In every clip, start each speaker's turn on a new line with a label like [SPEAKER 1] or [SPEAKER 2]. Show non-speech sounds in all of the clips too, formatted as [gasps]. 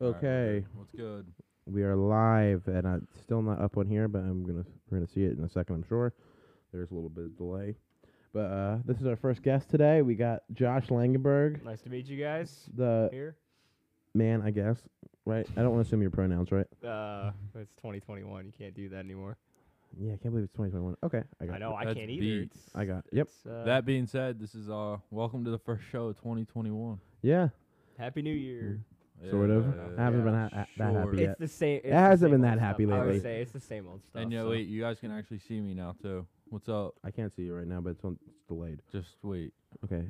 [SPEAKER 1] All right, we're
[SPEAKER 2] Okay,
[SPEAKER 1] good. What's good?
[SPEAKER 2] we are live, and i still not up on here, but I'm gonna we're gonna see it in a second, I'm sure. There's a little bit of delay, but uh, this is our first guest today. We got Josh Langenberg,
[SPEAKER 3] Nice to meet you guys
[SPEAKER 2] the
[SPEAKER 3] here.
[SPEAKER 2] man, I guess. Right? I don't want to assume your pronouns, right?
[SPEAKER 3] Uh, it's 2021. You can't do that anymore.
[SPEAKER 2] Yeah, I can't believe it's 2021. Okay, I got.
[SPEAKER 3] I know. I
[SPEAKER 1] That's
[SPEAKER 3] can't either.
[SPEAKER 1] beat.
[SPEAKER 2] I got. Yep.
[SPEAKER 3] It's, uh,
[SPEAKER 1] that being said, this is uh welcome to the first show of 2021.
[SPEAKER 2] Yeah.
[SPEAKER 3] uh, Happy New Year.
[SPEAKER 2] Sort of. I haven't been
[SPEAKER 1] yeah,
[SPEAKER 2] ha- ha- that happy
[SPEAKER 1] sure.
[SPEAKER 2] yet.
[SPEAKER 3] It's the same. It's
[SPEAKER 2] It
[SPEAKER 3] the
[SPEAKER 2] hasn't
[SPEAKER 3] same
[SPEAKER 2] been
[SPEAKER 3] old
[SPEAKER 2] that
[SPEAKER 3] stuff.
[SPEAKER 2] happy
[SPEAKER 3] I
[SPEAKER 2] lately.
[SPEAKER 3] would say it's the same old stuff.
[SPEAKER 1] And yeah,
[SPEAKER 3] so.
[SPEAKER 1] wait, you guys can actually see me now too. What's up?
[SPEAKER 2] I can't see you right now, but it's, on, it's delayed.
[SPEAKER 1] Just wait.
[SPEAKER 2] Okay.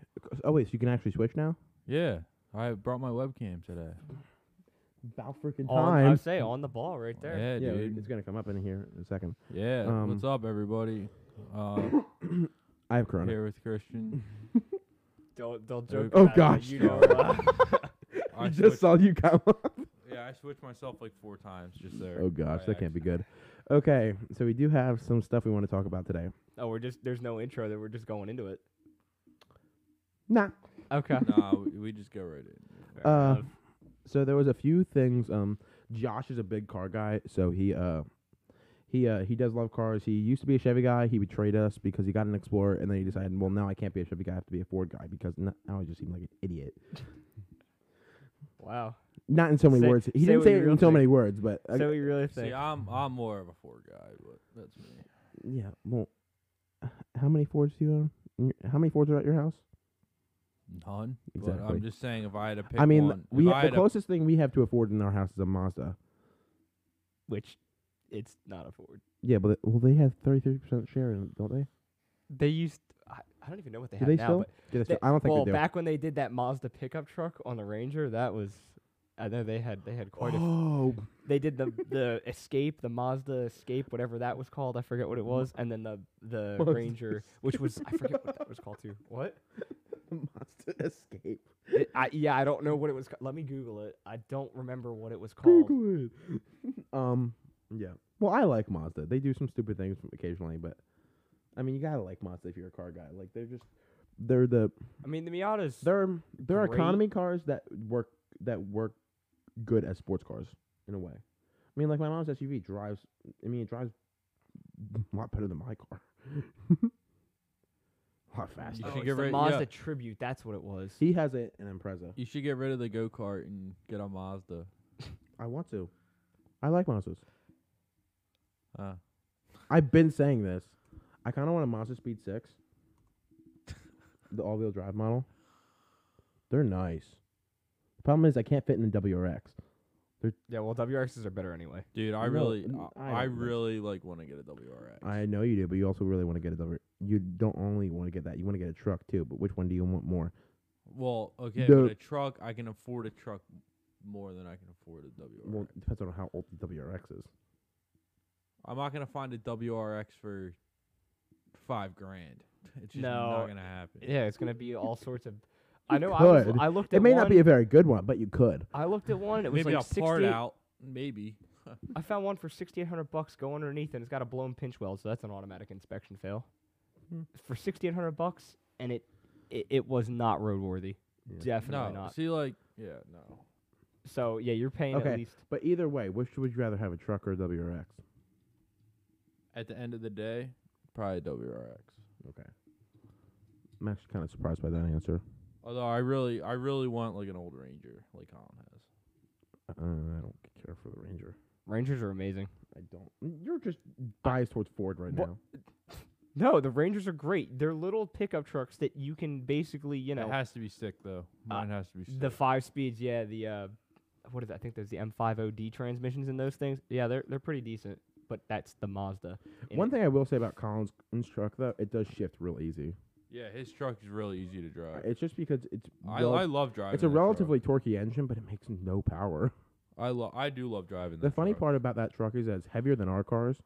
[SPEAKER 2] Oh wait, so you can actually switch now?
[SPEAKER 1] Yeah, I brought my webcam today.
[SPEAKER 2] About freaking
[SPEAKER 3] On, I
[SPEAKER 2] time.
[SPEAKER 3] would say on the ball right there.
[SPEAKER 1] Yeah,
[SPEAKER 2] Yeah,
[SPEAKER 1] dude.
[SPEAKER 2] it's gonna come up in here in a second.
[SPEAKER 1] yeah.
[SPEAKER 2] Um,
[SPEAKER 1] what's up, everybody? Uh,
[SPEAKER 2] [coughs] I have Corona.
[SPEAKER 1] here with Christian.
[SPEAKER 3] Don't don't joke.
[SPEAKER 2] Oh,
[SPEAKER 3] about
[SPEAKER 2] gosh.
[SPEAKER 3] It, you know,
[SPEAKER 1] Uh,
[SPEAKER 3] uh,
[SPEAKER 1] I
[SPEAKER 2] [laughs] I just
[SPEAKER 1] switched-
[SPEAKER 2] saw you come up.
[SPEAKER 1] yeah, I switched myself like four times just there.
[SPEAKER 2] Oh gosh,
[SPEAKER 1] by
[SPEAKER 2] that can't be
[SPEAKER 1] accident.
[SPEAKER 2] good. Okay, so we do have some stuff we want to talk about today.
[SPEAKER 3] oh, we're just there's no intro. That we're just going into it.
[SPEAKER 2] Nah.
[SPEAKER 3] Okay.
[SPEAKER 1] [laughs] nah, we, we just go right in.
[SPEAKER 2] Uh, so there was a few things. Um, Josh is a big car guy, so he uh, he uh, he does love cars. He used to be a Chevy guy. He betrayed us because he got an Explorer, and then he decided, well, now I can't be a Chevy guy. I have to be a Ford guy because n- now I just seem like an idiot.
[SPEAKER 3] wow.
[SPEAKER 2] Not in so many
[SPEAKER 3] Say-
[SPEAKER 2] words. He
[SPEAKER 3] say
[SPEAKER 2] didn't
[SPEAKER 3] what
[SPEAKER 2] say
[SPEAKER 3] you
[SPEAKER 2] it in
[SPEAKER 3] really
[SPEAKER 2] so many
[SPEAKER 3] think.
[SPEAKER 2] words, but uh,
[SPEAKER 3] so we really
[SPEAKER 1] See,
[SPEAKER 3] think.
[SPEAKER 1] I'm I'm more of a four guy, but that's me.
[SPEAKER 2] yeah. Well, how many Fords do you own? In your- How many Fords are at your house?
[SPEAKER 1] None. But
[SPEAKER 2] Exactly.
[SPEAKER 1] I'm just saying, if I had to pick
[SPEAKER 2] I mean,
[SPEAKER 1] one,
[SPEAKER 2] we
[SPEAKER 1] if
[SPEAKER 2] ha-
[SPEAKER 1] I
[SPEAKER 2] the
[SPEAKER 1] had to-
[SPEAKER 2] closest thing we have to a Ford in our house is a Mazda.
[SPEAKER 3] which it's not a Ford.
[SPEAKER 2] Yeah, but well, they have thirty three percent share in it, don't they?
[SPEAKER 3] They used. I, I don't even know what they
[SPEAKER 2] Do
[SPEAKER 3] have
[SPEAKER 2] they
[SPEAKER 3] now.
[SPEAKER 2] still?
[SPEAKER 3] But
[SPEAKER 2] Do they
[SPEAKER 3] They-
[SPEAKER 2] still? I don't think
[SPEAKER 3] well,
[SPEAKER 2] they do.
[SPEAKER 3] back when they did that Mazda pickup truck on the Ranger, that was I know they had they had
[SPEAKER 2] [gasps]
[SPEAKER 3] quite a.
[SPEAKER 2] oh,
[SPEAKER 3] They did the the Escape, the Mazda Escape, whatever that was called. I forget what it was, and then the the
[SPEAKER 2] [laughs] Mazda
[SPEAKER 3] Ranger, which was I forget what that was called
[SPEAKER 2] [laughs]
[SPEAKER 3] too. What?
[SPEAKER 2] Mazda Escape. [laughs]
[SPEAKER 3] It- I, yeah, I don't know what it was. ca- Let me Google it. I don't remember what it was called.
[SPEAKER 2] Google it. [laughs] um, yeah. Well, I like Mazda. They do some stupid things occasionally, but I mean, you gotta like Mazda if you're a car guy. Like they're just they're the
[SPEAKER 3] I mean, the Miatas.
[SPEAKER 2] they're they're
[SPEAKER 3] Great.
[SPEAKER 2] economy cars that work that work good as sports cars in a way. I mean, like my mom's SUV drives. I mean, it drives a lot better than my car. [laughs] a lot faster.
[SPEAKER 1] You
[SPEAKER 3] oh,
[SPEAKER 1] should
[SPEAKER 3] it's
[SPEAKER 1] get
[SPEAKER 3] the
[SPEAKER 1] rid-
[SPEAKER 3] Mazda
[SPEAKER 1] yeah.
[SPEAKER 3] Tribute. That's what it was.
[SPEAKER 2] He has a, an Impreza.
[SPEAKER 1] you should get rid of the go kart and get a Mazda.
[SPEAKER 2] I want to. I like Mazdas.
[SPEAKER 1] Huh.
[SPEAKER 2] I've been saying this. I kind of want a Mazda Speed 6. [laughs] the all-wheel drive model. They're nice. The problem is I can't fit in a WRX.
[SPEAKER 3] Yeah, well, WRXs are better anyway.
[SPEAKER 1] Dude, I
[SPEAKER 2] No,
[SPEAKER 1] really,
[SPEAKER 2] n-
[SPEAKER 1] I,
[SPEAKER 2] I
[SPEAKER 1] I
[SPEAKER 2] don't think so.
[SPEAKER 1] really like want to get a WRX.
[SPEAKER 2] I know you do, but you also really want to get a W. You don't only want to get that. You want to get a truck too, but which one do you want more?
[SPEAKER 1] well, okay,
[SPEAKER 2] The-
[SPEAKER 1] but a truck, I can afford a truck more than I can afford a WRX.
[SPEAKER 2] Well, it depends on how old the WRX is.
[SPEAKER 1] I'm not gonna find a WRX for five grand. [laughs] It's just
[SPEAKER 3] No.
[SPEAKER 1] not gonna happen.
[SPEAKER 3] Yeah, it's gonna be all sorts of. I know. I, was,
[SPEAKER 2] could.
[SPEAKER 3] I looked at
[SPEAKER 2] It may
[SPEAKER 3] one,
[SPEAKER 2] not be a very good one, but you could.
[SPEAKER 3] I looked at one. It was
[SPEAKER 1] maybe
[SPEAKER 3] like
[SPEAKER 1] I'll part
[SPEAKER 3] 68
[SPEAKER 1] out. Maybe.
[SPEAKER 3] I found one for sixty eight hundred bucks. Go underneath, and it's got a blown pinch weld, so that's an automatic inspection fail.
[SPEAKER 2] Hmm.
[SPEAKER 3] For sixty eight hundred bucks, and it, it it was not roadworthy.
[SPEAKER 2] Yeah.
[SPEAKER 3] Definitely
[SPEAKER 1] no.
[SPEAKER 3] not.
[SPEAKER 1] See, like, yeah, no.
[SPEAKER 3] So yeah, you're paying
[SPEAKER 2] Okay.
[SPEAKER 3] at least.
[SPEAKER 2] But either way, which would you rather have a truck or a WRX?
[SPEAKER 1] At the end of the day, probably a WRX.
[SPEAKER 2] Okay. I'm actually kind of surprised by that answer.
[SPEAKER 1] Although I really, I really want like an old Ranger, like Colin has.
[SPEAKER 2] Uh, I don't care for the Ranger.
[SPEAKER 3] Rangers are amazing.
[SPEAKER 2] I don't. You're just biased towards Ford right
[SPEAKER 3] Wha-
[SPEAKER 2] now.
[SPEAKER 3] No, the Rangers are great. They're little pickup trucks that you can basically, you
[SPEAKER 1] It
[SPEAKER 3] know,
[SPEAKER 1] has to be sick though.
[SPEAKER 2] uh,
[SPEAKER 1] Mine has to be sick.
[SPEAKER 3] the five speeds. Yeah, the uh, what is that? I think there's the M5OD transmissions in those things. Yeah, they're they're pretty decent. But that's the Mazda. in
[SPEAKER 2] One
[SPEAKER 3] it.
[SPEAKER 2] thing I will say about Collins' truck though, it does shift real easy.
[SPEAKER 1] yeah, his truck is really easy to drive.
[SPEAKER 2] It's just because it's
[SPEAKER 1] I,
[SPEAKER 2] rel-
[SPEAKER 1] I love driving.
[SPEAKER 2] it's a
[SPEAKER 1] that truck.
[SPEAKER 2] relatively torquey engine, but it makes no power.
[SPEAKER 1] I love. I do love driving.
[SPEAKER 2] The
[SPEAKER 1] that
[SPEAKER 2] funny
[SPEAKER 1] truck.
[SPEAKER 2] part about that truck is that it's heavier than our cars,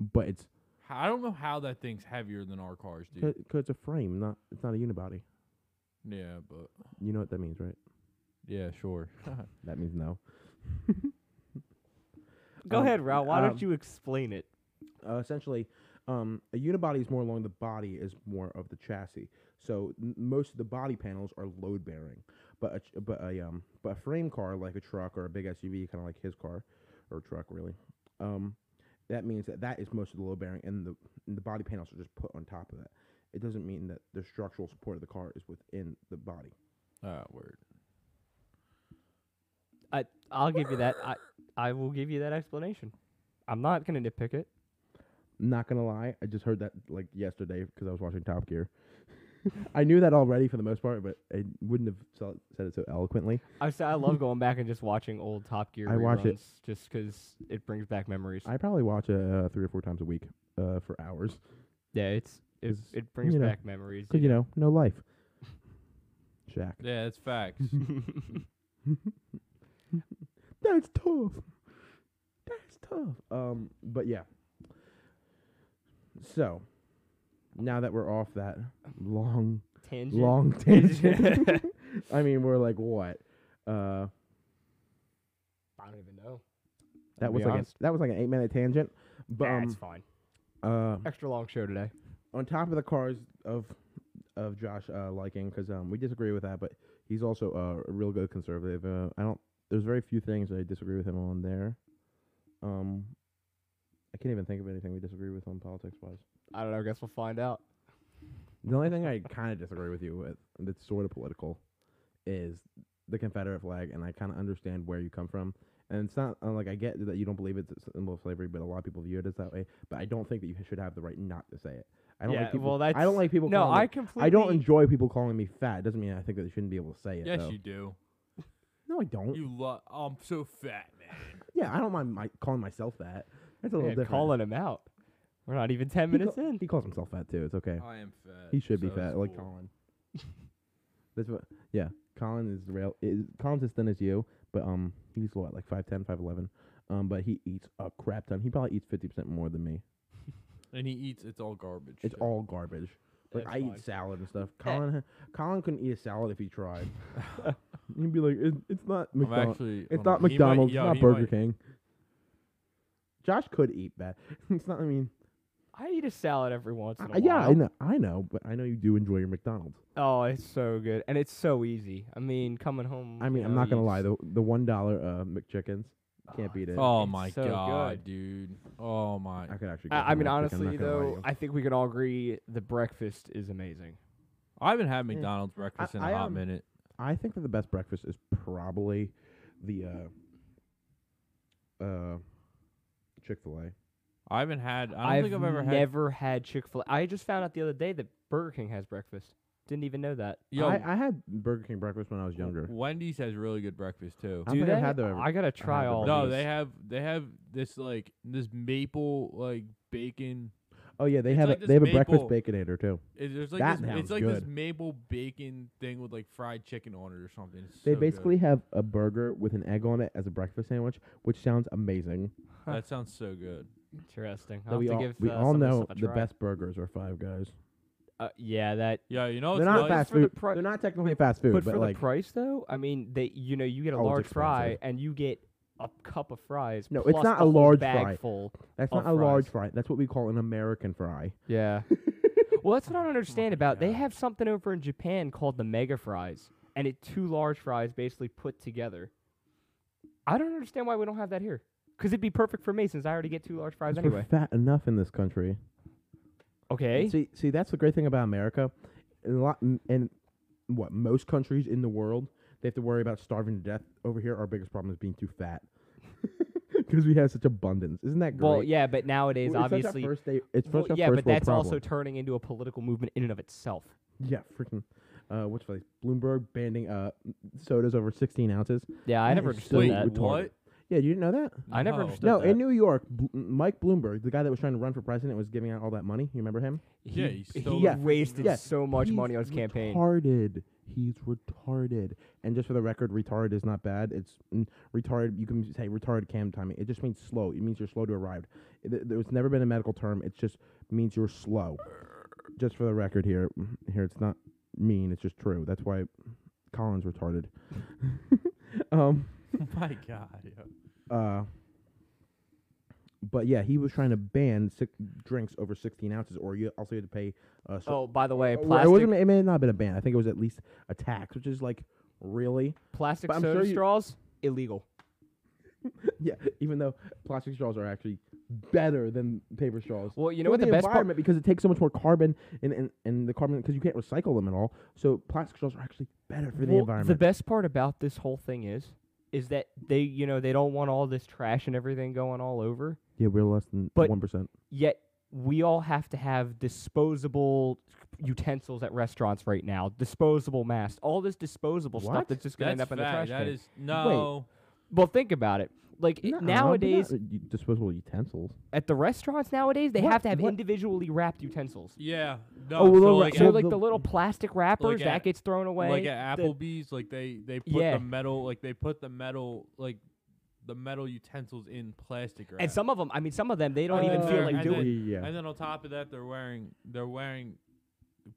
[SPEAKER 2] but it's
[SPEAKER 1] I don't know how that thing's heavier than our cars, dude.
[SPEAKER 2] because it's a frame, not it's not a unibody.
[SPEAKER 1] Yeah, but
[SPEAKER 2] You know what that means, right?
[SPEAKER 1] yeah, sure.
[SPEAKER 2] That means no.
[SPEAKER 3] Go
[SPEAKER 2] um,
[SPEAKER 3] ahead, Ralph. Why
[SPEAKER 2] um,
[SPEAKER 3] don't you explain it?
[SPEAKER 2] Uh, essentially, Um, a unibody is more along the body is more of the chassis. So n- most of the body panels are load bearing, but a ch- but a um but a frame car like a truck or a big SUV, kind of like his car or truck really. Um, that means that that is most of the load bearing, and the and the body panels are just put on top of that. It doesn't mean that the structural support of the car is within the body.
[SPEAKER 1] Ah, word.
[SPEAKER 3] I I'll give you that. I I will give you that explanation. I'm not gonna nitpick it.
[SPEAKER 2] Not gonna lie, I just heard that like yesterday because I was watching Top Gear. [laughs] I knew that already for the most part, but I wouldn't have so- said it so eloquently.
[SPEAKER 3] I say I
[SPEAKER 2] [laughs]
[SPEAKER 3] love going back and just watching old Top Gear.
[SPEAKER 2] I watch it.
[SPEAKER 3] reruns just because it brings back memories.
[SPEAKER 2] I probably watch it uh, three or four times a week uh, for hours
[SPEAKER 3] yeah, it's it,
[SPEAKER 2] 'Cause,
[SPEAKER 3] it brings
[SPEAKER 2] you know,
[SPEAKER 3] back memories. [laughs]
[SPEAKER 2] because you know, no life. Shaq,
[SPEAKER 1] Yeah, that's facts.
[SPEAKER 2] [laughs] that's tough. That's tough. Um, but yeah. So, now that we're off that
[SPEAKER 3] [laughs]
[SPEAKER 2] long,
[SPEAKER 3] Tangent.
[SPEAKER 2] long tangent, [laughs] I mean, we're like what? Uh,
[SPEAKER 3] I don't even know.
[SPEAKER 2] that
[SPEAKER 3] I'll
[SPEAKER 2] was
[SPEAKER 3] be
[SPEAKER 2] like a,
[SPEAKER 3] honest.
[SPEAKER 2] that was like an eight minute tangent. But
[SPEAKER 3] That's
[SPEAKER 2] um,
[SPEAKER 3] fine.
[SPEAKER 2] uh,
[SPEAKER 3] Extra long show today.
[SPEAKER 2] on top of the cars of of Josh uh, liking, because um, we disagree with that, but he's also uh, a real good conservative. Uh, I don't. There's very few things I disagree with him on there. Um, I can't even think of anything we disagree with on politics wise.
[SPEAKER 3] I don't know. I guess we'll find out.
[SPEAKER 2] The only thing I kind of disagree with you with that's sort of political is the Confederate flag, and I kind of understand where you come from. And it's not uh, like I get that you don't believe it's a symbol of slavery, but a lot of people view it as that way. But I don't think that you should have the right not to say it. I don't
[SPEAKER 3] yeah,
[SPEAKER 2] like people.
[SPEAKER 3] well, that's
[SPEAKER 2] I don't like people.
[SPEAKER 3] No,
[SPEAKER 2] calling it-
[SPEAKER 3] I completely.
[SPEAKER 2] I don't enjoy people calling me fat. Doesn't mean I think that they shouldn't be able to say it.
[SPEAKER 1] yes,
[SPEAKER 2] though.
[SPEAKER 1] you do.
[SPEAKER 2] No, I don't.
[SPEAKER 1] You love. I'm so fat, man.
[SPEAKER 2] yeah, I don't mind my calling myself fat. That's a little
[SPEAKER 3] yeah,
[SPEAKER 2] different.
[SPEAKER 3] calling him out. We're not even ten
[SPEAKER 2] he,
[SPEAKER 3] minutes
[SPEAKER 2] ca-
[SPEAKER 3] in. [laughs]
[SPEAKER 2] he calls himself fat too. It's okay.
[SPEAKER 3] Oh,
[SPEAKER 1] I am fat.
[SPEAKER 2] He should be
[SPEAKER 1] so
[SPEAKER 2] fat,
[SPEAKER 1] it's
[SPEAKER 2] like
[SPEAKER 1] cool.
[SPEAKER 2] Colin. That's what. Yeah, Colin is the real. Is, Colin's as thin as you, but um, he's what like 5'10", 5'11". Um, but he eats a crap ton. He probably eats fifty percent more than me.
[SPEAKER 1] And he eats. It's all garbage.
[SPEAKER 2] It's
[SPEAKER 1] too.
[SPEAKER 2] all garbage. Like
[SPEAKER 3] That's
[SPEAKER 2] I
[SPEAKER 3] fine. Eh.
[SPEAKER 2] eat salad and stuff. Colin, Colin couldn't eat a salad if he
[SPEAKER 3] [laughs]
[SPEAKER 2] tried. [laughs] He'd be like, it, "It's not
[SPEAKER 1] I'm
[SPEAKER 2] McDonald's.
[SPEAKER 1] actually.
[SPEAKER 2] It's
[SPEAKER 1] hold on.
[SPEAKER 2] not
[SPEAKER 1] He might-
[SPEAKER 2] McDonald's.
[SPEAKER 1] yo,
[SPEAKER 2] it's not
[SPEAKER 1] he
[SPEAKER 2] Burger
[SPEAKER 1] might-
[SPEAKER 2] King. Josh could eat that. [laughs] it's not. I mean,
[SPEAKER 3] I eat a salad every once in a
[SPEAKER 2] I- yeah, I
[SPEAKER 3] while.
[SPEAKER 2] know, I know, but I know you do enjoy your McDonald's.
[SPEAKER 3] Oh, it's so good, and it's so easy. I mean, coming home.
[SPEAKER 2] I
[SPEAKER 3] you
[SPEAKER 2] mean, I'm
[SPEAKER 3] know,
[SPEAKER 2] not gonna
[SPEAKER 3] you
[SPEAKER 2] lie,
[SPEAKER 3] just-
[SPEAKER 2] the the one dollar uh, McChickens can't
[SPEAKER 3] Oh,
[SPEAKER 2] beat it.
[SPEAKER 1] Oh
[SPEAKER 3] It's
[SPEAKER 1] my
[SPEAKER 3] so
[SPEAKER 1] god,
[SPEAKER 3] good.
[SPEAKER 1] dude. Oh my.
[SPEAKER 2] I could actually. go for
[SPEAKER 3] I, I
[SPEAKER 2] McChicken,
[SPEAKER 3] mean,
[SPEAKER 2] I'm not
[SPEAKER 3] honestly
[SPEAKER 2] gonna lie to
[SPEAKER 3] though,
[SPEAKER 2] you.
[SPEAKER 3] I think we can all agree the breakfast is amazing.
[SPEAKER 1] I haven't had McDonald's breakfast in a
[SPEAKER 2] I,
[SPEAKER 1] hot
[SPEAKER 2] um,
[SPEAKER 1] minute.
[SPEAKER 2] I think that the best breakfast is probably the uh, uh, Chick Fil A.
[SPEAKER 1] I haven't had. I don't think I've ever had.
[SPEAKER 3] never had Chick Fil A. I just found out the other day that Burger King has breakfast. Didn't even know that.
[SPEAKER 1] Yo,
[SPEAKER 2] I, I had Burger King breakfast when I was younger.
[SPEAKER 1] Wendy's has really good breakfast too.
[SPEAKER 2] I don't
[SPEAKER 3] Do
[SPEAKER 2] think I've
[SPEAKER 3] they?
[SPEAKER 2] had that ever-
[SPEAKER 3] I gotta try
[SPEAKER 2] the
[SPEAKER 3] all.
[SPEAKER 1] No,
[SPEAKER 3] these.
[SPEAKER 1] they have they have this like this maple like bacon.
[SPEAKER 2] Oh yeah, they
[SPEAKER 1] It's
[SPEAKER 2] have
[SPEAKER 1] like
[SPEAKER 2] a,
[SPEAKER 1] this
[SPEAKER 2] they have a
[SPEAKER 1] maple-
[SPEAKER 2] breakfast baconator too.
[SPEAKER 1] It, there's like
[SPEAKER 2] That
[SPEAKER 1] this,
[SPEAKER 2] sounds
[SPEAKER 1] it's like this
[SPEAKER 2] good.
[SPEAKER 1] maple bacon thing with like fried chicken on it or something. It's
[SPEAKER 2] They
[SPEAKER 1] so good.
[SPEAKER 2] basically have a burger with an egg on it as a breakfast sandwich, which sounds amazing.
[SPEAKER 1] that sounds so good.
[SPEAKER 3] Interesting.
[SPEAKER 2] But
[SPEAKER 3] I'll
[SPEAKER 2] we
[SPEAKER 3] have
[SPEAKER 2] all,
[SPEAKER 3] to give,
[SPEAKER 2] we
[SPEAKER 3] uh,
[SPEAKER 2] all
[SPEAKER 3] some of this
[SPEAKER 2] know
[SPEAKER 3] stuff a
[SPEAKER 2] the
[SPEAKER 3] try.
[SPEAKER 2] best burgers are Five Guys.
[SPEAKER 3] Uh, yeah, that.
[SPEAKER 1] Yeah, you know
[SPEAKER 2] They're
[SPEAKER 1] it's nice?
[SPEAKER 2] not fast
[SPEAKER 3] Oh, for the
[SPEAKER 2] food.
[SPEAKER 3] pri-
[SPEAKER 2] They're not technically fast food,
[SPEAKER 3] But,
[SPEAKER 2] but,
[SPEAKER 3] for
[SPEAKER 2] like
[SPEAKER 3] the price though, I mean, they you know you get a
[SPEAKER 2] Oh, it's
[SPEAKER 3] large fry
[SPEAKER 2] expensive.
[SPEAKER 3] and you get a cup of fries.
[SPEAKER 2] No, it's
[SPEAKER 3] plus
[SPEAKER 2] not
[SPEAKER 3] the
[SPEAKER 2] a
[SPEAKER 3] whole
[SPEAKER 2] large
[SPEAKER 3] bag
[SPEAKER 2] fry.
[SPEAKER 3] full.
[SPEAKER 2] that's
[SPEAKER 3] all
[SPEAKER 2] not a large fry. That's what we call an American fry.
[SPEAKER 3] Yeah. well, that's what I don't understand about. They
[SPEAKER 1] God.
[SPEAKER 3] have something over in Japan called the mega fries, and it two large fries basically put together. I don't understand why we don't have that here. Cause it'd be perfect for me since I already get two large fries
[SPEAKER 2] We're
[SPEAKER 3] anyway.
[SPEAKER 2] fat enough in this country.
[SPEAKER 3] Okay.
[SPEAKER 2] See, see, that's the great thing about America. In a lot, and what most countries in the world, they have to worry about starving to death. Over here, our biggest problem is being too fat [laughs] because we have such abundance. Isn't that great?
[SPEAKER 3] Well, yeah, but nowadays
[SPEAKER 2] It's such a
[SPEAKER 3] obviously.
[SPEAKER 2] first day- it's
[SPEAKER 3] Well,
[SPEAKER 2] such a
[SPEAKER 3] yeah,
[SPEAKER 2] first
[SPEAKER 3] but
[SPEAKER 2] world
[SPEAKER 3] that's also
[SPEAKER 2] problem.
[SPEAKER 3] turning into a political movement in and of itself.
[SPEAKER 2] Yeah, freaking. Uh, what's like Bloomberg banning uh sodas over 16 ounces?
[SPEAKER 3] Yeah, I
[SPEAKER 2] That
[SPEAKER 3] never
[SPEAKER 2] is
[SPEAKER 3] understood
[SPEAKER 2] so
[SPEAKER 1] Wait,
[SPEAKER 3] that.
[SPEAKER 2] retarded.
[SPEAKER 1] what?
[SPEAKER 2] Yeah, you didn't know that?
[SPEAKER 3] I never
[SPEAKER 1] No.
[SPEAKER 3] understood
[SPEAKER 2] No,
[SPEAKER 3] that.
[SPEAKER 2] in New York, Bl- Mike Bloomberg, the guy that was trying to run for president, was giving out all that money. You remember him?
[SPEAKER 3] He,
[SPEAKER 1] Yeah, he stole
[SPEAKER 3] he
[SPEAKER 2] the freaking
[SPEAKER 3] wasted [laughs]
[SPEAKER 2] money.
[SPEAKER 3] so much
[SPEAKER 2] He's
[SPEAKER 3] money on his campaign.
[SPEAKER 2] Retarded. He's retarded. And just for the record, retarded is not bad. It's mm, retarded. You can say retarded cam timing. It just means slow. It means you're slow to arrive. It- th- There's never been a medical term. It just means you're slow. Just for the record, here, mm, here it's not mean. It's just true. That's why Colin's retarded. [laughs] um.
[SPEAKER 1] my god. yo.
[SPEAKER 2] Uh. but yeah, he was trying to ban six drinks over 16 ounces, or you also had to pay. Uh, so,
[SPEAKER 3] Oh, by the way,
[SPEAKER 2] well, it,
[SPEAKER 3] plastic
[SPEAKER 2] wasn't, it may not have been a ban. I think it was at least a tax, which is like really [laughs]
[SPEAKER 3] plastic
[SPEAKER 2] but I'm
[SPEAKER 3] soda
[SPEAKER 2] sure you-
[SPEAKER 3] straws illegal.
[SPEAKER 2] yeah. Even though plastic straws are actually better than paper straws.
[SPEAKER 3] Well, you know
[SPEAKER 2] for
[SPEAKER 3] what the best part
[SPEAKER 2] environment because it takes so much more carbon and and, and the carbon because you can't recycle them at all. So plastic straws are actually better for the
[SPEAKER 3] Well,
[SPEAKER 2] environment.
[SPEAKER 3] best part about this whole thing is, is that they, you know, they don't want all this trash and everything going all over.
[SPEAKER 2] yeah, we're less than
[SPEAKER 3] But-
[SPEAKER 2] one percent.
[SPEAKER 3] Yet we all have to have disposable utensils at restaurants right now, disposable masks, all this disposable stuff
[SPEAKER 2] What?
[SPEAKER 3] that's just gonna end
[SPEAKER 1] That's
[SPEAKER 3] up in the
[SPEAKER 1] fact.
[SPEAKER 3] trash
[SPEAKER 1] That
[SPEAKER 3] can.
[SPEAKER 1] is no.
[SPEAKER 3] well, think about it. Like it- nowadays,
[SPEAKER 2] disposable utensils.
[SPEAKER 3] at the restaurants nowadays, they
[SPEAKER 2] What-
[SPEAKER 3] have to have
[SPEAKER 2] what-
[SPEAKER 3] individually wrapped utensils.
[SPEAKER 1] Yeah. No.
[SPEAKER 2] Oh, well,
[SPEAKER 1] so
[SPEAKER 2] they'll
[SPEAKER 1] like,
[SPEAKER 2] wrap-
[SPEAKER 3] So
[SPEAKER 2] Yeah,
[SPEAKER 1] at,
[SPEAKER 3] like the
[SPEAKER 2] the-
[SPEAKER 3] little plastic wrappers
[SPEAKER 1] at-
[SPEAKER 3] that gets thrown away.
[SPEAKER 1] like at
[SPEAKER 3] the-
[SPEAKER 1] Applebee's, like they they put
[SPEAKER 3] Yeah.
[SPEAKER 1] the metal, like they put the metal, like the metal utensils in plastic wrap.
[SPEAKER 3] and some of them, I mean, some of them they don't even
[SPEAKER 1] Uh,
[SPEAKER 3] feel
[SPEAKER 1] and
[SPEAKER 3] like doing.
[SPEAKER 1] then-
[SPEAKER 2] Yeah.
[SPEAKER 1] And then on top of that, they're wearing they're wearing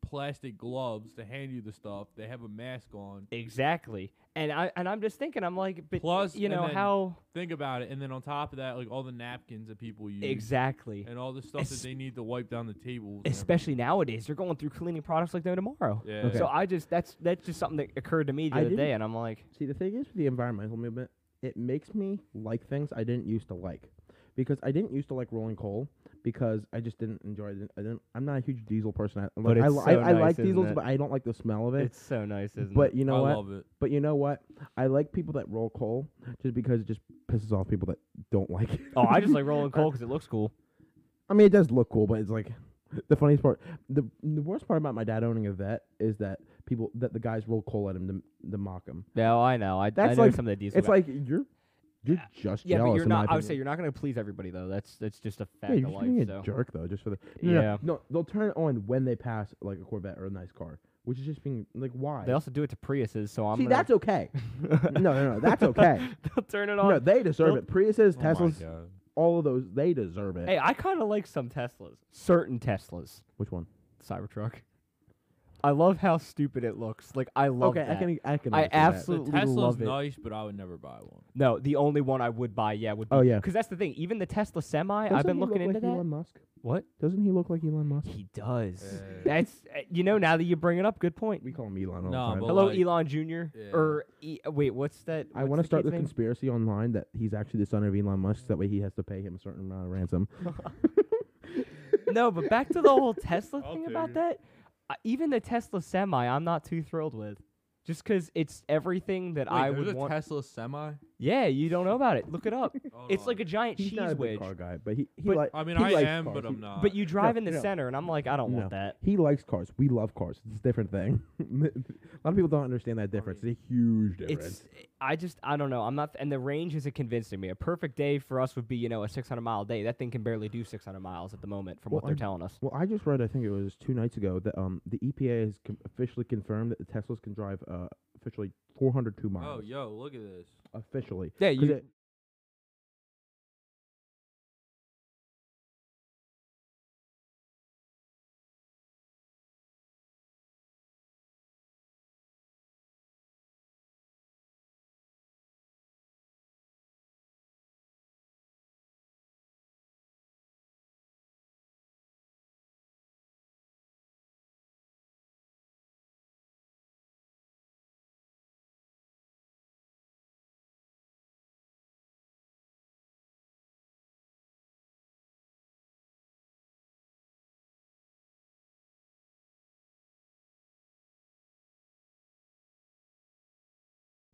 [SPEAKER 1] plastic gloves to hand you the stuff. They have a mask on.
[SPEAKER 3] Exactly. And I and I'm just thinking, I'm like, but
[SPEAKER 1] Plus,
[SPEAKER 3] you
[SPEAKER 1] and
[SPEAKER 3] know
[SPEAKER 1] then
[SPEAKER 3] how
[SPEAKER 1] Think about it. And then on top of that, like all the napkins that people use,
[SPEAKER 3] exactly,
[SPEAKER 1] and all the stuff
[SPEAKER 3] Es-
[SPEAKER 1] that they need to wipe down the tables, and
[SPEAKER 3] especially nowadays, they're going through cleaning products like no tomorrow.
[SPEAKER 1] everything. yeah.
[SPEAKER 2] Okay.
[SPEAKER 3] So I just that's that's just something that occurred to me the
[SPEAKER 2] I
[SPEAKER 3] other
[SPEAKER 2] didn't-
[SPEAKER 3] day, and I'm like,
[SPEAKER 2] See, the thing is with the environmental movement, it makes me like things I didn't used to like, because I didn't used to like rolling coal because I just didn't enjoy it. I didn't, I'm not a huge diesel person. I, like, I,
[SPEAKER 3] it's
[SPEAKER 2] li-
[SPEAKER 3] so
[SPEAKER 2] I, I
[SPEAKER 3] nice,
[SPEAKER 2] like
[SPEAKER 3] isn't
[SPEAKER 2] diesels,
[SPEAKER 3] it?
[SPEAKER 2] but I don't like the smell of it.
[SPEAKER 3] it's so nice, isn't
[SPEAKER 2] but
[SPEAKER 3] it?
[SPEAKER 2] you know
[SPEAKER 1] I
[SPEAKER 2] what?
[SPEAKER 1] love it.
[SPEAKER 2] But you know what? I like people that roll coal just because it just pisses off people that don't like it. [laughs]
[SPEAKER 3] Oh, I just like [laughs] rolling coal because it looks cool.
[SPEAKER 2] I mean, it does look cool, but it's like [laughs] the funniest part. The the worst part about my dad owning a vet is that people that the guys roll coal at him to, to mock him.
[SPEAKER 3] No, I know. I, I
[SPEAKER 2] That's
[SPEAKER 3] know
[SPEAKER 2] like-
[SPEAKER 3] some of the diesel.
[SPEAKER 2] It's
[SPEAKER 3] guy-
[SPEAKER 2] like you're you're just
[SPEAKER 3] yeah,
[SPEAKER 2] jealous.
[SPEAKER 3] but you're
[SPEAKER 2] in my
[SPEAKER 3] not. I would say
[SPEAKER 2] opinion.
[SPEAKER 3] you're not going to please everybody though. That's that's just a fact
[SPEAKER 2] Yeah, you're
[SPEAKER 3] of
[SPEAKER 2] just being
[SPEAKER 3] life.
[SPEAKER 2] a
[SPEAKER 3] So
[SPEAKER 2] jerk though, just for the no, no,
[SPEAKER 3] Yeah.
[SPEAKER 2] No, they'll turn it on when they pass like a Corvette or a nice car, which is just being like why?
[SPEAKER 3] they also do it to Priuses. So I'm
[SPEAKER 2] See,
[SPEAKER 3] gonna,
[SPEAKER 2] that's okay. no, no, no, that's okay.
[SPEAKER 3] they'll [laughs] turn it on.
[SPEAKER 2] no, they deserve
[SPEAKER 3] They'll-
[SPEAKER 2] it. Priuses,
[SPEAKER 1] Oh my
[SPEAKER 2] Teslas,
[SPEAKER 1] God.
[SPEAKER 2] all of those, they deserve it.
[SPEAKER 3] Hey, I kind of like some Teslas. Certain Teslas.
[SPEAKER 2] Which one?
[SPEAKER 3] Cybertruck. I love how stupid it looks. Like I love
[SPEAKER 2] okay,
[SPEAKER 1] e
[SPEAKER 2] I
[SPEAKER 3] that.
[SPEAKER 2] can, I can. understand
[SPEAKER 3] I
[SPEAKER 2] that.
[SPEAKER 1] The
[SPEAKER 3] absolutely
[SPEAKER 1] Tesla's
[SPEAKER 3] love it.
[SPEAKER 1] nice, but I would never buy one.
[SPEAKER 3] No, the only one I would buy, yeah, would be
[SPEAKER 2] Oh, yeah.
[SPEAKER 3] Cause that's the thing. Even the Tesla Semi, I've
[SPEAKER 2] Doesn't
[SPEAKER 3] been
[SPEAKER 2] he look
[SPEAKER 3] looking into
[SPEAKER 2] like Elon
[SPEAKER 3] that.
[SPEAKER 2] Musk.
[SPEAKER 3] What?
[SPEAKER 2] Doesn't he look like Elon Musk?
[SPEAKER 3] He does.
[SPEAKER 1] Uh,
[SPEAKER 3] That's uh, you know. Now that you bring it up, good point.
[SPEAKER 2] We call him Elon
[SPEAKER 1] No,
[SPEAKER 2] all the time.
[SPEAKER 1] but-
[SPEAKER 3] Hello,
[SPEAKER 1] like-
[SPEAKER 3] Elon Junior.
[SPEAKER 1] Yeah.
[SPEAKER 3] Or e- wait, what's that?
[SPEAKER 2] I
[SPEAKER 3] what's
[SPEAKER 2] want to start the
[SPEAKER 3] kid's name?
[SPEAKER 2] conspiracy online that he's actually the son of Elon Musk. That way, he has to pay him a certain amount of ransom.
[SPEAKER 3] no, but back to
[SPEAKER 1] [laughs]
[SPEAKER 3] the whole Tesla
[SPEAKER 1] I'll
[SPEAKER 3] thing
[SPEAKER 1] take
[SPEAKER 3] about
[SPEAKER 1] it.
[SPEAKER 3] that. I, even the Tesla Semi, I'm not too thrilled with. Just because it's everything that
[SPEAKER 1] wait,
[SPEAKER 3] I
[SPEAKER 1] there's
[SPEAKER 3] would
[SPEAKER 1] a
[SPEAKER 3] want.
[SPEAKER 1] Tesla semi.
[SPEAKER 3] yeah, you don't know about it. Look it up.
[SPEAKER 1] [laughs] Hold
[SPEAKER 3] it's
[SPEAKER 1] on.
[SPEAKER 3] like a giant
[SPEAKER 2] He's
[SPEAKER 3] cheese
[SPEAKER 2] not a big
[SPEAKER 3] wedge.
[SPEAKER 2] car guy, but he, he
[SPEAKER 3] But-
[SPEAKER 2] like.
[SPEAKER 1] I mean,
[SPEAKER 2] he
[SPEAKER 1] I
[SPEAKER 2] likes
[SPEAKER 1] am,
[SPEAKER 2] cars.
[SPEAKER 1] but
[SPEAKER 2] He-
[SPEAKER 1] I'm not.
[SPEAKER 3] But you drive in the
[SPEAKER 2] Uh, no.
[SPEAKER 3] center, and I'm like, I don't
[SPEAKER 2] No.
[SPEAKER 3] want that.
[SPEAKER 2] He likes cars. We love cars. It's a different thing. [laughs] a lot of people don't understand that difference. It's a huge difference.
[SPEAKER 3] It's I just I don't know. I'm not, and the range isn't convincing me. A perfect day for us would be you know a 600 mile day. That thing can barely do 600 miles at the moment, from
[SPEAKER 2] Well,
[SPEAKER 3] what they're
[SPEAKER 2] I'm-
[SPEAKER 3] telling us.
[SPEAKER 2] Well, I just read, I think it was two nights ago, that um the EPA has com- officially confirmed that the Teslas can drive uh officially 402
[SPEAKER 1] oh,
[SPEAKER 2] miles.
[SPEAKER 1] yo, look at this.
[SPEAKER 2] Officially.
[SPEAKER 3] Yeah,
[SPEAKER 2] 'Cause
[SPEAKER 3] you-
[SPEAKER 2] it-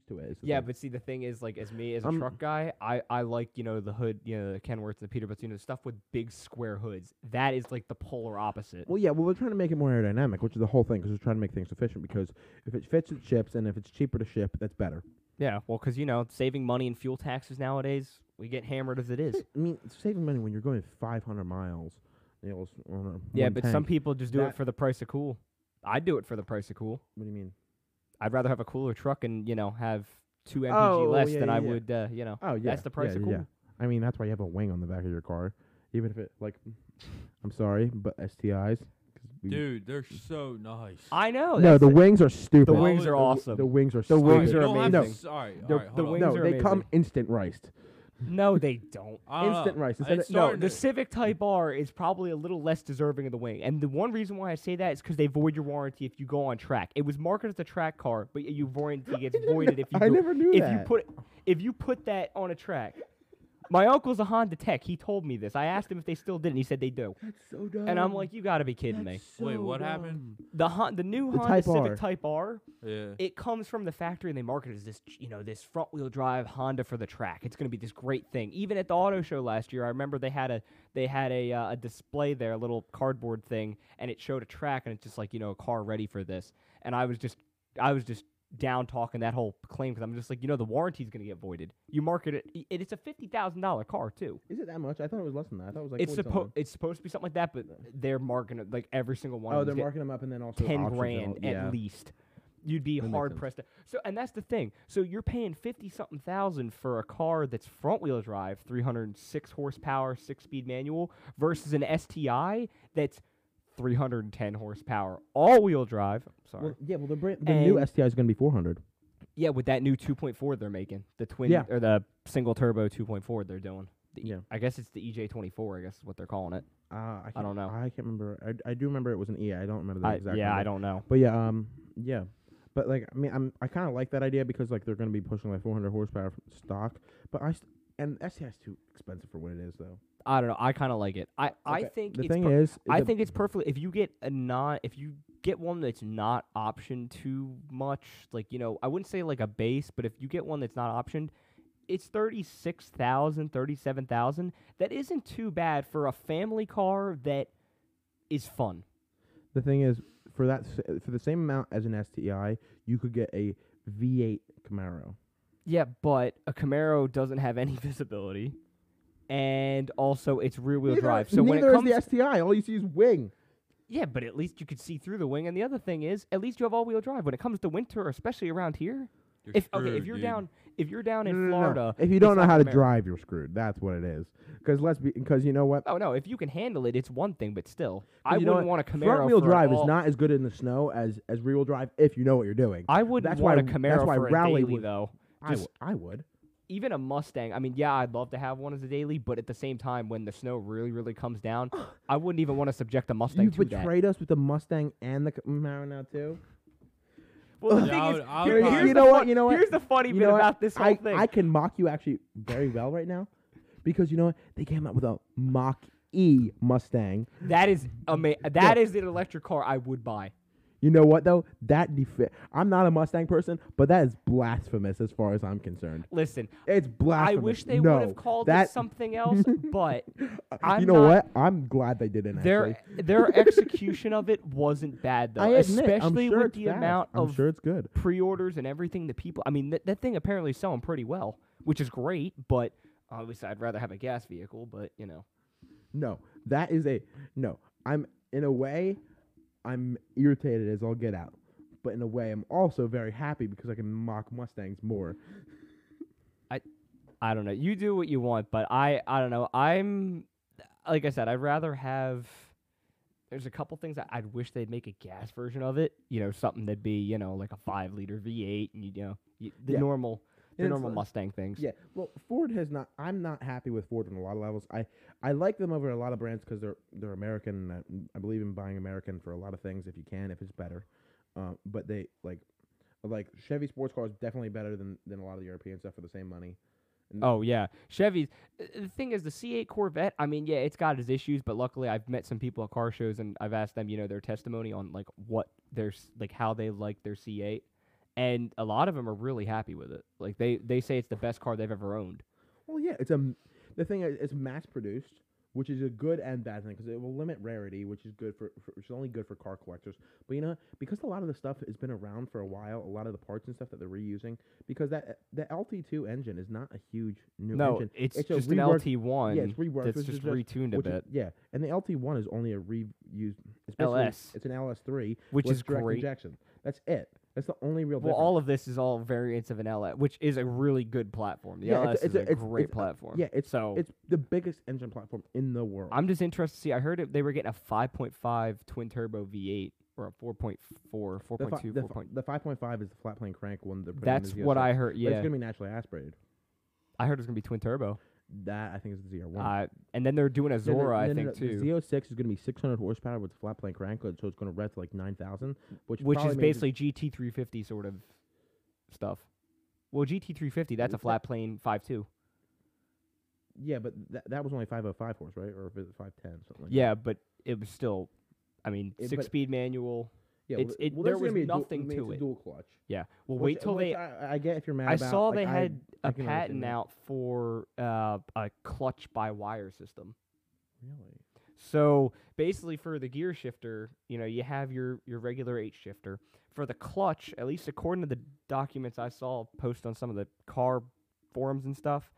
[SPEAKER 2] to it, is the
[SPEAKER 3] Yeah,
[SPEAKER 2] thing.
[SPEAKER 3] but see, the thing is, like, as me as a
[SPEAKER 2] I'm-
[SPEAKER 3] truck guy, I, I like you know the hood, you know the Kenworths, the Peterbilts, you know stuff with big square hoods. That is like the polar opposite.
[SPEAKER 2] Well, yeah, well, we're trying to make it more aerodynamic, which is the whole thing, because we're trying to make things efficient. Because if it fits, it ships, and if it's cheaper to ship, that's better.
[SPEAKER 3] yeah, well, because you know saving money in fuel taxes nowadays, we get hammered as it is.
[SPEAKER 2] I mean, it's saving money when you're going 500 miles. You know, s- on a-
[SPEAKER 3] yeah,
[SPEAKER 2] one
[SPEAKER 3] but some
[SPEAKER 2] tank.
[SPEAKER 3] people just do it
[SPEAKER 2] That-
[SPEAKER 3] for the price of cool. I'd do it for the price of cool.
[SPEAKER 2] What do you mean?
[SPEAKER 3] I'd rather have a cooler truck and you know have two mpg
[SPEAKER 2] Oh,
[SPEAKER 3] less
[SPEAKER 2] yeah,
[SPEAKER 3] than I
[SPEAKER 2] yeah, yeah.
[SPEAKER 3] would, uh, you know.
[SPEAKER 2] Oh yeah,
[SPEAKER 3] That's the price
[SPEAKER 2] yeah,
[SPEAKER 3] of
[SPEAKER 2] yeah,
[SPEAKER 3] cool.
[SPEAKER 2] yeah. I mean, that's why you have a wing on the back of your car, even if it like. I'm sorry, but STIs. 'cause we-
[SPEAKER 1] Dude, they're so nice.
[SPEAKER 3] I know.
[SPEAKER 2] no,
[SPEAKER 3] Oh, that's
[SPEAKER 2] the
[SPEAKER 3] it.
[SPEAKER 2] wings are stupid.
[SPEAKER 3] the
[SPEAKER 1] Well,
[SPEAKER 3] wings are
[SPEAKER 1] the-
[SPEAKER 3] awesome.
[SPEAKER 2] The wings are.
[SPEAKER 3] The
[SPEAKER 2] stupid.
[SPEAKER 3] wings
[SPEAKER 1] You
[SPEAKER 3] are
[SPEAKER 1] don't have
[SPEAKER 3] amazing.
[SPEAKER 1] to- Sorry,
[SPEAKER 3] The-
[SPEAKER 1] alright,
[SPEAKER 3] the
[SPEAKER 1] hold on.
[SPEAKER 3] wings
[SPEAKER 2] No,
[SPEAKER 3] are
[SPEAKER 2] they come
[SPEAKER 3] amazing.
[SPEAKER 2] instant riced.
[SPEAKER 3] No, they don't.
[SPEAKER 1] I don't
[SPEAKER 2] Instant
[SPEAKER 1] know.
[SPEAKER 2] rice.
[SPEAKER 1] It's
[SPEAKER 2] Instead of-
[SPEAKER 3] No,
[SPEAKER 1] starting
[SPEAKER 3] the
[SPEAKER 1] to-
[SPEAKER 3] Civic Type R is probably a little less deserving of the wing, and the one reason why I say that is because they void your warranty if you go on track. It was marketed as a track car, but
[SPEAKER 2] [laughs]
[SPEAKER 3] your warranty gets
[SPEAKER 2] didn't
[SPEAKER 3] voided
[SPEAKER 2] kn-
[SPEAKER 3] if you.
[SPEAKER 2] I
[SPEAKER 3] go-
[SPEAKER 2] never knew
[SPEAKER 3] if you
[SPEAKER 2] that.
[SPEAKER 3] put if you put that on a track. My uncle's a Honda Tech. He told me this. I asked him if they still did, and he said they do.
[SPEAKER 2] That's so dumb.
[SPEAKER 3] And I'm like, you got to be kidding me.
[SPEAKER 1] Wait, what happened?
[SPEAKER 3] The Hon- the new
[SPEAKER 2] The
[SPEAKER 3] Honda
[SPEAKER 2] Type
[SPEAKER 3] Civic
[SPEAKER 2] R.
[SPEAKER 3] Type R,
[SPEAKER 1] Yeah.
[SPEAKER 3] it comes from the factory, and they market it as this, you know, this front wheel drive Honda for the track. It's going to be this great thing. Even at the auto show last year, I remember they had a they had a uh, a display there, a little cardboard thing, and it showed a track, and it's just like you know a car ready for this. And I was just I was just down talking that whole claim because I'm just like you know the warranty's going to get voided. You market it, it it's a fifty thousand dollar car too
[SPEAKER 2] Is it that much? I thought it was less than that. I thought it was like
[SPEAKER 3] it's
[SPEAKER 2] 40
[SPEAKER 3] supposed
[SPEAKER 2] something.
[SPEAKER 3] it's supposed to be something like that, but they're marking it like every single one.
[SPEAKER 2] Oh,
[SPEAKER 3] of
[SPEAKER 2] they're
[SPEAKER 3] them's get
[SPEAKER 2] marking them up and then also
[SPEAKER 3] ten
[SPEAKER 2] options and all-
[SPEAKER 3] grand
[SPEAKER 2] yeah.
[SPEAKER 3] at least. You'd be
[SPEAKER 2] That makes
[SPEAKER 3] hard
[SPEAKER 2] sense.
[SPEAKER 3] pressed. To, so, and that's the thing. So you're paying fifty something thousand for a car that's front wheel drive, three hundred and six horsepower, six speed manual, versus an STI that's three hundred and ten horsepower, all wheel drive. Sorry.
[SPEAKER 2] Well, yeah, well, the, brand, the new
[SPEAKER 3] And-
[SPEAKER 2] STI is going to be 400.
[SPEAKER 3] yeah, with that new two point four they're making, the twin
[SPEAKER 2] Yeah.
[SPEAKER 3] or the single turbo two point four they're doing. The E-
[SPEAKER 2] Yeah.
[SPEAKER 3] I guess it's the EJ twenty four. I guess is what they're calling it.
[SPEAKER 2] Uh, I, can't,
[SPEAKER 3] don't know.
[SPEAKER 2] I can't remember. I, I do remember it was an E. I don't remember the
[SPEAKER 3] I,
[SPEAKER 2] exact
[SPEAKER 3] yeah,
[SPEAKER 2] number.
[SPEAKER 3] I don't know.
[SPEAKER 2] But yeah, um, yeah, but like I mean, I'm I kind of like that idea because like they're gonna be pushing like 400 horsepower f- stock, but I st- and STI is too expensive for what it is though.
[SPEAKER 3] I don't know. I kind of like it. I, I
[SPEAKER 2] Okay.
[SPEAKER 3] think
[SPEAKER 2] the
[SPEAKER 3] it's
[SPEAKER 2] thing
[SPEAKER 3] per-
[SPEAKER 2] is,
[SPEAKER 3] I
[SPEAKER 2] the-
[SPEAKER 3] think it's perfectly if you get a non if you get one that's not optioned too much, like you know, I wouldn't say like a base, but if you get one that's not optioned, it's 36,000, 37,000. That isn't too bad for a family car that is fun.
[SPEAKER 2] the thing is for that s- for the same amount as an STI, you could get a V8 Camaro.
[SPEAKER 3] Yeah, but a Camaro doesn't have any [laughs] visibility. And also it's rear wheel drive. So when it comes
[SPEAKER 2] is the STI. All you see is wing.
[SPEAKER 3] Yeah, but at least you could see through the wing. And the other thing is, at least you have all-wheel drive. When it comes to winter, especially around here,
[SPEAKER 1] You're
[SPEAKER 3] if okay, if
[SPEAKER 1] screwed,
[SPEAKER 3] you're
[SPEAKER 1] dude.
[SPEAKER 3] down, if you're down
[SPEAKER 2] No,
[SPEAKER 3] in
[SPEAKER 2] no, no, no.
[SPEAKER 3] Florida,
[SPEAKER 2] if you
[SPEAKER 3] it's
[SPEAKER 2] don't know
[SPEAKER 3] not
[SPEAKER 2] how to
[SPEAKER 3] Camaro.
[SPEAKER 2] drive, you're screwed. That's what it is. Because let's be because you know what.
[SPEAKER 3] Oh no, if you can handle it, it's one thing. But still, I
[SPEAKER 2] You know
[SPEAKER 3] wouldn't
[SPEAKER 2] what?
[SPEAKER 3] want a Camaro.
[SPEAKER 2] Front wheel
[SPEAKER 3] for
[SPEAKER 2] drive
[SPEAKER 3] all-
[SPEAKER 2] is not as good in the snow as as rear wheel drive if you know what you're doing.
[SPEAKER 3] I wouldn't
[SPEAKER 2] that's why
[SPEAKER 3] want a
[SPEAKER 2] that's
[SPEAKER 3] Camaro
[SPEAKER 2] why
[SPEAKER 3] for
[SPEAKER 2] Raleigh
[SPEAKER 3] a daily
[SPEAKER 2] would-
[SPEAKER 3] though.
[SPEAKER 2] I
[SPEAKER 3] Just
[SPEAKER 2] w- I would.
[SPEAKER 3] even a Mustang. I mean, yeah, I'd love to have one as a daily, but at the same time, when the snow really, really
[SPEAKER 2] [gasps]
[SPEAKER 3] comes down, I wouldn't even want to subject a Mustang
[SPEAKER 2] You
[SPEAKER 3] to that.
[SPEAKER 2] betrayed us with the Mustang and the mm, Camaro now too.
[SPEAKER 3] Well, the
[SPEAKER 1] Yeah,
[SPEAKER 3] thing
[SPEAKER 1] I
[SPEAKER 3] is,
[SPEAKER 1] would- I
[SPEAKER 3] here-
[SPEAKER 1] would
[SPEAKER 3] here's
[SPEAKER 1] probably-
[SPEAKER 2] You
[SPEAKER 3] the
[SPEAKER 2] know what,
[SPEAKER 3] fun-
[SPEAKER 2] you know what?
[SPEAKER 3] Here's the funny
[SPEAKER 2] You
[SPEAKER 3] bit
[SPEAKER 2] know what?
[SPEAKER 3] about this whole
[SPEAKER 2] I,
[SPEAKER 3] thing.
[SPEAKER 2] I can mock you actually very well right now, because you know what? They came out with a Mach E Mustang.
[SPEAKER 3] that is ama- That is an electric car I would buy.
[SPEAKER 2] You know what though? That defi- I'm not a Mustang person, but that is blasphemous as far as I'm concerned.
[SPEAKER 3] Listen,
[SPEAKER 2] It's
[SPEAKER 3] I
[SPEAKER 2] blasphemous.
[SPEAKER 3] wish they
[SPEAKER 2] no,
[SPEAKER 3] would have called
[SPEAKER 2] that.
[SPEAKER 3] it something else,
[SPEAKER 2] [laughs]
[SPEAKER 3] but
[SPEAKER 2] you
[SPEAKER 3] I'm
[SPEAKER 2] know
[SPEAKER 3] not-
[SPEAKER 2] what? I'm glad they didn't.
[SPEAKER 3] their
[SPEAKER 2] actually. [laughs]
[SPEAKER 3] their execution of it wasn't bad though,
[SPEAKER 2] I admit,
[SPEAKER 3] especially
[SPEAKER 2] I'm sure
[SPEAKER 3] with
[SPEAKER 2] it's
[SPEAKER 3] the
[SPEAKER 2] fast.
[SPEAKER 3] amount
[SPEAKER 2] I'm
[SPEAKER 3] of
[SPEAKER 2] sure it's good.
[SPEAKER 3] pre-orders and everything that people. I mean, that that thing apparently is selling pretty well, which is great. But obviously, I'd rather have a gas vehicle. But you know,
[SPEAKER 2] No, that is a no. I'm in a way, I'm irritated as I'll get out, but in a way, I'm also very happy because I can mock Mustangs more.
[SPEAKER 3] I don't know. You do what you want, but I I don't know. I'm like I said, I'd rather have. There's a couple things that I'd wish they'd make a gas version of it. You know, something that'd be you know like a five liter V8 and you, you know you, the
[SPEAKER 2] Yeah.
[SPEAKER 3] normal the
[SPEAKER 2] And it's
[SPEAKER 3] normal
[SPEAKER 2] like-
[SPEAKER 3] Mustang things.
[SPEAKER 2] Yeah, well, Ford has not. I'm not happy with Ford on a lot of levels. I I like them over a lot of brands because they're they're American. And I, I believe in buying American for a lot of things if you can, if it's better. Uh, but they like like Chevy sports car is definitely better than than a lot of the European stuff for the same money. Mm-hmm.
[SPEAKER 3] Oh yeah, Chevy's. uh, The thing is, the C8 Corvette. I mean, yeah, it's got its issues, but luckily, I've met some people at car shows, and I've asked them, you know, their testimony on like what their s- like how they like their C8, and a lot of them are really happy with it. Like they they say it's the best car they've ever owned.
[SPEAKER 2] Well, yeah, it's a m- the thing is it's mass produced, which is a good and bad thing because it will limit rarity, which is good for, for which is only good for car collectors. But you know, because a lot of the stuff has been around for a while, a lot of the parts and stuff that they're reusing, because that the LT2 engine is not a huge new engine.
[SPEAKER 3] it's,
[SPEAKER 2] a
[SPEAKER 3] just an
[SPEAKER 2] reworked-
[SPEAKER 3] LT1
[SPEAKER 2] Yeah, it's reworked.
[SPEAKER 3] that's
[SPEAKER 2] which is
[SPEAKER 3] just retuned a
[SPEAKER 2] which is-
[SPEAKER 3] bit,
[SPEAKER 2] yeah, and the LT1 is only a reused. especially-
[SPEAKER 3] LS.
[SPEAKER 2] It's an LS3,
[SPEAKER 3] which
[SPEAKER 2] with
[SPEAKER 3] is
[SPEAKER 2] direct
[SPEAKER 3] great.
[SPEAKER 2] injection. That's it. That's the only real.
[SPEAKER 3] Well,
[SPEAKER 2] difference.
[SPEAKER 3] all of this is all variants of an LS, which is a really good platform. The
[SPEAKER 2] Yeah, it's-
[SPEAKER 3] LS
[SPEAKER 2] it's
[SPEAKER 3] is
[SPEAKER 2] a-
[SPEAKER 3] a, uh,
[SPEAKER 2] it's-
[SPEAKER 3] great
[SPEAKER 2] it's a-
[SPEAKER 3] platform.
[SPEAKER 2] yeah, it's
[SPEAKER 3] so
[SPEAKER 2] it's the biggest engine platform in the world.
[SPEAKER 3] I'm just interested to see. I heard it, they were getting a 5.5 twin turbo V8 or a 4.4, 4.2,
[SPEAKER 2] The, fi- the,
[SPEAKER 3] 4.
[SPEAKER 2] fi- the 5.5 is the flat plane crank one. That
[SPEAKER 3] That's what I heard.
[SPEAKER 2] It's
[SPEAKER 3] Yeah,
[SPEAKER 2] gonna be naturally aspirated.
[SPEAKER 3] I heard it's gonna be twin turbo.
[SPEAKER 2] That I think is the ZR1.
[SPEAKER 3] Uh, and then they're doing a
[SPEAKER 2] No, no,
[SPEAKER 3] Zora,
[SPEAKER 2] no,
[SPEAKER 3] I
[SPEAKER 2] no,
[SPEAKER 3] think
[SPEAKER 2] no,
[SPEAKER 3] too,
[SPEAKER 2] The Z06 is going to be 600 horsepower with flat plane cranklet, so it's going to rev to like 9,000, which
[SPEAKER 3] which
[SPEAKER 2] probably
[SPEAKER 3] is
[SPEAKER 2] means
[SPEAKER 3] basically GT350 sort of stuff. Well, GT350, that's a
[SPEAKER 2] What's that?
[SPEAKER 3] flat plane 5.2.
[SPEAKER 2] yeah, but that that was only 505 horse, right? Or if it's 510, something. Like that.
[SPEAKER 3] Yeah, but it was still, I mean,
[SPEAKER 2] It- but-
[SPEAKER 3] six speed manual.
[SPEAKER 2] yeah.
[SPEAKER 3] it's-
[SPEAKER 2] well,
[SPEAKER 3] it-
[SPEAKER 2] well,
[SPEAKER 3] there
[SPEAKER 2] that's
[SPEAKER 3] was
[SPEAKER 2] gonna be a dual-
[SPEAKER 3] nothing
[SPEAKER 2] I mean,
[SPEAKER 3] to
[SPEAKER 2] it's a
[SPEAKER 3] it.
[SPEAKER 2] dual clutch.
[SPEAKER 3] Yeah. Well,
[SPEAKER 2] which-
[SPEAKER 3] wait till
[SPEAKER 2] which
[SPEAKER 3] they.
[SPEAKER 2] I, I get if you're mad.
[SPEAKER 3] I
[SPEAKER 2] about,
[SPEAKER 3] saw
[SPEAKER 2] like,
[SPEAKER 3] they
[SPEAKER 2] I-
[SPEAKER 3] had
[SPEAKER 2] I
[SPEAKER 3] a
[SPEAKER 2] can understand
[SPEAKER 3] patent
[SPEAKER 2] that.
[SPEAKER 3] out for uh, a clutch by wire system.
[SPEAKER 2] Really?
[SPEAKER 3] So basically, for the gear shifter, you know, you have your your regular eight shifter. For the clutch, at least according to the documents I saw posted on some of the car forums and stuff,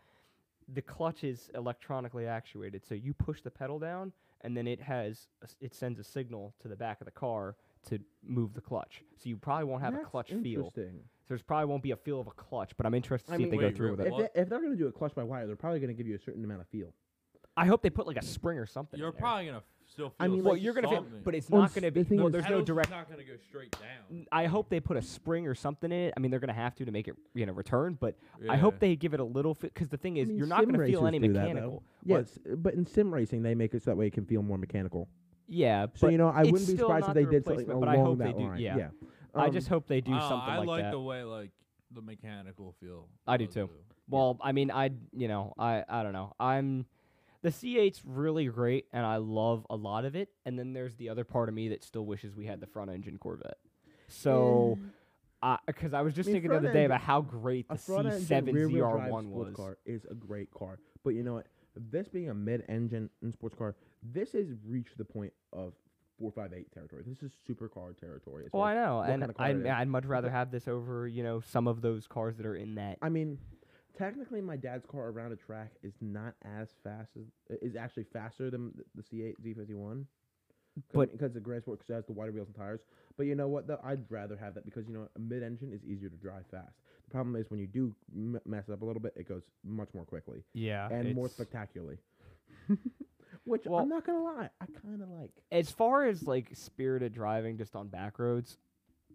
[SPEAKER 3] the clutch is electronically actuated. So you push the pedal down, and then it has a s- it sends a signal to the back of the car to move the clutch. So you probably won't have
[SPEAKER 2] That's
[SPEAKER 3] a clutch feel.
[SPEAKER 2] interesting.
[SPEAKER 3] So there's probably won't be a feel of a clutch, but I'm interested to
[SPEAKER 2] I
[SPEAKER 3] see
[SPEAKER 2] mean-
[SPEAKER 3] if they
[SPEAKER 1] Wait,
[SPEAKER 3] go through
[SPEAKER 1] wait,
[SPEAKER 3] with it.
[SPEAKER 2] If, they, if they're going to do a clutch by wire, they're probably going to give you a certain amount of feel.
[SPEAKER 3] I hope they put like a spring or something. in
[SPEAKER 1] You're
[SPEAKER 3] there.
[SPEAKER 1] probably gonna f- still feel.
[SPEAKER 2] I mean,
[SPEAKER 3] well,
[SPEAKER 2] like
[SPEAKER 3] you're gonna feel,
[SPEAKER 1] something.
[SPEAKER 3] but it's
[SPEAKER 2] Well,
[SPEAKER 3] not gonna
[SPEAKER 2] Oh, the
[SPEAKER 3] be.
[SPEAKER 2] thing
[SPEAKER 3] no,
[SPEAKER 2] is-
[SPEAKER 3] there's no
[SPEAKER 1] Pedals is
[SPEAKER 3] direct.
[SPEAKER 1] Not gonna go straight down.
[SPEAKER 3] n- I hope they put a spring or something in it. I mean, they're going to have to to make it, you know, return. But I hope
[SPEAKER 1] Yeah.
[SPEAKER 3] they give it a little because the thing is,
[SPEAKER 2] I mean,
[SPEAKER 3] you're not
[SPEAKER 2] sim
[SPEAKER 3] going to feel
[SPEAKER 2] racers
[SPEAKER 3] any
[SPEAKER 2] do that, though.
[SPEAKER 3] mechanical. Well,
[SPEAKER 2] Yes, but in sim racing, they make it so that way it can feel more mechanical.
[SPEAKER 3] yeah.
[SPEAKER 2] So
[SPEAKER 3] but
[SPEAKER 2] you know, I
[SPEAKER 3] it's
[SPEAKER 2] wouldn't be
[SPEAKER 3] still
[SPEAKER 2] surprised
[SPEAKER 3] not
[SPEAKER 2] if they
[SPEAKER 3] the
[SPEAKER 2] did something
[SPEAKER 3] replacement,
[SPEAKER 2] along
[SPEAKER 3] but I hope
[SPEAKER 2] that
[SPEAKER 3] they do-
[SPEAKER 2] line.
[SPEAKER 3] yeah.
[SPEAKER 2] Um,
[SPEAKER 3] I just hope they do
[SPEAKER 1] I don't know,
[SPEAKER 3] something
[SPEAKER 1] Oh, I
[SPEAKER 3] like,
[SPEAKER 1] like
[SPEAKER 3] that.
[SPEAKER 1] the way like the mechanical feel.
[SPEAKER 3] I do
[SPEAKER 1] does
[SPEAKER 3] too. well, I mean, I you know, I I don't know. I'm the C8's really great, and I love a lot of it. And then there's the other part of me that still wishes we had the front engine Corvette. So. Because I was just
[SPEAKER 2] mean,
[SPEAKER 3] thinking the
[SPEAKER 2] front
[SPEAKER 3] other day
[SPEAKER 2] engine-
[SPEAKER 3] about how great the
[SPEAKER 2] a front engine
[SPEAKER 3] C7
[SPEAKER 2] rear wheel drive
[SPEAKER 3] ZR1
[SPEAKER 2] sport
[SPEAKER 3] was.
[SPEAKER 2] car is a great car, but you know what? This being a mid engine in sports car, this has reached the point of four five eight territory. This is supercar territory. as
[SPEAKER 3] Well,
[SPEAKER 2] far
[SPEAKER 3] I
[SPEAKER 2] as-
[SPEAKER 3] know,
[SPEAKER 2] what
[SPEAKER 3] and
[SPEAKER 2] kind of car it
[SPEAKER 3] I'd,
[SPEAKER 2] is. [laughs]
[SPEAKER 3] I'd much rather have this over, you know, some of those cars that are in that.
[SPEAKER 2] I mean, technically, my dad's car around a track is not as fast as i- is actually faster than th- the C8 Z51.
[SPEAKER 3] But-
[SPEAKER 2] because the Grand Sport 'cause it has the wider wheels and tires. But you know what? Though I'd rather have that because you know what? a mid-engine is easier to drive fast. The problem is when you do m- mess it up a little bit, it goes much more quickly
[SPEAKER 3] Yeah,
[SPEAKER 2] and more
[SPEAKER 3] [laughs]
[SPEAKER 2] spectacularly. Which
[SPEAKER 3] Uh, Well-
[SPEAKER 2] I'm not gonna lie, I kind of like.
[SPEAKER 3] as far as like spirited driving, just on back roads,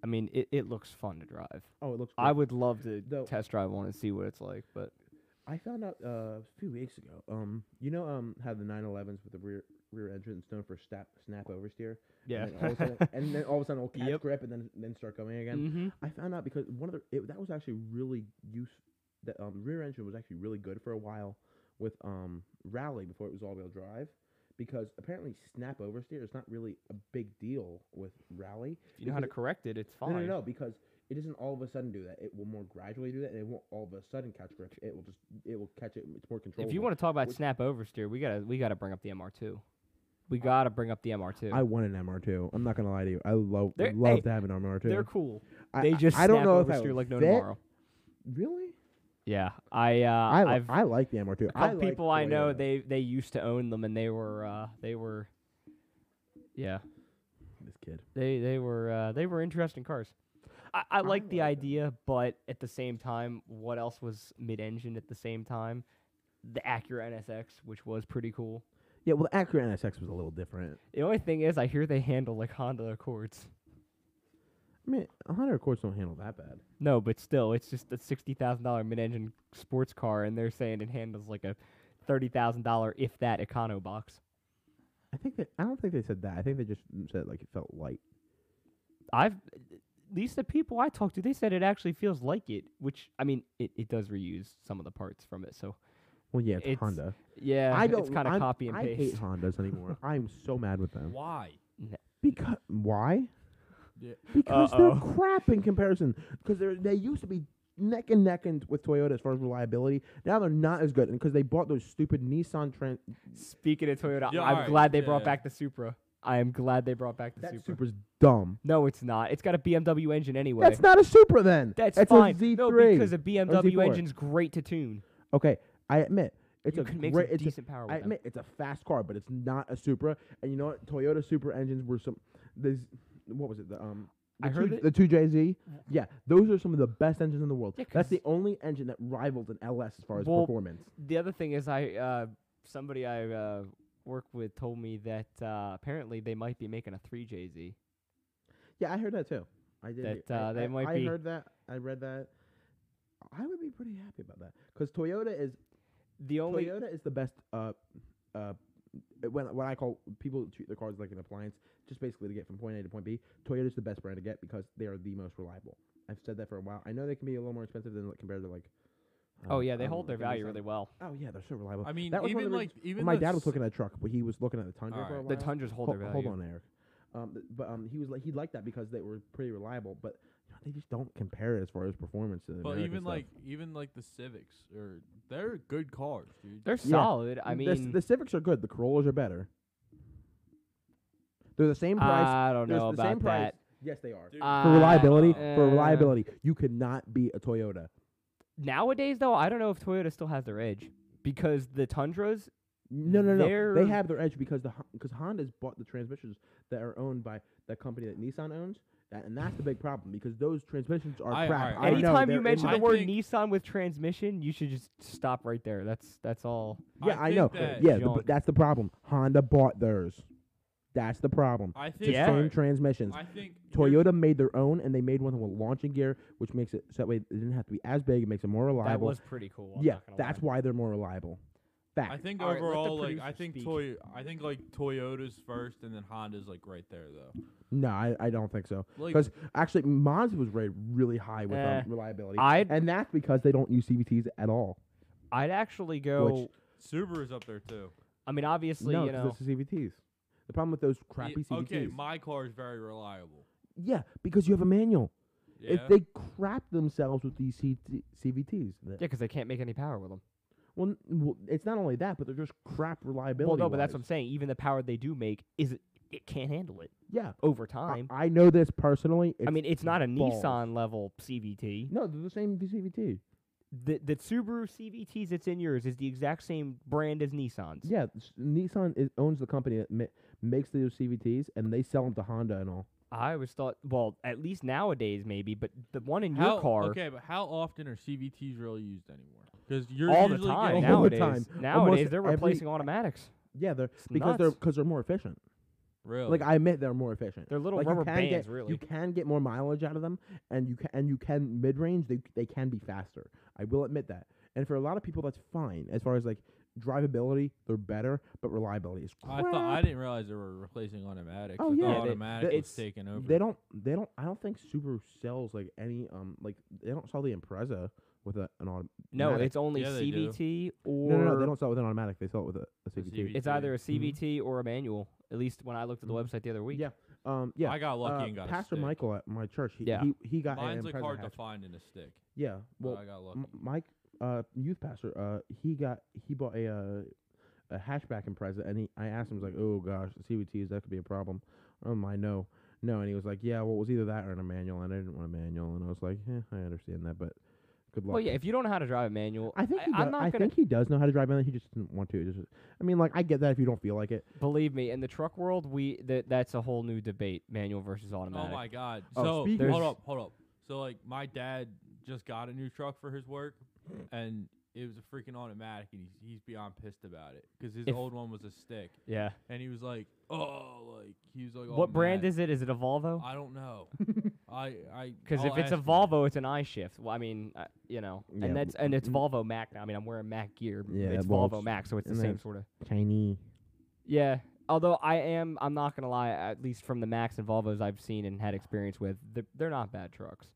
[SPEAKER 3] I mean, it, it looks fun to drive.
[SPEAKER 2] Oh, it looks. Great.
[SPEAKER 3] I would love to
[SPEAKER 2] Though-
[SPEAKER 3] test drive one and see what it's like, but
[SPEAKER 2] I found out uh, a few weeks ago. Um, you know, um, how the 911s with the rear rear engine is known for snap snap oversteer. [laughs] And then all of a
[SPEAKER 3] [laughs]
[SPEAKER 2] sudden, and then all of a sudden, it'll catch
[SPEAKER 3] Yep.
[SPEAKER 2] grip and then then start going again.
[SPEAKER 3] mm-hmm.
[SPEAKER 2] I found out because one of the it, that was actually really use that um, rear engine was actually really good for a while with um rally before it was all wheel drive because apparently snap oversteer is not really a big deal with rally.
[SPEAKER 3] if you know how to
[SPEAKER 2] because-
[SPEAKER 3] correct it, it's fine.
[SPEAKER 2] No, no, no, because it doesn't all of a sudden do that. It will more gradually do that, and it won't all of a sudden catch grip. It will just it will catch it. It's more controlled.
[SPEAKER 3] If you want to talk about
[SPEAKER 2] Which-
[SPEAKER 3] snap oversteer, we gotta we gotta bring up the MR2. We gotta bring up the MR2.
[SPEAKER 2] I want an MR2. I'm not gonna lie to you. I love
[SPEAKER 3] They're-
[SPEAKER 2] love
[SPEAKER 3] hey,
[SPEAKER 2] to have an MR2.
[SPEAKER 3] They're cool.
[SPEAKER 2] I,
[SPEAKER 3] They
[SPEAKER 2] I-
[SPEAKER 3] just
[SPEAKER 2] I don't
[SPEAKER 3] snap
[SPEAKER 2] know if I
[SPEAKER 3] oversteer
[SPEAKER 2] would
[SPEAKER 3] like no
[SPEAKER 2] fit.
[SPEAKER 3] tomorrow.
[SPEAKER 2] Really?
[SPEAKER 3] Yeah, I uh,
[SPEAKER 2] I, li-
[SPEAKER 3] I've
[SPEAKER 2] I like the MR2.
[SPEAKER 3] A couple
[SPEAKER 2] like
[SPEAKER 3] people I know
[SPEAKER 2] Toyota.
[SPEAKER 3] they they used to own them and they were uh, they were yeah
[SPEAKER 2] this kid.
[SPEAKER 3] they they were uh, they were interesting cars. I, I like the
[SPEAKER 2] like 'em.
[SPEAKER 3] idea, but at the same time, what else was mid-engine at the same time? The Acura NSX, which was pretty cool.
[SPEAKER 2] Yeah, well, the Acura NSX was a little different.
[SPEAKER 3] The only thing is, I hear they handle like Honda Accords.
[SPEAKER 2] I mean, Honda Accords don't handle that bad.
[SPEAKER 3] No, but still, it's just a sixty thousand dollar mid-engine sports car, and they're saying it handles like a thirty thousand dollar, if that, Econo box.
[SPEAKER 2] I think that I don't think they said that. I think they just said like it felt light.
[SPEAKER 3] I've at least the people I talked to, they said it actually feels like it, which I mean, it, it does reuse some of the parts from it. So
[SPEAKER 2] Well, yeah, it's,
[SPEAKER 3] It's-
[SPEAKER 2] Honda.
[SPEAKER 3] yeah,
[SPEAKER 2] I don't.
[SPEAKER 3] it's kind of
[SPEAKER 2] I'm-
[SPEAKER 3] copy and
[SPEAKER 2] I
[SPEAKER 3] paste.
[SPEAKER 2] hate Hondas
[SPEAKER 3] [laughs]
[SPEAKER 2] anymore. I'm so mad with them.
[SPEAKER 1] Why?
[SPEAKER 2] Because why?
[SPEAKER 1] Yeah.
[SPEAKER 2] Because
[SPEAKER 3] Uh-oh.
[SPEAKER 2] they're crap in comparison. Because they they used to be neck and neck and with Toyota as far as reliability. Now they're not as good, and because they bought those stupid Nissan Trent.
[SPEAKER 3] Speaking of Toyota,
[SPEAKER 1] Yeah,
[SPEAKER 3] I'm
[SPEAKER 1] alright,
[SPEAKER 3] glad they brought
[SPEAKER 1] yeah.
[SPEAKER 3] back the Supra. I am glad they brought back the
[SPEAKER 2] That
[SPEAKER 3] Supra.
[SPEAKER 2] Supra's dumb.
[SPEAKER 3] No, it's not. It's got a BMW engine anyway.
[SPEAKER 2] That's not a Supra then.
[SPEAKER 3] That's
[SPEAKER 2] It's
[SPEAKER 3] fine.
[SPEAKER 2] a Z3.
[SPEAKER 3] No, because a BMW
[SPEAKER 2] Z4.
[SPEAKER 3] engine's great to tune.
[SPEAKER 2] okay, I admit it's
[SPEAKER 3] you
[SPEAKER 2] a
[SPEAKER 3] can make
[SPEAKER 2] great.
[SPEAKER 3] some
[SPEAKER 2] it's a-
[SPEAKER 3] decent power with
[SPEAKER 2] I
[SPEAKER 3] them.
[SPEAKER 2] admit it's a fast car, but it's not a Supra. And you know what? Toyota Supra engines were some. These, what was it? The um. The
[SPEAKER 3] I
[SPEAKER 2] two,
[SPEAKER 3] heard it.
[SPEAKER 2] the two JZ. Yeah, those are some of the best engines in the world.
[SPEAKER 3] Yeah,
[SPEAKER 2] That's
[SPEAKER 3] 'cause-
[SPEAKER 2] the only engine that rivals an LS as far as
[SPEAKER 3] Well,
[SPEAKER 2] performance.
[SPEAKER 3] the other thing is I uh, somebody I uh, work with told me that uh, apparently they might be making a three JZ.
[SPEAKER 2] Yeah, I heard that too. I did.
[SPEAKER 3] That,
[SPEAKER 2] hear- I-
[SPEAKER 3] uh, they
[SPEAKER 2] I,
[SPEAKER 3] might
[SPEAKER 2] I
[SPEAKER 3] be-
[SPEAKER 2] heard that. I read that. I would be pretty happy about that because Toyota is
[SPEAKER 3] The only
[SPEAKER 2] Toyota is the best. Uh, uh, when what I call people treat their cars like an appliance, just basically to get from point A to point B. Toyota's the best brand to get because they are the most reliable. I've said that for a while. I know they can be a little more expensive than like, compared to like. uh,
[SPEAKER 3] oh yeah, they
[SPEAKER 2] I don't know,
[SPEAKER 3] hold their
[SPEAKER 2] like
[SPEAKER 3] value
[SPEAKER 2] Nissan.
[SPEAKER 3] really well.
[SPEAKER 2] Oh yeah, they're so reliable.
[SPEAKER 1] I mean,
[SPEAKER 2] that was one of
[SPEAKER 1] even
[SPEAKER 2] the
[SPEAKER 1] like
[SPEAKER 2] reasons-
[SPEAKER 1] even
[SPEAKER 2] well, my
[SPEAKER 1] the
[SPEAKER 2] dad was
[SPEAKER 1] s-
[SPEAKER 2] looking at a truck, but he was looking at the Tundra for a
[SPEAKER 1] Alright.
[SPEAKER 2] while.
[SPEAKER 3] The Tundras hold
[SPEAKER 2] Hol-
[SPEAKER 3] their value.
[SPEAKER 2] hold on, Eric. Um, th- but um, he was like he liked that because they were pretty reliable, but you know, they just don't compare it as far as performance. To the
[SPEAKER 1] But
[SPEAKER 2] American
[SPEAKER 1] even
[SPEAKER 2] stuff.
[SPEAKER 1] like even like the Civics or they're good cars, dude.
[SPEAKER 3] They're solid. I
[SPEAKER 2] The s-
[SPEAKER 3] mean,
[SPEAKER 2] the, Civics are good. The Corollas are better. They're the same price.
[SPEAKER 3] I don't
[SPEAKER 2] They're
[SPEAKER 3] know
[SPEAKER 2] the same
[SPEAKER 3] about
[SPEAKER 2] price.
[SPEAKER 3] that.
[SPEAKER 2] Yes, they are.
[SPEAKER 3] Uh,
[SPEAKER 2] for reliability, for
[SPEAKER 3] uh,
[SPEAKER 2] reliability, you could not beat a Toyota.
[SPEAKER 3] Nowadays, though, I don't know if Toyota still has their edge because the Tundras.
[SPEAKER 2] No, no, no.
[SPEAKER 3] they're-
[SPEAKER 2] They have their edge because the because Honda's bought the transmissions that are owned by the company that Nissan owns, tha- and that's the big problem because those transmissions are
[SPEAKER 1] I-
[SPEAKER 2] crap.
[SPEAKER 1] alright,
[SPEAKER 2] I know,
[SPEAKER 3] Anytime
[SPEAKER 2] they're
[SPEAKER 3] you
[SPEAKER 2] in
[SPEAKER 3] mention
[SPEAKER 2] my-
[SPEAKER 3] the word
[SPEAKER 1] think-
[SPEAKER 3] Nissan with transmission, you should just stop right there. That's that's all.
[SPEAKER 2] yeah, I,
[SPEAKER 1] think
[SPEAKER 2] know.
[SPEAKER 1] that-
[SPEAKER 2] Yeah, the, but
[SPEAKER 3] junk.
[SPEAKER 2] that's the problem. Honda bought theirs. That's the problem.
[SPEAKER 1] I think
[SPEAKER 2] The
[SPEAKER 3] Yeah.
[SPEAKER 2] same transmissions.
[SPEAKER 1] I think here's-
[SPEAKER 2] Toyota made their own, and they made one with launching gear, which makes it so that way it didn't have to be as big. It makes it more reliable.
[SPEAKER 3] That was pretty cool. I'm
[SPEAKER 2] yeah,
[SPEAKER 3] not gonna lie.
[SPEAKER 2] that's why they're more reliable. Fact.
[SPEAKER 1] I think
[SPEAKER 3] All right, let the
[SPEAKER 1] overall, like I
[SPEAKER 3] producer
[SPEAKER 1] think
[SPEAKER 3] speak.
[SPEAKER 1] Toy, I think like Toyota's first, and then Honda's like right there though.
[SPEAKER 2] no, I, I don't think so.
[SPEAKER 1] Like,
[SPEAKER 2] Because actually, Mazda was rated really high with
[SPEAKER 3] Eh,
[SPEAKER 2] um, reliability,
[SPEAKER 3] I'd
[SPEAKER 2] and that's because they don't use CVTs at all.
[SPEAKER 3] I'd actually go.
[SPEAKER 1] Subaru's up there too.
[SPEAKER 3] I mean, obviously,
[SPEAKER 2] no,
[SPEAKER 3] you
[SPEAKER 2] 'cause
[SPEAKER 3] know,
[SPEAKER 2] this is CVTs. The problem with those
[SPEAKER 1] Yeah,
[SPEAKER 2] crappy CVTs.
[SPEAKER 1] okay, my car is very reliable.
[SPEAKER 2] yeah, because you have a manual.
[SPEAKER 1] Yeah,
[SPEAKER 2] If they crap themselves with these CT- CVTs,
[SPEAKER 3] yeah, because they can't make any power with them.
[SPEAKER 2] well, n- well, it's not only that, but they're just crap reliability.
[SPEAKER 3] Well, no, but that's what
[SPEAKER 2] wise.
[SPEAKER 3] I'm saying. Even the power they do make is it can't handle it
[SPEAKER 2] yeah.
[SPEAKER 3] over
[SPEAKER 2] I-
[SPEAKER 3] time.
[SPEAKER 2] I, know this personally.
[SPEAKER 3] I mean, it's not a
[SPEAKER 2] balls.
[SPEAKER 3] Nissan level CVT.
[SPEAKER 2] No, they're the same CVT.
[SPEAKER 3] the the Subaru CVTs that's in yours is the exact same brand as Nissan's.
[SPEAKER 2] Yeah, s- Nissan is, owns the company that ma- makes those CVTs, and they sell them to Honda and all.
[SPEAKER 3] I always thought, well, at least nowadays maybe, but the one in
[SPEAKER 1] how,
[SPEAKER 3] your car,
[SPEAKER 1] Okay, but how often are CVTs really used anymore? Because you're
[SPEAKER 3] all the
[SPEAKER 1] usually
[SPEAKER 3] time
[SPEAKER 1] getting-
[SPEAKER 2] All the
[SPEAKER 3] nowadays.
[SPEAKER 2] time.
[SPEAKER 3] Nowadays
[SPEAKER 2] Almost
[SPEAKER 3] they're
[SPEAKER 2] every-
[SPEAKER 3] replacing automatics.
[SPEAKER 2] Yeah, they're
[SPEAKER 3] It's
[SPEAKER 2] because they're
[SPEAKER 3] nuts.
[SPEAKER 2] because they're more efficient.
[SPEAKER 1] really.
[SPEAKER 2] Like I admit, they're more efficient.
[SPEAKER 3] They're little
[SPEAKER 2] like you
[SPEAKER 3] rubber
[SPEAKER 2] can
[SPEAKER 3] bands,
[SPEAKER 2] get,
[SPEAKER 3] really.
[SPEAKER 2] You can get more mileage out of them, and you can and you can mid range. They they can be faster. I will admit that. And for a lot of people, that's fine. As far as like drivability, they're better, but reliability is crap.
[SPEAKER 1] I thought I didn't realize they were replacing automatics.
[SPEAKER 2] Oh,
[SPEAKER 1] I
[SPEAKER 2] yeah,
[SPEAKER 1] thought
[SPEAKER 2] they-
[SPEAKER 1] automatic
[SPEAKER 2] they-
[SPEAKER 1] was taken over.
[SPEAKER 2] They don't. They don't. I don't think Subaru sells like any. Um, like they don't sell the Impreza with a, an auto.
[SPEAKER 3] No,
[SPEAKER 2] Matic.
[SPEAKER 3] it's only
[SPEAKER 1] Yeah, they do.
[SPEAKER 3] CVT or
[SPEAKER 2] No, no, no, they don't sell it with an automatic. They sell it with a, a
[SPEAKER 1] The
[SPEAKER 2] CVT.
[SPEAKER 1] CVT.
[SPEAKER 3] it's either a CVT or a manual. At least when I looked at the website the other week.
[SPEAKER 2] Mm-hmm. Yeah, Um, yeah.
[SPEAKER 1] I got lucky
[SPEAKER 2] uh,
[SPEAKER 1] and got
[SPEAKER 2] Pastor
[SPEAKER 1] a stick.
[SPEAKER 2] Michael at my church. He
[SPEAKER 3] Yeah.
[SPEAKER 2] he, he got
[SPEAKER 1] Mine's
[SPEAKER 2] an
[SPEAKER 1] like
[SPEAKER 2] Impreza
[SPEAKER 1] hard
[SPEAKER 2] hatch-
[SPEAKER 1] to find in a stick.
[SPEAKER 2] Yeah.
[SPEAKER 1] Well,
[SPEAKER 2] Well,
[SPEAKER 1] I got lucky.
[SPEAKER 2] M- Mike, uh, youth pastor, uh, he got he bought a uh, a hatchback Impreza, and he I asked him I was like, oh gosh, the CVTs that could be a problem. Um, I know, no, and he was like, yeah, well, it was either that or an manual, and I didn't want a manual, and I was like, eh, I understand that, but good luck.
[SPEAKER 3] Well, yeah, if you don't know how to drive a manual,
[SPEAKER 2] I think he
[SPEAKER 3] I, am
[SPEAKER 2] do-
[SPEAKER 3] not
[SPEAKER 2] I
[SPEAKER 3] gonna
[SPEAKER 2] think he does know how to drive manual. He just didn't want to. It Just, I mean, like I get that if you don't feel like it.
[SPEAKER 3] believe me. In the truck world, we that that's a whole new debate: manual versus
[SPEAKER 1] Oh
[SPEAKER 3] automatic.
[SPEAKER 1] my god.
[SPEAKER 2] Oh,
[SPEAKER 1] so
[SPEAKER 2] speaking-
[SPEAKER 1] hold
[SPEAKER 3] There's-
[SPEAKER 1] up, hold up. So like my dad just got a new truck for his
[SPEAKER 3] [clears throat]
[SPEAKER 1] work and it was a freaking automatic and he's he's beyond pissed about it cuz his
[SPEAKER 3] If-
[SPEAKER 1] old one was a stick
[SPEAKER 3] Yeah.
[SPEAKER 1] and he was like, "Oh, like he was like oh,
[SPEAKER 3] what brand
[SPEAKER 1] man,
[SPEAKER 3] is it? Is it a Volvo?
[SPEAKER 1] I don't
[SPEAKER 3] [laughs]
[SPEAKER 1] know. I I
[SPEAKER 3] Because
[SPEAKER 1] I'll
[SPEAKER 3] if it's
[SPEAKER 1] ask
[SPEAKER 3] a
[SPEAKER 1] him.
[SPEAKER 3] Volvo, it's an eye shift. Well, I mean, uh, you know,
[SPEAKER 2] Yeah,
[SPEAKER 3] and that's and it's Volvo Mac now. I mean, I'm wearing Mac gear.
[SPEAKER 2] Yeah,
[SPEAKER 3] it's
[SPEAKER 2] well,
[SPEAKER 3] Volvo
[SPEAKER 2] it's-
[SPEAKER 3] Mac, so it's the
[SPEAKER 2] and
[SPEAKER 3] same
[SPEAKER 2] that's-
[SPEAKER 3] sort of.
[SPEAKER 2] Chinese.
[SPEAKER 3] Yeah. Although I am, I'm not gonna lie. At least from the Macs and Volvos I've seen and had experience with, they're, they're not bad trucks.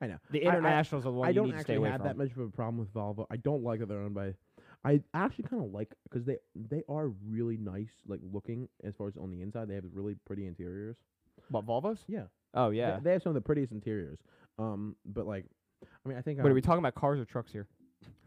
[SPEAKER 2] I know.
[SPEAKER 3] The
[SPEAKER 2] I- I-
[SPEAKER 3] internationals are the one
[SPEAKER 2] I
[SPEAKER 3] you
[SPEAKER 2] don't
[SPEAKER 3] need to stay
[SPEAKER 2] actually
[SPEAKER 3] away
[SPEAKER 2] have that
[SPEAKER 3] from.
[SPEAKER 2] much of a problem with Volvo. I don't like that they're owned by. I actually kind of like because they they are really nice, like looking as far as on the inside. They have really pretty interiors.
[SPEAKER 3] What Volvos?
[SPEAKER 2] Yeah,
[SPEAKER 3] Oh
[SPEAKER 2] They-
[SPEAKER 3] yeah.
[SPEAKER 2] They, have some of the prettiest interiors. Um, but like, I mean, I think
[SPEAKER 3] Wait, are
[SPEAKER 2] um,
[SPEAKER 3] we talking about cars or trucks here?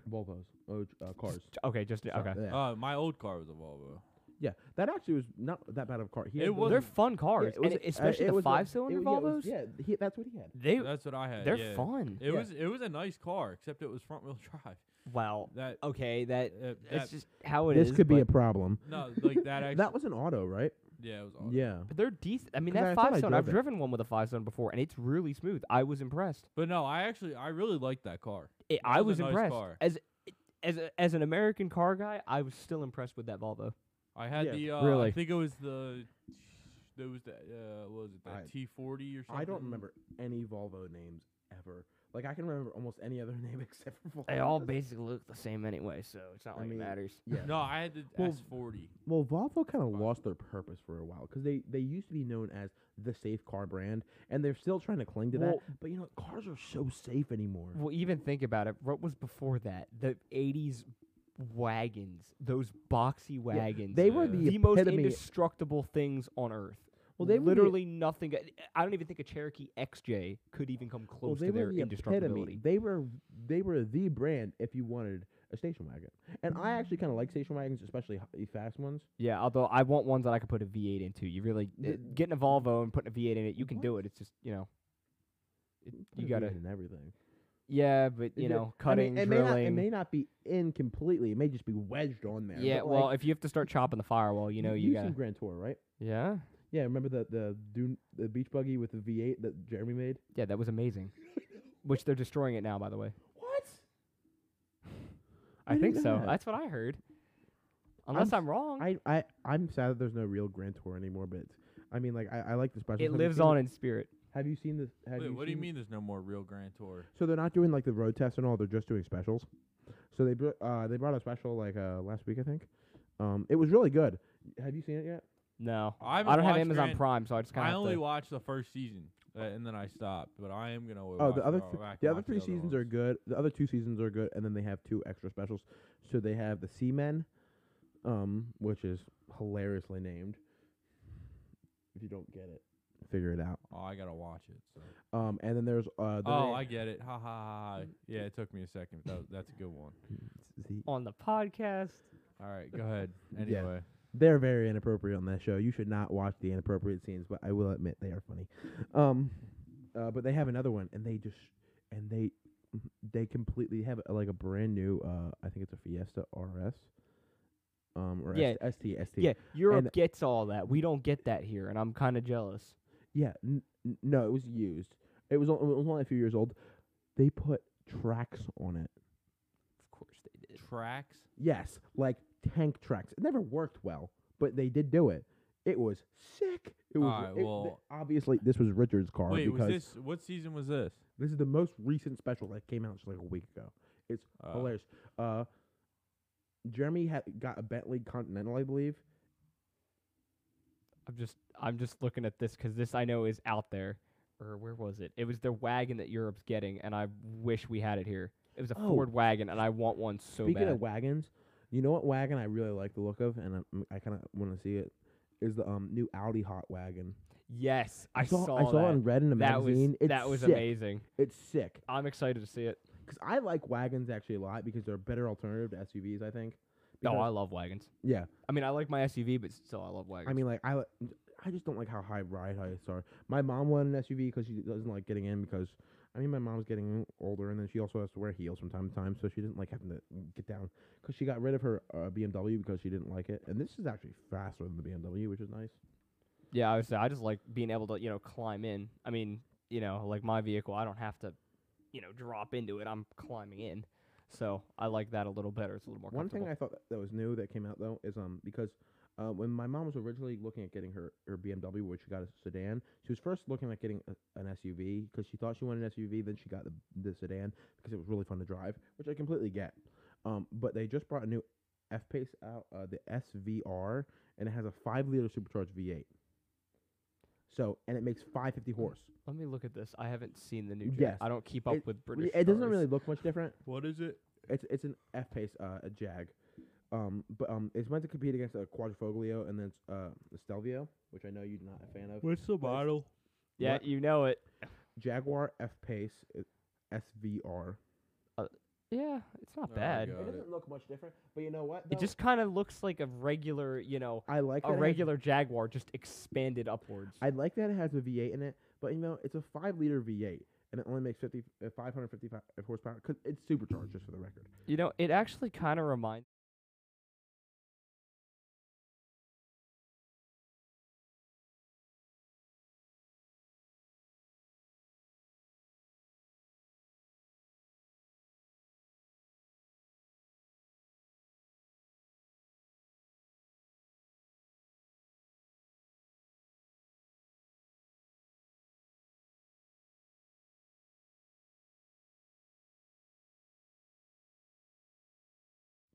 [SPEAKER 2] Volvos, oh, uh, cars.
[SPEAKER 3] Just- Okay, just
[SPEAKER 2] Sorry,
[SPEAKER 3] okay.
[SPEAKER 2] Yeah.
[SPEAKER 1] Uh, my old car was a Volvo.
[SPEAKER 2] yeah, that actually was not that bad of a car. He
[SPEAKER 1] It
[SPEAKER 2] had the-
[SPEAKER 1] wasn't-
[SPEAKER 3] They're fun cars,
[SPEAKER 2] it was-
[SPEAKER 3] and
[SPEAKER 2] uh,
[SPEAKER 3] especially
[SPEAKER 2] it
[SPEAKER 3] the
[SPEAKER 2] was a-
[SPEAKER 3] five cylinder
[SPEAKER 2] it- yeah, it
[SPEAKER 3] Volvos.
[SPEAKER 2] was- Yeah, he, that's what he had.
[SPEAKER 3] They
[SPEAKER 1] That's what I had.
[SPEAKER 3] they're
[SPEAKER 1] yeah.
[SPEAKER 3] fun.
[SPEAKER 1] It
[SPEAKER 2] Yeah.
[SPEAKER 1] was it was a nice car except it was front wheel [laughs] drive.
[SPEAKER 3] Wow.
[SPEAKER 1] That
[SPEAKER 3] Okay, that
[SPEAKER 1] uh, that
[SPEAKER 3] Oh, it's just how it is.
[SPEAKER 2] this could be
[SPEAKER 3] but-
[SPEAKER 2] a problem.
[SPEAKER 3] [laughs]
[SPEAKER 1] no, like that actually Oh,
[SPEAKER 2] That was an auto, right?
[SPEAKER 1] yeah, it was awesome.
[SPEAKER 2] Yeah.
[SPEAKER 3] But they're decent. I mean,
[SPEAKER 2] 'Cause
[SPEAKER 3] that
[SPEAKER 2] I thought
[SPEAKER 3] five
[SPEAKER 2] I
[SPEAKER 3] stone. I've
[SPEAKER 2] drove it.
[SPEAKER 3] driven one with a five stone before, and it's really smooth. I was impressed.
[SPEAKER 1] But no, I actually I really liked that car.
[SPEAKER 3] I I
[SPEAKER 1] was
[SPEAKER 3] was
[SPEAKER 1] a nice
[SPEAKER 3] impressed
[SPEAKER 1] car.
[SPEAKER 3] as as a, as an American car guy. I was still impressed with that Volvo.
[SPEAKER 1] I had
[SPEAKER 2] Yeah,
[SPEAKER 1] the uh, I
[SPEAKER 3] really.
[SPEAKER 1] think it was the there was the uh, what was it
[SPEAKER 2] I-
[SPEAKER 1] the T forty or something.
[SPEAKER 2] I don't remember any Volvo names ever. Like I can remember almost any other [laughs] name except for.
[SPEAKER 3] They
[SPEAKER 2] Volvo.
[SPEAKER 3] all basically look the same anyway, so it's not
[SPEAKER 2] I
[SPEAKER 3] like
[SPEAKER 2] mean,
[SPEAKER 3] it matters.
[SPEAKER 2] Yeah.
[SPEAKER 1] No, I had the
[SPEAKER 2] Well,
[SPEAKER 1] S40.
[SPEAKER 2] Well, Volvo kind of
[SPEAKER 1] Fuck.
[SPEAKER 2] lost their purpose for a while because they, they used to be known as the safe car brand, and they're still trying to cling to
[SPEAKER 3] Well-
[SPEAKER 2] that. But you know, cars are so safe anymore.
[SPEAKER 3] Well, even think about it. What was before that? The '80s wagons, those boxy wagons.
[SPEAKER 2] they were
[SPEAKER 1] uh,
[SPEAKER 2] the,
[SPEAKER 3] the most
[SPEAKER 2] epitome.
[SPEAKER 3] indestructible things on earth.
[SPEAKER 2] well, they were the-
[SPEAKER 3] literally nothing. I don't even think a Cherokee XJ could even come
[SPEAKER 2] well,
[SPEAKER 3] close
[SPEAKER 2] they
[SPEAKER 3] to
[SPEAKER 2] were
[SPEAKER 3] their
[SPEAKER 2] the
[SPEAKER 3] indestructibility.
[SPEAKER 2] epitome. They were they were the brand if you wanted a station wagon, and I actually kind of like station wagons, especially h- fast ones.
[SPEAKER 3] Yeah, although I want ones that I could put a V8 into. You really
[SPEAKER 2] The-
[SPEAKER 3] uh, getting a Volvo and putting a V8 in it, you can
[SPEAKER 2] What?
[SPEAKER 3] do it. It's just you know, it,
[SPEAKER 2] Put a
[SPEAKER 3] you
[SPEAKER 2] V8
[SPEAKER 3] gotta.
[SPEAKER 2] in everything.
[SPEAKER 3] Yeah, but
[SPEAKER 2] It-
[SPEAKER 3] you know,
[SPEAKER 2] I mean,
[SPEAKER 3] cutting,
[SPEAKER 2] it
[SPEAKER 3] drilling.
[SPEAKER 2] May not, it may not be in completely. It may just be wedged on there.
[SPEAKER 3] yeah,
[SPEAKER 2] but,
[SPEAKER 3] well,
[SPEAKER 2] like,
[SPEAKER 3] if you have to start chopping the firewall, you know, you
[SPEAKER 2] you've seen
[SPEAKER 3] gotta.
[SPEAKER 2] Grand Tour, right?
[SPEAKER 3] Yeah,
[SPEAKER 2] Yeah, remember the the dune, the beach buggy with the V8 that Jeremy made?
[SPEAKER 3] yeah, that was
[SPEAKER 2] [laughs]
[SPEAKER 3] amazing. Which they're destroying it now, by the way.
[SPEAKER 2] [sighs] What?
[SPEAKER 3] I
[SPEAKER 2] I
[SPEAKER 3] think
[SPEAKER 2] didn't
[SPEAKER 3] so.
[SPEAKER 2] know that.
[SPEAKER 3] That's what I heard. Unless
[SPEAKER 2] s-
[SPEAKER 3] I'm, wrong,
[SPEAKER 2] I I I'm sad that there's no real Grand Tour anymore, but I mean, like I, I like the special.
[SPEAKER 3] it lives on in spirit.
[SPEAKER 2] Have you seen this? Have
[SPEAKER 1] Wait,
[SPEAKER 2] you
[SPEAKER 1] what do you
[SPEAKER 2] seen-
[SPEAKER 1] mean there's no more real Grand Tour?
[SPEAKER 2] So they're not doing like the road tests and all. They're just doing specials. So they br- uh they brought a special like uh last week I think. Um, it was really good. Have you seen it yet?
[SPEAKER 3] No,
[SPEAKER 1] I
[SPEAKER 3] I,
[SPEAKER 1] haven't
[SPEAKER 3] don't have
[SPEAKER 1] watched
[SPEAKER 3] Amazon
[SPEAKER 1] Grand-
[SPEAKER 3] Prime, so I just kind
[SPEAKER 1] I
[SPEAKER 3] of.
[SPEAKER 1] only watched the first season, uh, and then I stopped. But I am gonna.
[SPEAKER 2] Oh, the other th- the other three seasons are good. The other two seasons are good, and then they have two extra specials. So they have the Seamen, um, which is hilariously named. If you don't get it, figure it out.
[SPEAKER 1] Oh, I gotta watch it. So.
[SPEAKER 2] Um, and then there's uh, the
[SPEAKER 1] Oh,
[SPEAKER 2] na-
[SPEAKER 1] I get it. Ha ha ha. ha. Yeah, it took me a second. But that, that's a good one.
[SPEAKER 2] See,
[SPEAKER 3] on the podcast.
[SPEAKER 1] All right, go ahead.
[SPEAKER 2] [laughs] Yeah.
[SPEAKER 1] Anyway,
[SPEAKER 2] they're very inappropriate on that show. You should not watch the inappropriate scenes, but I will admit they are funny. Um, uh, but they have another one, and they just and they they completely have uh, like a brand new. Uh, I think it's a Fiesta RS. Um, or
[SPEAKER 3] Yeah.
[SPEAKER 2] S- ST, ST.
[SPEAKER 3] Yeah, Europe gets all that. We don't get that here, and I'm kind of jealous.
[SPEAKER 2] Yeah, n- n- no, it was used. It was, on- it was only a few years old. They put tracks on it.
[SPEAKER 3] Of course they did.
[SPEAKER 1] tracks.
[SPEAKER 2] Yes, like tank tracks. It never worked well, but they did do it. It was sick. It was
[SPEAKER 1] Alright,
[SPEAKER 2] it- th-
[SPEAKER 1] well-
[SPEAKER 2] obviously this was Richard's car
[SPEAKER 1] Wait, was
[SPEAKER 2] because
[SPEAKER 1] this what season was this?
[SPEAKER 2] this is the most recent special that came out just like a week ago. It's
[SPEAKER 1] Uh,
[SPEAKER 2] hilarious. Uh, Jeremy had got a Bentley Continental, I believe.
[SPEAKER 3] I'm just I'm just looking at this because this I know is out there. Or where was it? It was their wagon that Europe's getting, and I wish we had it here. It was a
[SPEAKER 2] Oh.
[SPEAKER 3] Ford wagon, and I want one so
[SPEAKER 2] Speaking
[SPEAKER 3] bad.
[SPEAKER 2] of wagons, you know what wagon I really like the look of, and I'm- I, kind of want to see it is the um new Audi hot wagon.
[SPEAKER 3] yes, I,
[SPEAKER 2] saw,
[SPEAKER 3] saw,
[SPEAKER 2] I saw
[SPEAKER 3] that.
[SPEAKER 2] it in red in a
[SPEAKER 3] that was
[SPEAKER 2] magazine. it's
[SPEAKER 3] that was
[SPEAKER 2] sick.
[SPEAKER 3] amazing.
[SPEAKER 2] It's sick.
[SPEAKER 3] I'm excited to see it. Oh,
[SPEAKER 2] Because I like wagons actually a lot because they're a better alternative to SUVs, I think.
[SPEAKER 3] No, Oh, I
[SPEAKER 2] Because-
[SPEAKER 3] love wagons.
[SPEAKER 2] yeah.
[SPEAKER 3] I mean, I like my SUV, but still, I love wagons.
[SPEAKER 2] I mean, like, I, li- I just don't like how high ride heights are. My mom wanted an SUV because she doesn't like getting in because, I mean, my mom's getting older and then she also has to wear heels from time to time, so she didn't like having to get down. Because she got rid of her uh, BMW because she didn't like it. And this is actually faster than the BMW, which is nice.
[SPEAKER 3] yeah, I was. I just like being able to, you know, climb in. I mean, you know, like my vehicle, I don't have to, you know, drop into it. I'm climbing in, so I like that a little better. It's a little more.
[SPEAKER 2] One
[SPEAKER 3] comfortable.
[SPEAKER 2] thing I thought that was new that came out though is um because uh, when my mom was originally looking at getting her, her BMW, which she got a sedan, she was first looking at getting a, an SUV because she thought she wanted an SUV. Then she got the, the sedan because it was really fun to drive, which I completely get. Um, but they just brought a new F Pace out, uh, the SVR, and it has a five liter supercharged V8. So and it makes 550 horse.
[SPEAKER 3] Let me look at this. I haven't seen the new. Gen.
[SPEAKER 2] Yes.
[SPEAKER 3] I don't keep up with British.
[SPEAKER 2] it doesn't
[SPEAKER 3] cars.
[SPEAKER 2] really look much different.
[SPEAKER 1] What is it?
[SPEAKER 2] It's it's an F pace, uh, a Jag. Um, but um, it's meant to compete against a Quadrifoglio and then it's, uh, the Stelvio, which I know you're not a fan of.
[SPEAKER 1] What's the
[SPEAKER 2] model?
[SPEAKER 3] Yeah,
[SPEAKER 2] What?
[SPEAKER 3] you know it.
[SPEAKER 2] Jaguar F pace, uh, SVR.
[SPEAKER 3] Yeah, it's not
[SPEAKER 1] Oh, I
[SPEAKER 3] bad.
[SPEAKER 1] got
[SPEAKER 2] It
[SPEAKER 1] Got it.
[SPEAKER 2] doesn't look much different, but you know what?
[SPEAKER 3] It
[SPEAKER 2] though?
[SPEAKER 3] just kind of looks like a regular, you know,
[SPEAKER 2] I like
[SPEAKER 3] a
[SPEAKER 2] that it has-
[SPEAKER 3] regular Jaguar just expanded upwards.
[SPEAKER 2] I like that it has a V8 in it, but you know it's a five liter V8 and it only makes 50, uh, 555 horsepower because it's supercharged, just for the record.
[SPEAKER 3] you know, it actually kind of reminds.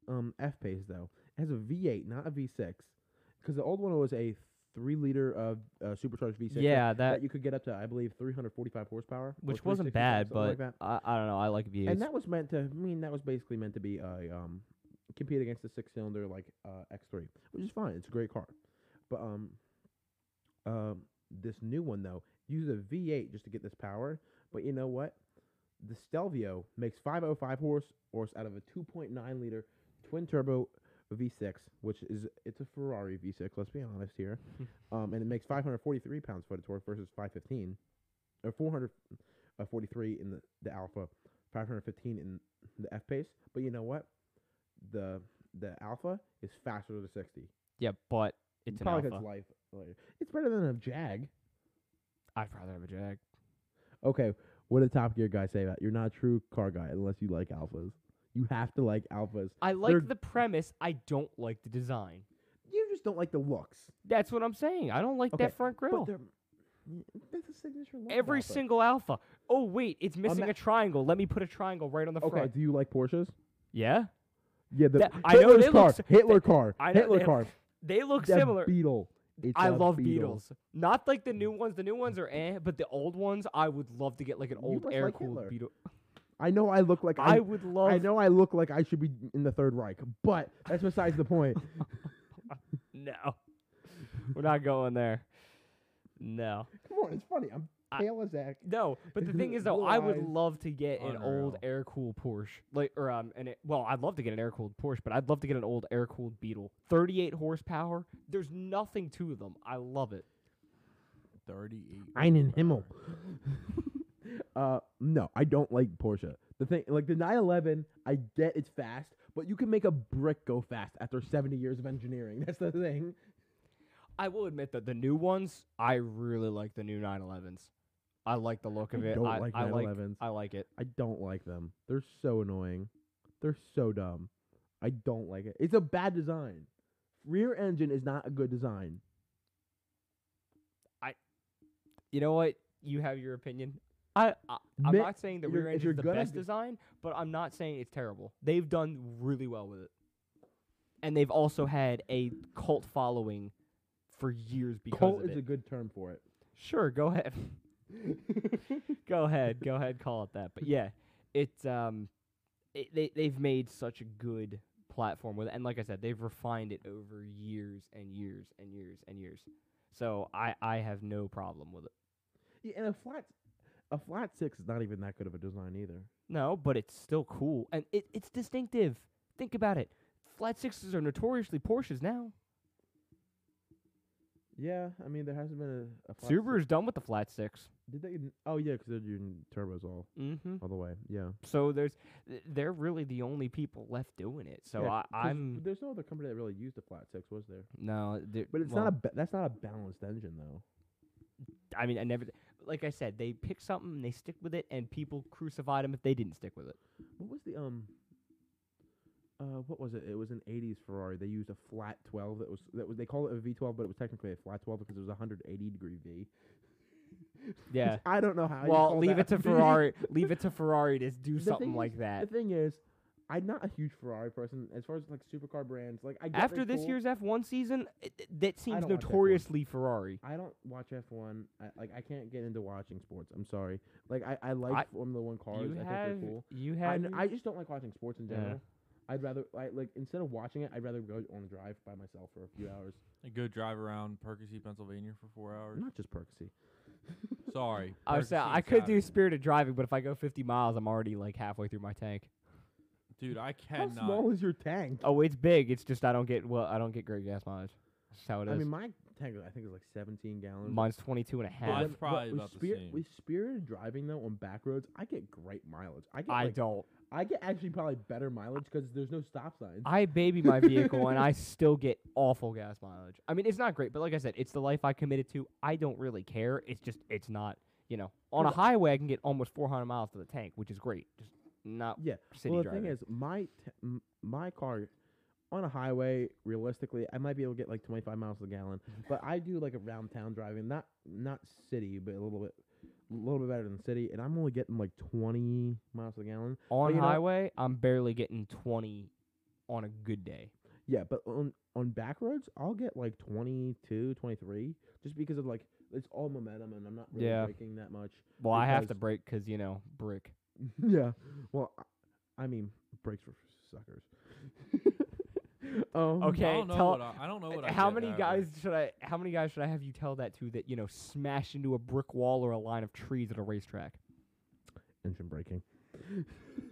[SPEAKER 2] um, F Pace though. It has a V8, not a V6, because the old one was a three liter uh, uh, supercharged V6.
[SPEAKER 3] yeah, that,
[SPEAKER 2] that you could get up to, I believe, 345 horsepower, or
[SPEAKER 3] which
[SPEAKER 2] 365,
[SPEAKER 3] wasn't bad,
[SPEAKER 2] something like
[SPEAKER 3] but
[SPEAKER 2] that.
[SPEAKER 3] I, I don't know. I like views.
[SPEAKER 2] and that was meant to I mean that was basically meant to be a um compete against the six cylinder like uh X3, which is fine. It's a great car, but um um this new one though uses a V8 just to get this power. But you know what? The Stelvio makes 505 horse horse out of a 2.9 liter twin turbo V6, which is it's a Ferrari V6. Let's be honest here, um, and it makes 543 pounds foot of torque versus 515 or 443 in the, the Alpha, 515 in the F pace. But you know what? The the Alpha is faster than the 60.
[SPEAKER 3] yeah, but it's an
[SPEAKER 2] Probably 'cause
[SPEAKER 3] alpha.
[SPEAKER 2] life. later. It's better than a Jag.
[SPEAKER 3] I'd rather have a Jag.
[SPEAKER 2] Okay, what did Top Gear guy say about you're not a true car guy unless you like Alphas. You have to like Alphas.
[SPEAKER 3] I like
[SPEAKER 2] They're-
[SPEAKER 3] the premise. I don't like the design.
[SPEAKER 2] You just don't like the looks.
[SPEAKER 3] That's what I'm saying. I don't like
[SPEAKER 2] Okay,
[SPEAKER 3] that front
[SPEAKER 2] But
[SPEAKER 3] grille.
[SPEAKER 2] they're Mm, that's a signature look.
[SPEAKER 3] Every
[SPEAKER 2] Alpha.
[SPEAKER 3] single alpha. Oh wait, it's missing
[SPEAKER 2] ma-
[SPEAKER 3] a triangle. Let me put a triangle right on the
[SPEAKER 2] Okay,
[SPEAKER 3] front.
[SPEAKER 2] do you like Porsches?
[SPEAKER 3] Yeah,
[SPEAKER 2] Yeah, the
[SPEAKER 3] That- I know
[SPEAKER 2] Hitler's
[SPEAKER 3] they look
[SPEAKER 2] car,
[SPEAKER 3] s-
[SPEAKER 2] Hitler car,
[SPEAKER 3] I know
[SPEAKER 2] Hitler
[SPEAKER 3] they-
[SPEAKER 2] car,
[SPEAKER 3] they look
[SPEAKER 2] That
[SPEAKER 3] similar.
[SPEAKER 2] Beetle. It's
[SPEAKER 3] I
[SPEAKER 2] a
[SPEAKER 3] love
[SPEAKER 2] Beetle.
[SPEAKER 3] Beetles. Not like the new
[SPEAKER 2] Mm.
[SPEAKER 3] ones. The new ones are eh, but the old ones, I would love to get like an
[SPEAKER 2] You
[SPEAKER 3] old
[SPEAKER 2] must like
[SPEAKER 3] air cooled
[SPEAKER 2] Hitler.
[SPEAKER 3] Beetle.
[SPEAKER 2] I know I look like
[SPEAKER 3] I
[SPEAKER 2] I.
[SPEAKER 3] would
[SPEAKER 2] I,
[SPEAKER 3] love.
[SPEAKER 2] know I look like I should be in the Third Reich, but that's besides the point.
[SPEAKER 3] [laughs] No, we're not going there. No,
[SPEAKER 2] [laughs] Come on, it's funny. I'm
[SPEAKER 3] I-
[SPEAKER 2] pale as heck.
[SPEAKER 3] no. But the thing is,
[SPEAKER 2] [laughs]
[SPEAKER 3] though,
[SPEAKER 2] Blue
[SPEAKER 3] I would
[SPEAKER 2] eyes.
[SPEAKER 3] love to get an old
[SPEAKER 1] Unreal.
[SPEAKER 3] air cooled Porsche, like or um, an a- well, I'd love to get an air cooled Porsche, but I'd love to get an old air cooled Beetle. Thirty eight horsepower. There's nothing to them. I love it.
[SPEAKER 1] Thirty-eight.
[SPEAKER 2] Einen Himmel.
[SPEAKER 1] horsepower.
[SPEAKER 2] [laughs] uh, no, I don't like Porsche. The thing, like the 911, I get it's fast, but you can make a brick go fast after 70 years of engineering. [laughs] That's the thing.
[SPEAKER 3] I will admit that the new ones, I really like the new 911s. I like the look
[SPEAKER 2] I
[SPEAKER 3] of it.
[SPEAKER 2] don't
[SPEAKER 3] I
[SPEAKER 2] like
[SPEAKER 3] I like
[SPEAKER 2] 911s.
[SPEAKER 3] I like it.
[SPEAKER 2] I don't like them. They're so annoying. They're so dumb. I don't like it. It's a bad design. Rear engine is not a good design.
[SPEAKER 3] You know what? You have your opinion. I, I I'm
[SPEAKER 2] Mi-
[SPEAKER 3] not saying the
[SPEAKER 2] you're-
[SPEAKER 3] rear
[SPEAKER 2] if
[SPEAKER 3] end
[SPEAKER 2] you're
[SPEAKER 3] is the
[SPEAKER 2] gonna
[SPEAKER 3] best
[SPEAKER 2] do-
[SPEAKER 3] design, but I'm not saying it's terrible. They've done really well with it, and they've also had a cult following for years because
[SPEAKER 2] Cult
[SPEAKER 3] of
[SPEAKER 2] is
[SPEAKER 3] it.
[SPEAKER 2] a good term for it.
[SPEAKER 3] Sure, go ahead. [laughs]
[SPEAKER 2] [laughs]
[SPEAKER 3] go ahead, go ahead, call it that. But yeah, it's um, it, they they've made such a good platform with, it. and like I said, they've refined it over years and years and years and years. So I I have no problem with it.
[SPEAKER 2] Yeah, and a flat, a flat six is not even that good of a design either.
[SPEAKER 3] No, but it's still cool and it it's distinctive. Think about it. Flat sixes are notoriously Porsches now.
[SPEAKER 2] Yeah, I mean there hasn't been a, a flat six-
[SPEAKER 3] Subaru's done with the flat six.
[SPEAKER 2] Did they? Oh yeah, 'cause they're doing turbos all
[SPEAKER 3] Mm-hmm.
[SPEAKER 2] all the way. Yeah.
[SPEAKER 3] So there's th- they're really the only people left doing it. So
[SPEAKER 2] Yeah,
[SPEAKER 3] I,
[SPEAKER 2] 'Cause
[SPEAKER 3] I'm
[SPEAKER 2] There's no other company that really used a flat six, was there?
[SPEAKER 3] no, there-
[SPEAKER 2] But it's
[SPEAKER 3] well,
[SPEAKER 2] not a. Ba- that's not a balanced engine though.
[SPEAKER 3] I mean, I never. Like I said, they pick something, and they stick with it, and people crucified them if they didn't stick
[SPEAKER 2] [laughs]
[SPEAKER 3] with it.
[SPEAKER 2] What was the um? Uh, what was it? It was an '80s Ferrari. They used a flat 12. That was that was they call it a V12, but it was technically a flat 12 because it was a 180 degree V.
[SPEAKER 3] Yeah.
[SPEAKER 2] I don't know how. you
[SPEAKER 3] well,
[SPEAKER 2] call
[SPEAKER 3] leave
[SPEAKER 2] that
[SPEAKER 3] it to
[SPEAKER 2] a [laughs] V.
[SPEAKER 3] Ferrari. leave it to Ferrari to
[SPEAKER 2] [laughs]
[SPEAKER 3] do
[SPEAKER 2] The
[SPEAKER 3] something
[SPEAKER 2] thing
[SPEAKER 3] like
[SPEAKER 2] is-
[SPEAKER 3] that.
[SPEAKER 2] The thing is, I'm not a huge Ferrari person as far as like supercar brands. Like I get they're
[SPEAKER 3] After this
[SPEAKER 2] cool.
[SPEAKER 3] year's F1 season, it, it- that seems
[SPEAKER 2] don't watch F1.
[SPEAKER 3] notoriously Ferrari.
[SPEAKER 2] I don't watch F1. I, like I can't get into watching sports. I'm sorry. Like I, I like
[SPEAKER 3] I-
[SPEAKER 2] Formula One cars.
[SPEAKER 3] You
[SPEAKER 2] I
[SPEAKER 3] have,
[SPEAKER 2] think they're cool.
[SPEAKER 3] you
[SPEAKER 2] I,
[SPEAKER 3] have,
[SPEAKER 2] n- I just don't like watching sports in
[SPEAKER 3] Yeah.
[SPEAKER 2] general. I'd rather I, like instead of watching it, I'd rather go on a drive by myself for a few hours.
[SPEAKER 1] And go drive around Percy, Pennsylvania for four
[SPEAKER 3] [laughs]
[SPEAKER 1] hours.
[SPEAKER 2] Not just Percy.
[SPEAKER 1] Sorry.
[SPEAKER 3] I, was
[SPEAKER 1] Percy
[SPEAKER 3] saying,
[SPEAKER 1] and
[SPEAKER 3] I could do
[SPEAKER 1] Saturday.
[SPEAKER 3] spirited driving, but if I go 50 miles, I'm already like halfway through my tank.
[SPEAKER 1] Dude,
[SPEAKER 3] [laughs]
[SPEAKER 1] I
[SPEAKER 2] How
[SPEAKER 1] cannot.
[SPEAKER 2] small is your tank?
[SPEAKER 3] Oh, it's big. It's just I don't get well, I don't get great gas mileage. That's how it is.
[SPEAKER 2] I mean, my tank I think is like 17 gallons.
[SPEAKER 3] Mine's 22 and
[SPEAKER 2] But
[SPEAKER 3] a
[SPEAKER 1] Mine's
[SPEAKER 3] half.
[SPEAKER 2] when- but
[SPEAKER 1] probably
[SPEAKER 2] with
[SPEAKER 1] about the
[SPEAKER 2] spirit,
[SPEAKER 1] same.
[SPEAKER 2] With spirited driving though on back roads, I get great mileage. I get
[SPEAKER 3] I
[SPEAKER 2] like,
[SPEAKER 3] don't.
[SPEAKER 2] I get actually probably better mileage because there's no stop signs.
[SPEAKER 3] I baby my vehicle and I still get awful gas mileage. I mean, it's not great, but like I said, it's the life I committed to. I don't really care. It's just, it's not, you know, on a
[SPEAKER 2] Well,
[SPEAKER 3] highway, I can get almost 400 miles to the tank, which is great. Just not
[SPEAKER 2] yeah.
[SPEAKER 3] city
[SPEAKER 2] well, the
[SPEAKER 3] driving.
[SPEAKER 2] thing is, my t- m- my car on a highway, realistically, I might be able to get like 25 miles a
[SPEAKER 3] [laughs]
[SPEAKER 2] gallon. But I do like around town driving, not not city, but a little bit, a little bit better than city, and I'm only getting like 20 miles a gallon.
[SPEAKER 3] on
[SPEAKER 2] you know-
[SPEAKER 3] highway, I'm barely getting 20 on a good day.
[SPEAKER 2] Yeah, but on on back roads, I'll get like 22, 23, just because of like it's all momentum, and I'm not really
[SPEAKER 3] Yeah.
[SPEAKER 2] breaking that much.
[SPEAKER 3] Well, I have to
[SPEAKER 2] Because-
[SPEAKER 3] break because you know brick.
[SPEAKER 2] [laughs] yeah, well, I, I mean, breaks for suckers. [laughs] um,
[SPEAKER 1] I
[SPEAKER 3] Okay,
[SPEAKER 1] don't know
[SPEAKER 3] tell-
[SPEAKER 1] what I, I don't know what I
[SPEAKER 3] how
[SPEAKER 1] did
[SPEAKER 3] many
[SPEAKER 1] there.
[SPEAKER 3] guys should I? How many guys should I have you tell that to that you know smash into a brick wall or a line of trees at
[SPEAKER 2] [laughs]
[SPEAKER 3] a racetrack?
[SPEAKER 2] engine braking.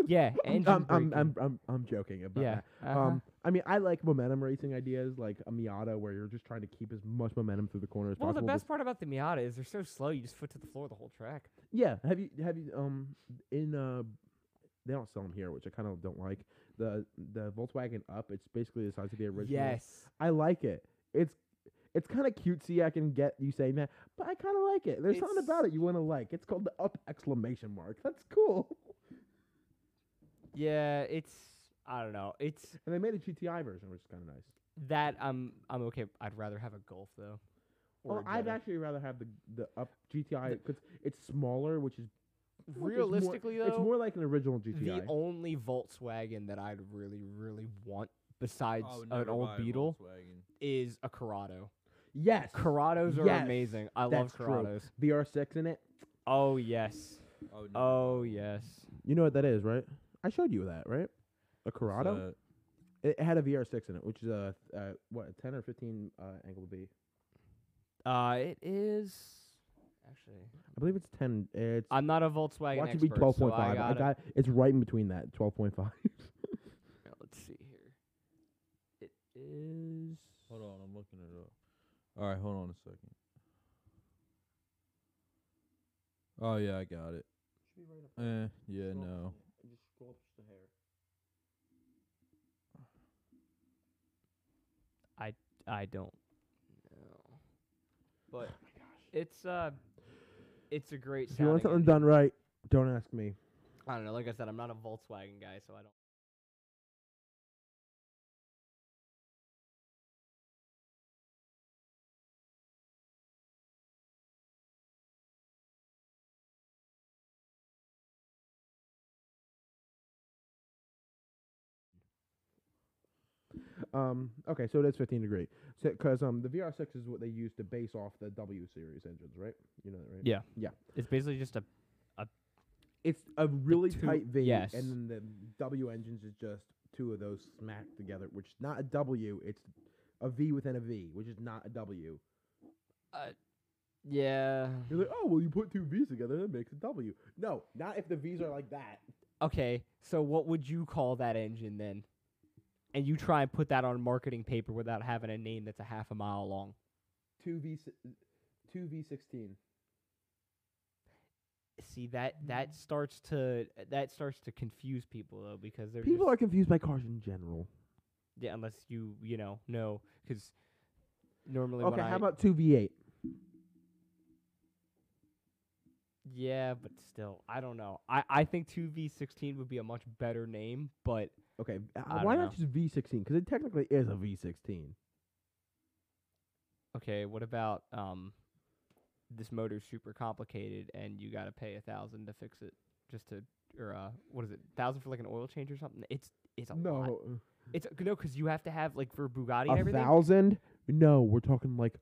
[SPEAKER 3] Yeah, engine
[SPEAKER 2] I'm, I'm,
[SPEAKER 3] braking.
[SPEAKER 2] I'm, I'm, I'm joking about
[SPEAKER 3] yeah.
[SPEAKER 2] that.
[SPEAKER 3] uh-huh.
[SPEAKER 2] Um, I mean, I like momentum racing ideas, like a Miata, where you're just trying to keep as much momentum through the corner as
[SPEAKER 3] well, the
[SPEAKER 2] possible.
[SPEAKER 3] best part about the Miata is they're so slow. You just foot to the floor the whole track.
[SPEAKER 2] Yeah. Have you have you um in uh they don't sell them here, which I kind of don't like. The the Volkswagen Up, it's basically the size of the original.
[SPEAKER 3] Yes.
[SPEAKER 2] I like it. It's it's kind of cutesy. I can get you saying that, but I kind of like it. There's something
[SPEAKER 3] It's-
[SPEAKER 2] about it you want to like. It's called the Up exclamation mark. That's cool. [laughs]
[SPEAKER 3] Yeah, it's I don't know. It's
[SPEAKER 2] And they made a GTI version, which is kind of nice.
[SPEAKER 3] that I'm I'm okay. I'd rather have a Golf though. or
[SPEAKER 2] Well,
[SPEAKER 3] a
[SPEAKER 2] I'd
[SPEAKER 3] Jetta.
[SPEAKER 2] actually rather have the the Up GTI because it's smaller, which is which is more-
[SPEAKER 3] realistically though
[SPEAKER 2] it's more like an original GTI.
[SPEAKER 3] the only Volkswagen that I'd really really want besides
[SPEAKER 1] I would
[SPEAKER 3] an
[SPEAKER 1] Oh, never
[SPEAKER 3] old
[SPEAKER 1] buy a
[SPEAKER 3] Beetle
[SPEAKER 1] Volkswagen.
[SPEAKER 3] is a Corrado.
[SPEAKER 2] yes,
[SPEAKER 3] Corrados are
[SPEAKER 2] Yes,
[SPEAKER 3] amazing. I love
[SPEAKER 2] that's true.
[SPEAKER 3] Corrados.
[SPEAKER 2] BR6 in it.
[SPEAKER 3] Oh yes.
[SPEAKER 1] I would never buy
[SPEAKER 3] Oh
[SPEAKER 1] one.
[SPEAKER 3] yes.
[SPEAKER 2] You know what that is, right? I showed you that, right? A Corrado.
[SPEAKER 1] So,
[SPEAKER 2] it had a VR6 in it, which is a uh, what, a 10 or 15 uh, angle B.
[SPEAKER 3] Uh, it is actually.
[SPEAKER 2] I believe it's 10. It's
[SPEAKER 3] I'm not a Volkswagen
[SPEAKER 2] watch it
[SPEAKER 3] expert.
[SPEAKER 2] be 12.5.
[SPEAKER 3] so I
[SPEAKER 2] I
[SPEAKER 3] gotta-
[SPEAKER 2] got it's right in between that 12.5.
[SPEAKER 3] now, let's see here. It is.
[SPEAKER 1] hold on, I'm looking it up. All right, hold on a second. Oh yeah, I got it. Eh, yeah, no.
[SPEAKER 2] Just scroll up just a hair.
[SPEAKER 3] I don't know. But it's uh, it's a great.
[SPEAKER 2] If you want
[SPEAKER 3] sounding
[SPEAKER 2] something done
[SPEAKER 3] engine.
[SPEAKER 2] right, don't ask me.
[SPEAKER 3] I don't know. Like I said, I'm not a Volkswagen guy, so I don't.
[SPEAKER 2] Um, okay, so it is 15 degree. So, cause um, the VR6 is what they use to base off the W series engines, right? You know that, right?
[SPEAKER 3] Yeah.
[SPEAKER 2] Yeah.
[SPEAKER 3] It's basically just a
[SPEAKER 2] It's a really
[SPEAKER 3] two-
[SPEAKER 2] tight V,
[SPEAKER 3] yes.
[SPEAKER 2] and then the W engines is just two of those smacked together, which is not a W. It's a V within a V, which is not a W.
[SPEAKER 3] yeah.
[SPEAKER 2] You're like, oh well, you put two V's together, that makes a W. No, not if the V's are like that.
[SPEAKER 3] Okay, so what would you call that engine then? And you try and put that on marketing paper without having a name that's a half a mile long.
[SPEAKER 2] Two V, two V sixteen.
[SPEAKER 3] See that that starts to that starts to confuse people though because they're
[SPEAKER 2] People
[SPEAKER 3] just-
[SPEAKER 2] are confused by cars in general.
[SPEAKER 3] yeah, unless you you know know because normally
[SPEAKER 2] Okay,
[SPEAKER 3] when
[SPEAKER 2] how
[SPEAKER 3] I-
[SPEAKER 2] about two V eight?
[SPEAKER 3] yeah but still I don't know I I think two V sixteen would be a much better name but
[SPEAKER 2] Okay, uh,
[SPEAKER 3] I
[SPEAKER 2] why
[SPEAKER 3] don't
[SPEAKER 2] not just V sixteen? Because it technically is a V sixteen.
[SPEAKER 3] okay, what about um this motor's super complicated and you gotta pay a thousand to fix it just to or uh what is it thousand for like an oil change or something it's it's a lot.
[SPEAKER 2] No,
[SPEAKER 3] it's uh, no because you have to have like for bugatti and
[SPEAKER 2] a
[SPEAKER 3] everything
[SPEAKER 2] thousand? No, we're talking like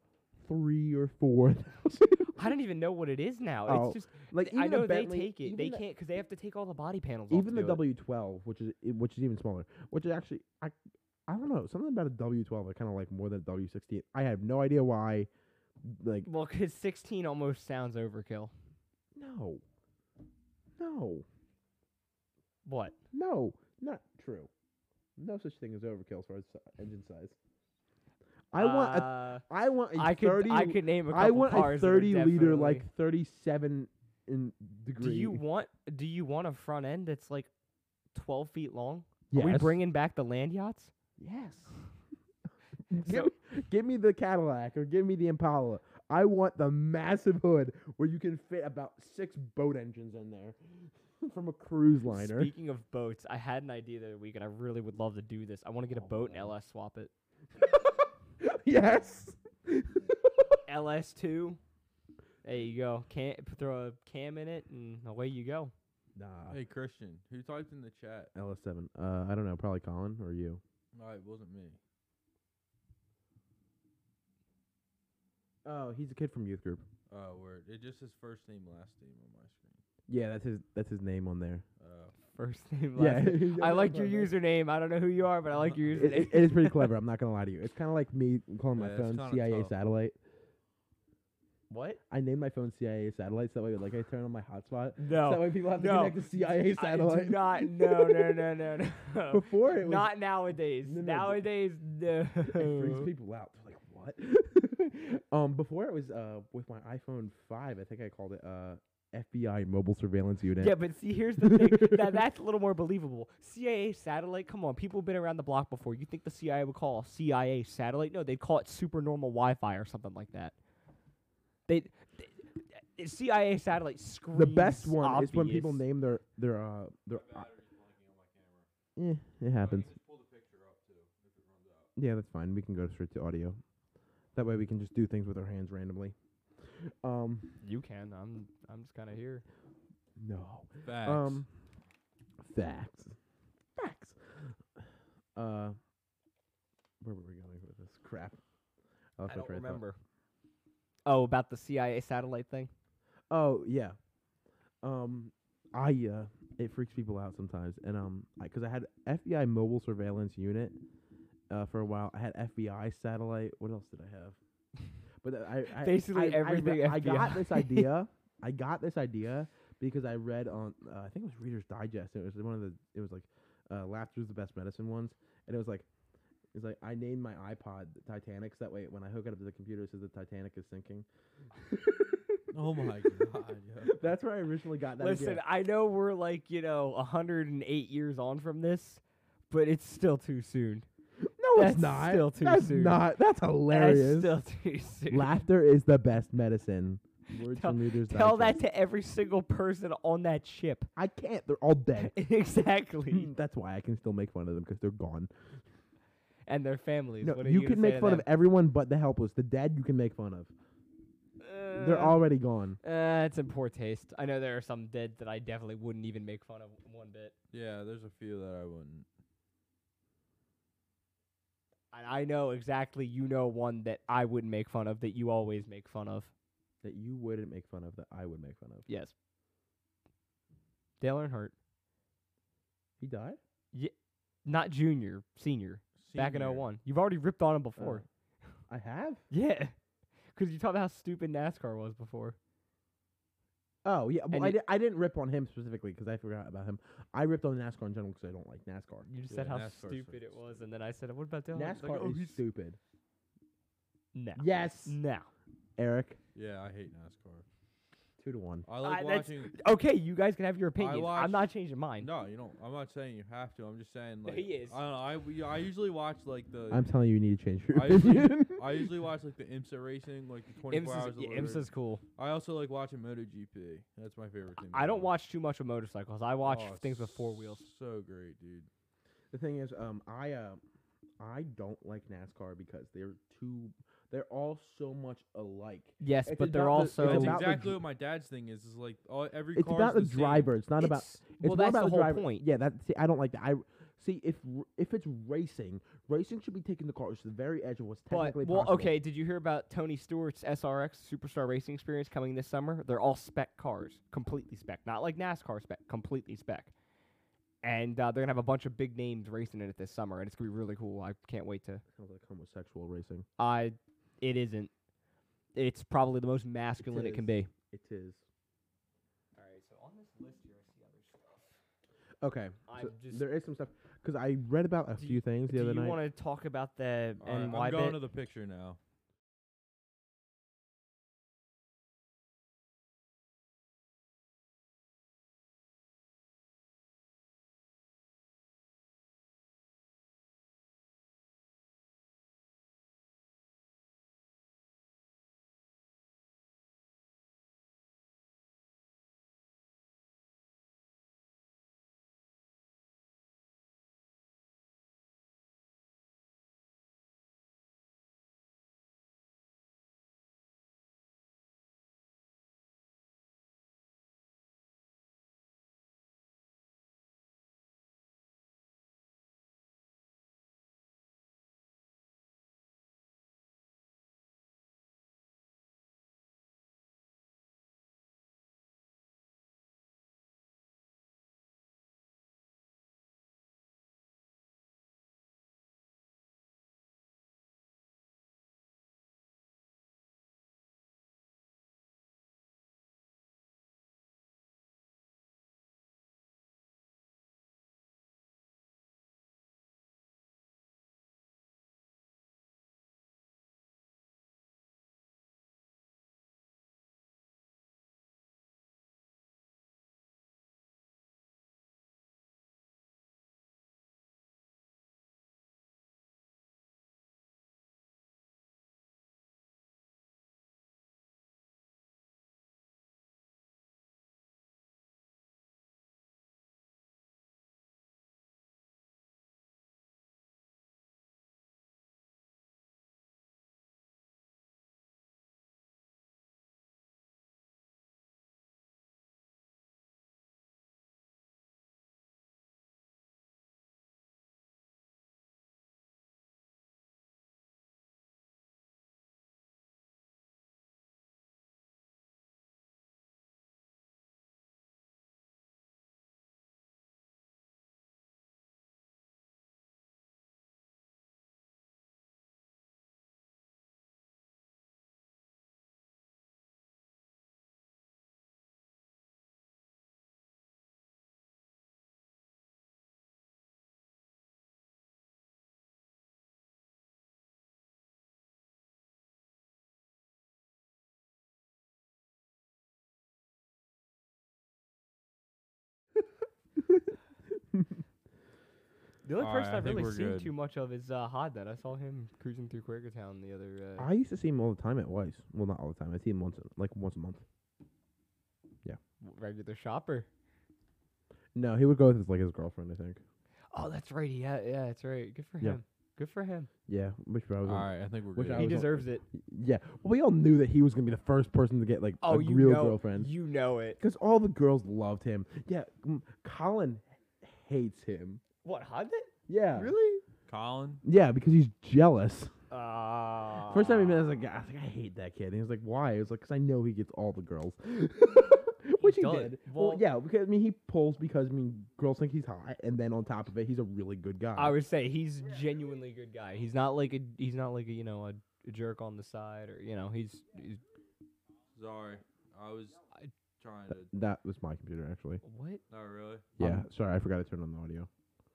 [SPEAKER 2] three or four
[SPEAKER 3] [laughs]
[SPEAKER 2] thousand.
[SPEAKER 3] i don't even know what it is now
[SPEAKER 2] Oh,
[SPEAKER 3] it's just
[SPEAKER 2] like
[SPEAKER 3] i
[SPEAKER 2] even a
[SPEAKER 3] know they
[SPEAKER 2] Bentley-
[SPEAKER 3] take it
[SPEAKER 2] even
[SPEAKER 3] they
[SPEAKER 2] the-
[SPEAKER 3] can't because they have to take all the body panels off
[SPEAKER 2] even the
[SPEAKER 3] to do it.
[SPEAKER 2] W twelve, which is i- which is even smaller, which is actually I I don't know something about a W twelve I kind of like more than a W sixteen. I have no idea why. Like
[SPEAKER 3] well because 16 almost sounds overkill
[SPEAKER 2] no, no,
[SPEAKER 3] what
[SPEAKER 2] no, not true. No such thing as overkill as far as si- engine size. I want a
[SPEAKER 3] uh,
[SPEAKER 2] I want a
[SPEAKER 3] I could
[SPEAKER 2] thirty.
[SPEAKER 3] i could name a couple
[SPEAKER 2] I want a
[SPEAKER 3] cars that are
[SPEAKER 2] thirty liter
[SPEAKER 3] definitely-
[SPEAKER 2] like thirty seven in degree.
[SPEAKER 3] do you want do you want a front end that's like 12 feet long
[SPEAKER 2] yes.
[SPEAKER 3] Are we bringing back the land yachts?
[SPEAKER 2] Yes.
[SPEAKER 3] So-
[SPEAKER 2] [laughs] give, me, give me the Cadillac or give me the Impala. I want the massive hood where you can fit about six boat engines in there [laughs] from a cruise liner. [laughs]
[SPEAKER 3] Speaking of boats, I had an idea the other week, and I really would love to do this. I want to get a boat and LS swap it.
[SPEAKER 2] yes.
[SPEAKER 3] LS two. There you go. Can throw a cam in it, and away you go.
[SPEAKER 2] [laughs] Nah.
[SPEAKER 1] Hey Christian, who typed in the chat?
[SPEAKER 2] LS7. Uh, I don't know. Probably Colin or you.
[SPEAKER 1] No, it wasn't me.
[SPEAKER 2] Oh, he's a kid from youth group.
[SPEAKER 1] Oh, word. It just says first name, last name on my screen.
[SPEAKER 2] Yeah, that's his. That's his name on there.
[SPEAKER 1] Uh,
[SPEAKER 3] First [laughs] name,
[SPEAKER 2] [laughs]
[SPEAKER 3] last name. I liked your username. I don't know who you are, but I like your
[SPEAKER 2] It- it-
[SPEAKER 3] username.
[SPEAKER 2] it is
[SPEAKER 3] [laughs]
[SPEAKER 2] pretty clever. I'm not gonna lie to you. It's kind of like me calling my
[SPEAKER 1] Yeah, it's
[SPEAKER 2] phone
[SPEAKER 1] kinda
[SPEAKER 2] CIA
[SPEAKER 1] tough.
[SPEAKER 2] satellite.
[SPEAKER 3] what?
[SPEAKER 2] I named my phone CIA satellite, so that way, like, I turn on my hotspot.
[SPEAKER 3] No.
[SPEAKER 2] So that way, people have to
[SPEAKER 3] no.
[SPEAKER 2] connect to CIA
[SPEAKER 3] I
[SPEAKER 2] satellite.
[SPEAKER 3] do not.
[SPEAKER 2] [laughs]
[SPEAKER 3] No, no, no, no, no.
[SPEAKER 2] Before it was
[SPEAKER 3] not nowadays.
[SPEAKER 2] No, no, but-
[SPEAKER 3] nowadays, no.
[SPEAKER 2] [laughs] it freaks people out. They're like, what? [laughs] um, before it was uh with my iPhone five, I think I called it uh FBI mobile surveillance unit.
[SPEAKER 3] Yeah, but see, here's the thing.
[SPEAKER 2] [laughs]
[SPEAKER 3] that, that's a little more believable. CIA satellite. Come on, people have been around the block before. You think the CIA would call a CIA satellite? No, they'd call it supernormal Wi-Fi or something like that. They, they CIA satellite screams.
[SPEAKER 2] the best one is when people
[SPEAKER 3] obvious.
[SPEAKER 2] name their their uh their. Uh, eh, it happens. Yeah, that's fine. We can go straight to audio. That way, we can just do things with our hands randomly. Um,
[SPEAKER 3] You can. I'm. I'm just kind of here.
[SPEAKER 2] no.
[SPEAKER 1] Facts.
[SPEAKER 2] Um, facts. Facts. Uh, where were we going with this crap? lost my
[SPEAKER 3] I don't
[SPEAKER 2] train of thought.
[SPEAKER 3] remember. Oh, about the CIA satellite thing.
[SPEAKER 2] Oh yeah. Um, I uh, it freaks people out sometimes, and um, because I, had FBI mobile surveillance unit, uh, for a while. I had FBI satellite. What else did I have? [laughs] But uh, I, I
[SPEAKER 3] Basically
[SPEAKER 2] I- I re-
[SPEAKER 3] everything
[SPEAKER 2] I got
[SPEAKER 3] FBI.
[SPEAKER 2] this
[SPEAKER 3] [laughs]
[SPEAKER 2] idea. I got this idea because I read on uh, I think it was Reader's Digest. It was one of the. It was like, uh, laughter is the best medicine ones, and it was like. It's like I named my iPod Titanic. So that way, when I hook it up to the computer, it says the Titanic is sinking.
[SPEAKER 1] oh my [laughs] god. yo.
[SPEAKER 3] [laughs]
[SPEAKER 2] That's where I originally got that. idea.
[SPEAKER 3] Listen, I know we're like you know 108 years on from this, but it's still too soon.
[SPEAKER 2] No,
[SPEAKER 3] That's
[SPEAKER 2] it's not.
[SPEAKER 3] still too
[SPEAKER 2] That's
[SPEAKER 3] soon.
[SPEAKER 2] not. That's hilarious.
[SPEAKER 3] That's still [laughs] too soon.
[SPEAKER 2] Laughter is the best medicine. Words
[SPEAKER 3] Tell-
[SPEAKER 2] from Reader's
[SPEAKER 3] Tell that
[SPEAKER 2] Digest.
[SPEAKER 3] to every single person on that ship. [laughs]
[SPEAKER 2] I can't. They're all dead.
[SPEAKER 3] exactly.
[SPEAKER 2] that's why I can still make fun of them because they're gone.
[SPEAKER 3] and their families.
[SPEAKER 2] No,
[SPEAKER 3] what are
[SPEAKER 2] you
[SPEAKER 3] you
[SPEAKER 2] can make fun of everyone but the helpless. The dead you can make fun of.
[SPEAKER 3] of.
[SPEAKER 2] They're already gone.
[SPEAKER 3] Uh, it's in poor taste. I know there are some dead that I definitely wouldn't even make fun of one bit.
[SPEAKER 1] Yeah, there's a few that I wouldn't.
[SPEAKER 3] And I know exactly you know one that I wouldn't make fun of that you always make fun of.
[SPEAKER 2] That you wouldn't make fun of. That I would make fun of.
[SPEAKER 3] Yes. Dale Earnhardt.
[SPEAKER 2] He died.
[SPEAKER 3] Not junior, senior. Back in
[SPEAKER 1] Senior. Uh.
[SPEAKER 3] 01. You've already ripped on him before.
[SPEAKER 2] Uh, I have.
[SPEAKER 3] Yeah. [laughs] Because you talked about how stupid NASCAR was before.
[SPEAKER 2] Oh yeah. Well,
[SPEAKER 3] And
[SPEAKER 2] I,
[SPEAKER 3] you-
[SPEAKER 2] di- I didn't rip on him specifically because I forgot about him. I ripped on NASCAR in general because I don't like NASCAR.
[SPEAKER 3] You just
[SPEAKER 1] Yeah,
[SPEAKER 3] said how
[SPEAKER 1] NASCAR's
[SPEAKER 3] stupid it
[SPEAKER 1] fucking
[SPEAKER 3] was, and then I said, "What about Dylan?" It's
[SPEAKER 2] NASCAR
[SPEAKER 3] like, oh,
[SPEAKER 2] is
[SPEAKER 3] he's
[SPEAKER 2] stupid.
[SPEAKER 3] no,
[SPEAKER 2] Yes,
[SPEAKER 3] no.
[SPEAKER 2] Eric.
[SPEAKER 1] Yeah, I hate NASCAR.
[SPEAKER 2] Two to one.
[SPEAKER 1] I like
[SPEAKER 3] I- Uh, that's- [laughs]
[SPEAKER 1] watching.
[SPEAKER 3] Okay, you guys can have your opinion.
[SPEAKER 1] watched-
[SPEAKER 3] I'm not changing mine.
[SPEAKER 1] No, you don't. I'm not saying you have to. I'm just saying like
[SPEAKER 3] [laughs] He is.
[SPEAKER 1] I don't know. I, we- I usually watch like the.
[SPEAKER 2] I'm telling you, you need to change your
[SPEAKER 1] I usually-
[SPEAKER 2] opinion. [laughs]
[SPEAKER 1] I usually watch like the IMSA racing, like the 24 hours.
[SPEAKER 3] IMSA's,
[SPEAKER 1] of
[SPEAKER 3] yeah,
[SPEAKER 1] Liberty.
[SPEAKER 3] IMSA's cool.
[SPEAKER 1] I also like watching MotoGP. That's my favorite thing. to
[SPEAKER 3] I don't watch too much of motorcycles. I watch
[SPEAKER 1] Oh,
[SPEAKER 3] things with four wheels.
[SPEAKER 1] So great, dude.
[SPEAKER 2] the thing is, um, I uh, I don't like NASCAR because they're too. They're all so much alike.
[SPEAKER 3] Yes,
[SPEAKER 2] It's
[SPEAKER 3] but they're
[SPEAKER 2] about the-
[SPEAKER 3] all
[SPEAKER 2] it's
[SPEAKER 3] so.
[SPEAKER 1] That's
[SPEAKER 2] about the
[SPEAKER 1] exactly
[SPEAKER 2] dr-
[SPEAKER 1] what my dad's thing is. Is like all, every
[SPEAKER 2] It's
[SPEAKER 1] car's
[SPEAKER 2] about the,
[SPEAKER 1] the same.
[SPEAKER 2] driver. It's not about. It's
[SPEAKER 3] It's- well,
[SPEAKER 2] more
[SPEAKER 3] that's
[SPEAKER 2] about
[SPEAKER 3] the whole
[SPEAKER 2] driver.
[SPEAKER 3] point.
[SPEAKER 2] Yeah, that. See, I don't like that. I see if r- if it's racing, racing should be taking the cars to the very edge of what's
[SPEAKER 3] But
[SPEAKER 2] technically
[SPEAKER 3] well,
[SPEAKER 2] possible.
[SPEAKER 3] okay. Did you hear about Tony Stewart's SRX Superstar Racing Experience coming this summer? They're all spec cars, completely spec, not like NASCAR spec, completely spec. And uh, they're gonna have a bunch of big names racing in it this summer, and it's gonna be really cool. I can't wait to
[SPEAKER 2] Sounds like homosexual racing.
[SPEAKER 3] I it isn't. It's probably the most masculine it, can
[SPEAKER 2] is.
[SPEAKER 3] be.
[SPEAKER 2] It is.
[SPEAKER 3] All right, so on this list here, I see other stuff.
[SPEAKER 2] Okay.
[SPEAKER 3] I'm
[SPEAKER 2] so
[SPEAKER 3] just-
[SPEAKER 2] there is some stuff because I read about a
[SPEAKER 3] Do
[SPEAKER 2] few things the
[SPEAKER 3] Do
[SPEAKER 2] other
[SPEAKER 3] you
[SPEAKER 2] night.
[SPEAKER 3] want to talk about the
[SPEAKER 1] All right,
[SPEAKER 3] and
[SPEAKER 1] I'm
[SPEAKER 3] NY
[SPEAKER 1] going
[SPEAKER 3] bit?
[SPEAKER 1] to the picture now.
[SPEAKER 3] The only
[SPEAKER 1] All right,
[SPEAKER 3] person
[SPEAKER 1] I
[SPEAKER 3] I've
[SPEAKER 1] think
[SPEAKER 3] really
[SPEAKER 1] we're
[SPEAKER 3] seen
[SPEAKER 1] good.
[SPEAKER 3] too much of is uh, Hodnett. I saw him cruising through Quakertown the other. Uh,
[SPEAKER 2] I used to see him all the time at Weiss. Well, not all the time. I see him once, a- like once a month.
[SPEAKER 3] w- regular shopper.
[SPEAKER 2] No, he would go with his like his girlfriend, I think.
[SPEAKER 3] Oh, that's right. Yeah, yeah, that's right. Good for
[SPEAKER 2] Yeah.
[SPEAKER 3] him. Good for him.
[SPEAKER 2] Yeah, which I
[SPEAKER 1] All
[SPEAKER 2] was. on-
[SPEAKER 1] right, I think we're
[SPEAKER 2] Which
[SPEAKER 1] good.
[SPEAKER 2] I
[SPEAKER 3] He
[SPEAKER 2] was on-
[SPEAKER 3] deserves it.
[SPEAKER 2] Yeah, well, we all knew that he was gonna be the first person to get like
[SPEAKER 3] Oh,
[SPEAKER 2] a
[SPEAKER 3] you
[SPEAKER 2] real
[SPEAKER 3] know,
[SPEAKER 2] girlfriend.
[SPEAKER 3] You know it.
[SPEAKER 2] Because all the girls loved him. Yeah, mm, Colin hates him.
[SPEAKER 3] What Hodnett?
[SPEAKER 2] Yeah.
[SPEAKER 3] Really?
[SPEAKER 1] Colin.
[SPEAKER 2] Yeah, because he's jealous.
[SPEAKER 3] Uh,
[SPEAKER 2] First time he met, I was like, I, was like, I hate that kid. And he was like, why? I was like, because I know he gets all the
[SPEAKER 3] [laughs]
[SPEAKER 2] girls. Which he,
[SPEAKER 3] does.
[SPEAKER 2] did. Well,
[SPEAKER 3] Well-
[SPEAKER 2] yeah, because I mean, he pulls because I mean, girls think he's hot, and then on top of it, he's a really good guy.
[SPEAKER 3] I would say he's genuinely a good guy. He's not like a he's not like a you know a, a jerk on the side or you know he's, he's
[SPEAKER 1] Sorry, I was
[SPEAKER 3] I-
[SPEAKER 1] trying to.
[SPEAKER 2] Th- that was my computer actually.
[SPEAKER 3] what
[SPEAKER 1] Not Oh, really.
[SPEAKER 3] Um,
[SPEAKER 2] Yeah, sorry, I forgot to turn on the audio.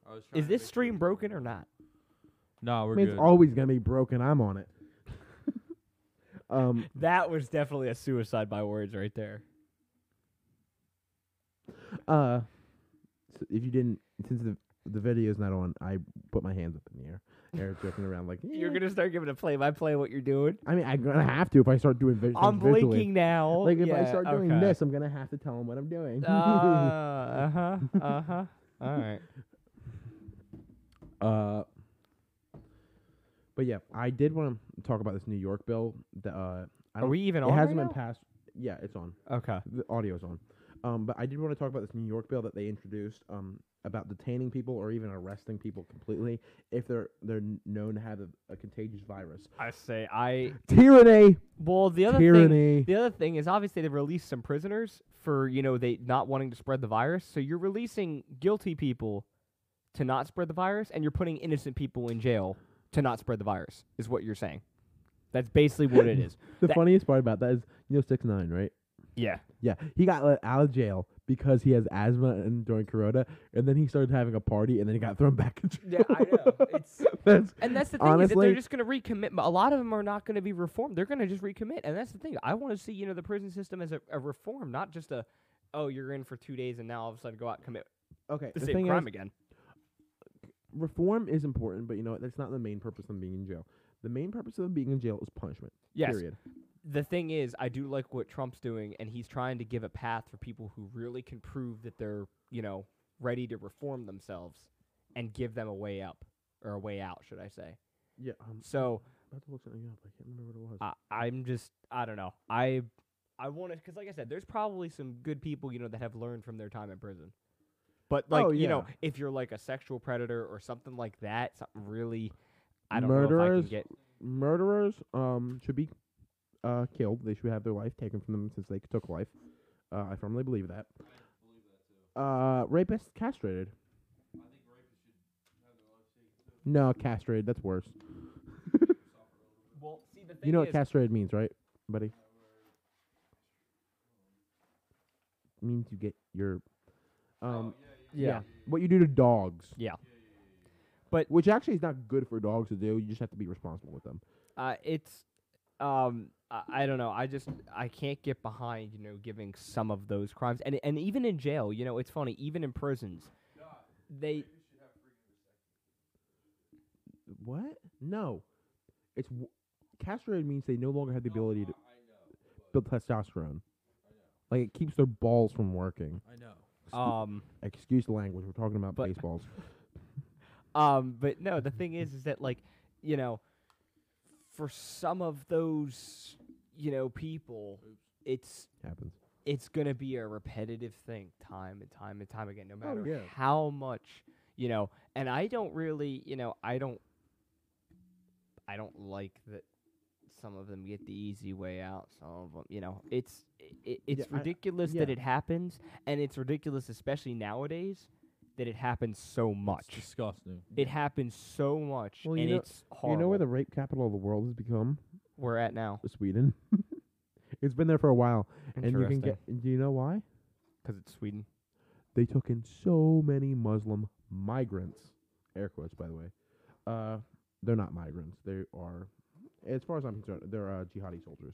[SPEAKER 1] I was trying
[SPEAKER 3] is
[SPEAKER 1] to make
[SPEAKER 3] this
[SPEAKER 1] sure-
[SPEAKER 3] stream broken or not?
[SPEAKER 1] No,
[SPEAKER 2] I
[SPEAKER 1] we're
[SPEAKER 2] mean,
[SPEAKER 1] good.
[SPEAKER 2] it's always gonna be broken. I'm on
[SPEAKER 3] [laughs]
[SPEAKER 2] it. um,
[SPEAKER 3] That was definitely a suicide by words right there.
[SPEAKER 2] Uh, so if you didn't, since the the video's not on, I put my hands up in the air.
[SPEAKER 3] [laughs]
[SPEAKER 2] Eric's joking around like
[SPEAKER 3] You're
[SPEAKER 2] "Eh."
[SPEAKER 3] gonna start giving a play by play what you're doing.
[SPEAKER 2] I mean, I'm gonna have to if I start doing vi- things
[SPEAKER 3] I'm
[SPEAKER 2] visually.
[SPEAKER 3] blinking now.
[SPEAKER 2] Like if I
[SPEAKER 3] Yeah,
[SPEAKER 2] start doing
[SPEAKER 3] okay.
[SPEAKER 2] this, I'm gonna have to tell him what I'm doing. [laughs]
[SPEAKER 3] Uh huh. Uh huh. All right.
[SPEAKER 2] Uh, but yeah, I did want to talk about this New York bill. That uh, I
[SPEAKER 3] Are
[SPEAKER 2] don't,
[SPEAKER 3] we even
[SPEAKER 2] it
[SPEAKER 3] on?
[SPEAKER 2] hasn't
[SPEAKER 3] right
[SPEAKER 2] been passed. Yeah, it's on.
[SPEAKER 3] now? Okay.
[SPEAKER 2] The audio's on. Um, but I did want to talk about this New York bill that they introduced um, about detaining people or even arresting people completely if they're they're n- known to have a, a contagious virus.
[SPEAKER 3] I say I.
[SPEAKER 2] Tyranny,
[SPEAKER 3] Well, the other thing
[SPEAKER 2] tyranny.
[SPEAKER 3] The other thing is obviously they released some prisoners for you know they not wanting to spread the virus. So you're releasing guilty people to not spread the virus, and you're putting innocent people in jail to not spread the virus. Is what you're saying? That's basically what it is.
[SPEAKER 2] the
[SPEAKER 3] that-
[SPEAKER 2] funniest part about that is you know six nine, right?
[SPEAKER 3] [laughs] Yeah.
[SPEAKER 2] Yeah, he got let out of jail because he has asthma and during Corona, and then he started having a party, and then he got thrown [laughs] back in jail.
[SPEAKER 3] Yeah, I know. It's
[SPEAKER 2] [laughs] That's
[SPEAKER 3] [laughs] and that's the thing is that
[SPEAKER 2] Honestly-
[SPEAKER 3] they're just going to recommit. but A lot of them are not going to be reformed. They're going to just recommit, and that's the thing. I want to see you know the prison system as a, a reform, not just a oh you're in for two days and now all of a sudden go out and commit
[SPEAKER 2] okay.
[SPEAKER 3] the,
[SPEAKER 2] The,
[SPEAKER 3] same
[SPEAKER 2] thing is,
[SPEAKER 3] crime again.
[SPEAKER 2] reform is important, but you know what? That's not the main purpose of being in jail. The main purpose of being in jail is punishment.
[SPEAKER 3] Yes.
[SPEAKER 2] Period.
[SPEAKER 3] the thing is, I do like what Trump's doing, and he's trying to give a path for people who really can prove that they're, you know, ready to reform themselves and give them a way up or a way out, should I say.
[SPEAKER 2] Yeah. Um,
[SPEAKER 3] So
[SPEAKER 2] about to look something up. I can't remember what it was.
[SPEAKER 3] I, I'm just, I don't know. I, I want to, because like I said, there's probably some good people, you know, that have learned from their time in prison. But like,
[SPEAKER 2] Oh,
[SPEAKER 3] you know,
[SPEAKER 2] yeah.
[SPEAKER 3] if you're like a sexual predator or something like that, something really, I don't know if I
[SPEAKER 2] Murderers?
[SPEAKER 3] can get.
[SPEAKER 2] Murderers um should be uh killed. They should have their life taken from them since they took life. Uh, I firmly believe that. Uh, rapists castrated. No, castrated. That's worse.
[SPEAKER 3] Well, see, the thing
[SPEAKER 2] You know what
[SPEAKER 3] is-
[SPEAKER 2] castrated means, right, buddy? means you get your um yeah. what you do to dogs.
[SPEAKER 3] yeah.
[SPEAKER 2] Which actually is not good for dogs to do. You just have to be responsible with them.
[SPEAKER 3] uh, it's um I, I don't know i just i can't get behind you know giving some of those crimes and and even in jail you know it's funny even in prisons they
[SPEAKER 2] What? No. It's w- castrated means they no longer have the ability to build testosterone. Like it keeps their balls from working.
[SPEAKER 1] I know.
[SPEAKER 3] um
[SPEAKER 2] Excuse the language. We're talking about
[SPEAKER 3] But- [laughs]
[SPEAKER 2] baseballs.
[SPEAKER 3] um but no the thing is is that like you know for some of those you know people it's
[SPEAKER 2] Happens.
[SPEAKER 3] it's gonna be a repetitive thing time and time and time again, no matter
[SPEAKER 2] Oh, yeah.
[SPEAKER 3] how much you know. And I don't really, you know, I don't, I don't like that some of them get the easy way out. Some of them, you know, it's it, it's
[SPEAKER 2] I-
[SPEAKER 3] ridiculous that
[SPEAKER 2] yeah.
[SPEAKER 3] it happens, and it's ridiculous, especially nowadays, that it happens so
[SPEAKER 1] It's
[SPEAKER 3] much.
[SPEAKER 1] disgusting.
[SPEAKER 3] It happens so much,
[SPEAKER 2] Well, you
[SPEAKER 3] and
[SPEAKER 2] know-
[SPEAKER 3] it's horrible.
[SPEAKER 2] You know where the rape capital of the world has become?
[SPEAKER 3] we're at now,
[SPEAKER 2] Sweden. [laughs] it's been there for a while, and you can
[SPEAKER 3] Interesting.
[SPEAKER 2] get. Do you know why?
[SPEAKER 3] 'Cause it's Sweden.
[SPEAKER 2] They took in so many Muslim migrants. Air quotes, by the way. Uh, they're not migrants. They are, as far as I'm concerned, they're uh, jihadi soldiers.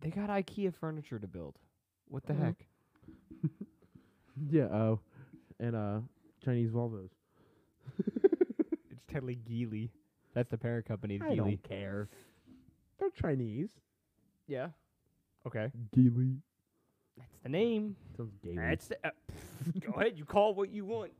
[SPEAKER 3] They got IKEA furniture to Mm-hmm. build. What the
[SPEAKER 2] Mhm.
[SPEAKER 3] heck?
[SPEAKER 2] Yeah. Oh, and uh, Chinese Volvos.
[SPEAKER 3] It's Tedley Geely. That's the parent company of
[SPEAKER 2] I don't
[SPEAKER 3] Geely. care.
[SPEAKER 2] They're Chinese.
[SPEAKER 3] Yeah. Okay.
[SPEAKER 2] Geely.
[SPEAKER 3] That's the name.
[SPEAKER 2] Sounds gay.
[SPEAKER 3] That's the, uh, [laughs] go ahead. You call what you want.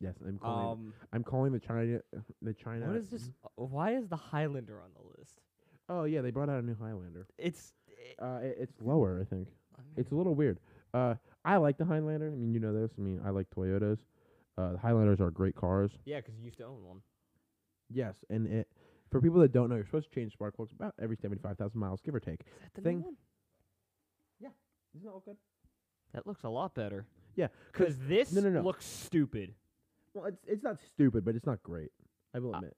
[SPEAKER 2] Yes, I'm calling.
[SPEAKER 3] Um,
[SPEAKER 2] I'm calling the China. The China.
[SPEAKER 3] what is this? uh, Why is the Highlander on the list?
[SPEAKER 2] Oh yeah, they brought out a new Highlander.
[SPEAKER 3] It's
[SPEAKER 2] Uh, it, it's lower, I think. It's a little weird. Uh, I like the Highlander. I mean, you know this. I mean, I like Toyotas. Uh, the Highlanders are great cars.
[SPEAKER 3] yeah, because you used to own one.
[SPEAKER 2] Yes, and it for people that don't know, you're supposed to change spark plugs about every seventy-five thousand miles, give or take.
[SPEAKER 3] Is that the
[SPEAKER 2] Thing-
[SPEAKER 3] new one?
[SPEAKER 2] Isn't that all good?
[SPEAKER 3] That looks a lot better.
[SPEAKER 2] Yeah,
[SPEAKER 3] Because this
[SPEAKER 2] no, no.
[SPEAKER 3] looks stupid.
[SPEAKER 2] Well, it's it's not stupid, but it's not great. I will
[SPEAKER 3] Uh,
[SPEAKER 2] admit.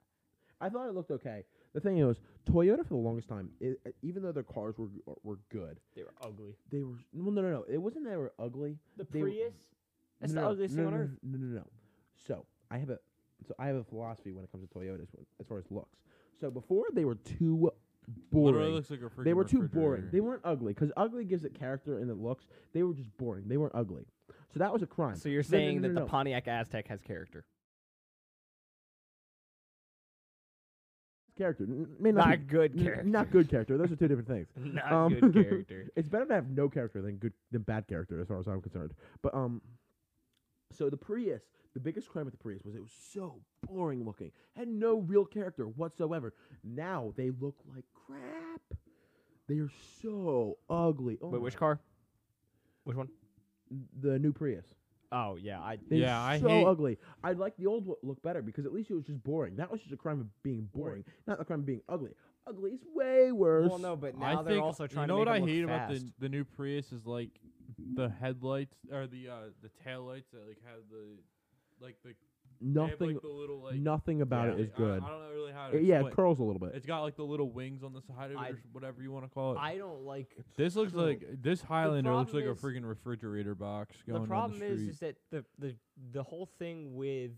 [SPEAKER 2] I thought it looked okay. The thing is, Toyota for the longest time, it, even though their cars were were good,
[SPEAKER 3] They were ugly.
[SPEAKER 2] they were well, no, no, no. It wasn't that they were ugly.
[SPEAKER 3] The
[SPEAKER 2] They were-
[SPEAKER 3] Prius. That's
[SPEAKER 2] no,
[SPEAKER 3] the
[SPEAKER 2] no,
[SPEAKER 3] ugliest
[SPEAKER 2] no,
[SPEAKER 3] thing
[SPEAKER 2] no,
[SPEAKER 3] on earth.
[SPEAKER 2] No, no, no, no. So I have a so I have a philosophy when it comes to Toyotas when- as far as looks. So before they were too
[SPEAKER 1] Literally
[SPEAKER 2] boring.
[SPEAKER 1] looks like a
[SPEAKER 2] They
[SPEAKER 1] freaking
[SPEAKER 2] were too boring.
[SPEAKER 1] refrigerator.
[SPEAKER 2] They weren't ugly because ugly gives it character and it looks. They were just boring. They weren't ugly. So that was a crime.
[SPEAKER 3] So you're
[SPEAKER 2] No, no, no,
[SPEAKER 3] saying
[SPEAKER 2] no,
[SPEAKER 3] that
[SPEAKER 2] no.
[SPEAKER 3] the Pontiac Aztec has character?
[SPEAKER 2] character n- may not,
[SPEAKER 3] Not good
[SPEAKER 2] be,
[SPEAKER 3] character.
[SPEAKER 2] n- not good character. Those are two different things.
[SPEAKER 3] [laughs] Not
[SPEAKER 2] Um, [laughs]
[SPEAKER 3] good character.
[SPEAKER 2] It's better to have no character than good than bad character, as far as I'm concerned. But um, so the Prius, the biggest crime with the Prius was it was so boring looking, had no real character whatsoever. Now they look like crap. They are so ugly. Oh
[SPEAKER 3] Wait, which
[SPEAKER 2] my-
[SPEAKER 3] car? Which one?
[SPEAKER 2] The new Prius.
[SPEAKER 3] Oh yeah, I
[SPEAKER 2] They're
[SPEAKER 1] Yeah, I
[SPEAKER 2] so
[SPEAKER 1] hate-
[SPEAKER 2] ugly. I like the old wo- look better because at least it was just boring. That was just a crime of being boring,
[SPEAKER 3] Boring.
[SPEAKER 2] not a crime of being ugly. Ugly is way worse.
[SPEAKER 3] Well, no, but
[SPEAKER 1] I
[SPEAKER 3] now they're
[SPEAKER 1] think-
[SPEAKER 3] also trying
[SPEAKER 1] you know
[SPEAKER 3] to make
[SPEAKER 1] what I hate
[SPEAKER 3] them look
[SPEAKER 1] about the
[SPEAKER 3] fast.
[SPEAKER 1] the new Prius is like the headlights or the uh the tail lights that like have the like the they have,
[SPEAKER 2] nothing,
[SPEAKER 1] like, the little like
[SPEAKER 2] nothing about
[SPEAKER 1] yeah,
[SPEAKER 2] it is
[SPEAKER 1] I-
[SPEAKER 2] good.
[SPEAKER 1] I, don't know really how to
[SPEAKER 2] It- yeah, it
[SPEAKER 1] explain.
[SPEAKER 2] curls a little bit.
[SPEAKER 1] It's got like the little wings on the side of
[SPEAKER 3] I-
[SPEAKER 1] it, or whatever you want to call it.
[SPEAKER 3] I don't like.
[SPEAKER 1] this looks
[SPEAKER 3] I don't-
[SPEAKER 1] like this Highlander looks like
[SPEAKER 3] problem
[SPEAKER 1] a
[SPEAKER 3] is-
[SPEAKER 1] freaking refrigerator box going
[SPEAKER 3] The problem
[SPEAKER 1] down the
[SPEAKER 3] is,
[SPEAKER 1] street.
[SPEAKER 3] is that the, the the whole thing with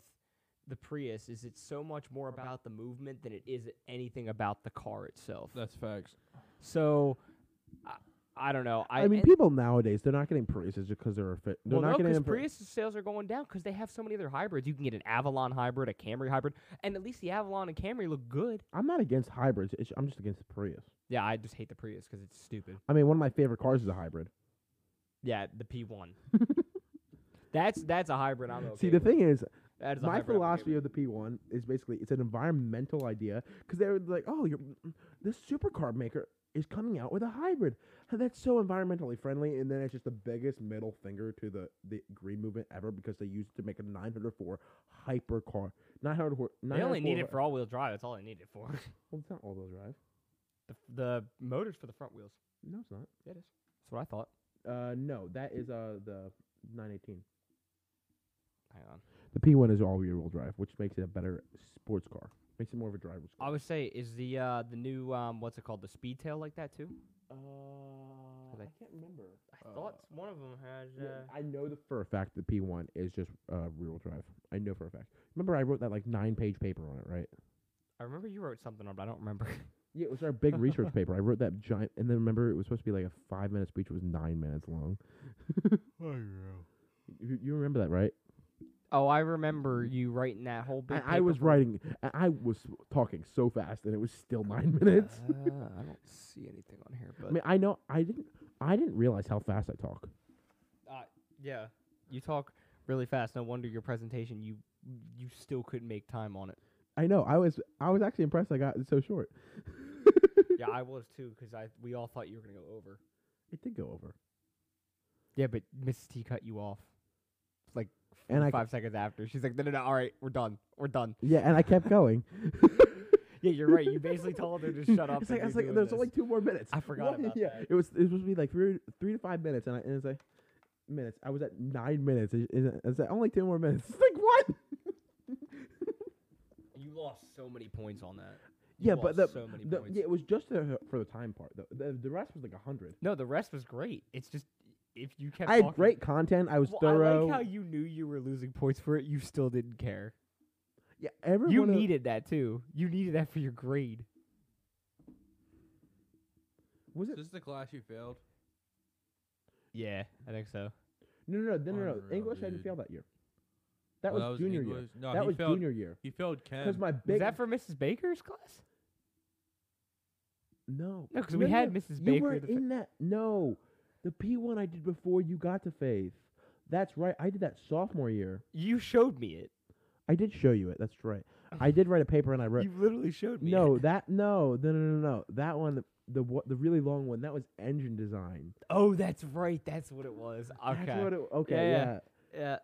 [SPEAKER 3] the Prius is it's so much more about the movement than it is anything about the car itself.
[SPEAKER 1] That's facts.
[SPEAKER 3] So, I, I don't know. I,
[SPEAKER 2] I mean,
[SPEAKER 3] and-
[SPEAKER 2] people nowadays they're not getting Priuses just because they're a fit. They're
[SPEAKER 3] well,
[SPEAKER 2] not
[SPEAKER 3] no,
[SPEAKER 2] getting
[SPEAKER 3] because
[SPEAKER 2] them for-
[SPEAKER 3] Prius sales are going down because they have so many other hybrids. You can get an Avalon hybrid, a Camry hybrid, and at least the Avalon and Camry look good.
[SPEAKER 2] I'm not against hybrids. It's, I'm just against the Prius.
[SPEAKER 3] Yeah, I just hate the Prius because it's stupid.
[SPEAKER 2] I mean, one of my favorite cars is a hybrid.
[SPEAKER 3] Yeah,
[SPEAKER 2] [laughs]
[SPEAKER 3] the P1. that's that's a hybrid. I'm okay.
[SPEAKER 2] See, the
[SPEAKER 3] with.
[SPEAKER 2] thing is,
[SPEAKER 3] that is a
[SPEAKER 2] my
[SPEAKER 3] hybrid I'm okay
[SPEAKER 2] philosophy
[SPEAKER 3] with.
[SPEAKER 2] of the P1 is basically it's an environmental idea because they're like, oh, you're, this supercar maker is coming out with a hybrid. And That's so environmentally friendly, and then it's just the biggest middle finger to the the green movement ever because they used it to make a 904 hypercar. 904.
[SPEAKER 3] They only need it for all-wheel drive. That's all they need it for. [laughs]
[SPEAKER 2] Well, it's not all those drive.
[SPEAKER 3] the, the motors for the front wheels.
[SPEAKER 2] No, it's not.
[SPEAKER 3] It is. That's what I thought.
[SPEAKER 2] Uh, no, that is uh the 918.
[SPEAKER 3] Hang on.
[SPEAKER 2] The P1 is all wheel drive, which makes it a better sports car. Makes it more of a driver's
[SPEAKER 3] I
[SPEAKER 2] car.
[SPEAKER 3] would say is the uh, the new um, what's it called the speed tail like that too?
[SPEAKER 2] Uh,
[SPEAKER 3] I
[SPEAKER 2] can't remember.
[SPEAKER 3] I thought one of them has. Uh,
[SPEAKER 2] I know the, for a fact the P1 is just uh, rear-wheel drive. I know for a fact. Remember, I wrote that like nine-page paper on it, right?
[SPEAKER 3] I remember you wrote something on, it, but I don't remember. [laughs]
[SPEAKER 2] Yeah, it was our [laughs] big research paper. I wrote that giant, and then remember, it was supposed to be like a five-minute speech. It was nine minutes long. You, you remember that, right?
[SPEAKER 3] oh, I remember you writing that whole.
[SPEAKER 2] I,
[SPEAKER 3] Big
[SPEAKER 2] I
[SPEAKER 3] paper
[SPEAKER 2] was
[SPEAKER 3] for-
[SPEAKER 2] writing. I- I was talking so fast, and it was still nine minutes.
[SPEAKER 3] Uh,
[SPEAKER 2] [laughs]
[SPEAKER 3] I don't see anything on here, but
[SPEAKER 2] I mean, I know I didn't. I didn't realize how fast I talk.
[SPEAKER 3] yeah, you talk really fast. No wonder your presentation you you still couldn't make time on it.
[SPEAKER 2] I know. I was. I was actually impressed. I got it so short. [laughs]
[SPEAKER 3] yeah, I was too, because I we all thought you were gonna go over.
[SPEAKER 2] It did go over.
[SPEAKER 3] Yeah, but Miss T cut you off. Like
[SPEAKER 2] And I-
[SPEAKER 3] five seconds after, she's like, "No, no, no! All right, we're done. We're done."
[SPEAKER 2] Yeah, and I kept [laughs] going.
[SPEAKER 3] Yeah, you're right. You basically
[SPEAKER 2] [laughs]
[SPEAKER 3] told her to shut up.
[SPEAKER 2] It's like,
[SPEAKER 3] and
[SPEAKER 2] it's
[SPEAKER 3] you're
[SPEAKER 2] like
[SPEAKER 3] doing
[SPEAKER 2] there's
[SPEAKER 3] this.
[SPEAKER 2] only two more minutes.
[SPEAKER 3] I forgot
[SPEAKER 2] What?
[SPEAKER 3] about
[SPEAKER 2] yeah,
[SPEAKER 3] that.
[SPEAKER 2] it was. It was supposed to be like three, three to five minutes, and I and it's like minutes. I was at nine minutes. Is it's like only two more minutes? [laughs] It's like what?
[SPEAKER 3] You lost so many points on that. You
[SPEAKER 2] yeah, but the,
[SPEAKER 3] lost so many
[SPEAKER 2] the
[SPEAKER 3] points.
[SPEAKER 2] yeah, it was just the, for the time part. The, the, the rest was like a hundred.
[SPEAKER 3] No, the rest was great. It's just if you kept.
[SPEAKER 2] I had
[SPEAKER 3] talking-
[SPEAKER 2] great content. I was
[SPEAKER 3] Well, I
[SPEAKER 2] thorough.
[SPEAKER 3] like how you knew you were losing points for it. You still didn't care.
[SPEAKER 2] yeah, everyone.
[SPEAKER 3] You needed that too. You needed that for your grade.
[SPEAKER 2] was
[SPEAKER 1] Is
[SPEAKER 2] it?
[SPEAKER 1] this the class you failed?
[SPEAKER 3] Yeah, I think so.
[SPEAKER 2] No, no, no, no, no, no.
[SPEAKER 1] Unreal,
[SPEAKER 2] English I didn't
[SPEAKER 1] dude.
[SPEAKER 2] fail that year. That
[SPEAKER 1] Oh,
[SPEAKER 2] was junior year.
[SPEAKER 1] English. No,
[SPEAKER 2] that
[SPEAKER 1] he
[SPEAKER 2] was
[SPEAKER 1] failed,
[SPEAKER 2] junior year.
[SPEAKER 1] He
[SPEAKER 2] [laughs]
[SPEAKER 1] failed
[SPEAKER 2] Because
[SPEAKER 1] Chem.
[SPEAKER 2] my big
[SPEAKER 3] Was that for Mrs. Baker's class?
[SPEAKER 2] no,
[SPEAKER 3] No, 'cause we had Mrs.
[SPEAKER 2] You
[SPEAKER 3] Baker
[SPEAKER 2] were
[SPEAKER 3] the fa-
[SPEAKER 2] in that. No, the P one I did before you got to faith. That's right. I did that sophomore year.
[SPEAKER 3] You showed me it.
[SPEAKER 2] I did show you it. That's right. I did write a paper and I wrote.
[SPEAKER 3] [laughs] You literally showed me.
[SPEAKER 2] no,
[SPEAKER 3] It.
[SPEAKER 2] that no, no, no, no, no. That one, the the, wa- the really long one. That was engine design.
[SPEAKER 3] Oh, that's right. That's what it was. Okay.
[SPEAKER 2] That's what it, okay,
[SPEAKER 3] Yeah,
[SPEAKER 2] yeah,
[SPEAKER 3] yeah. Yeah.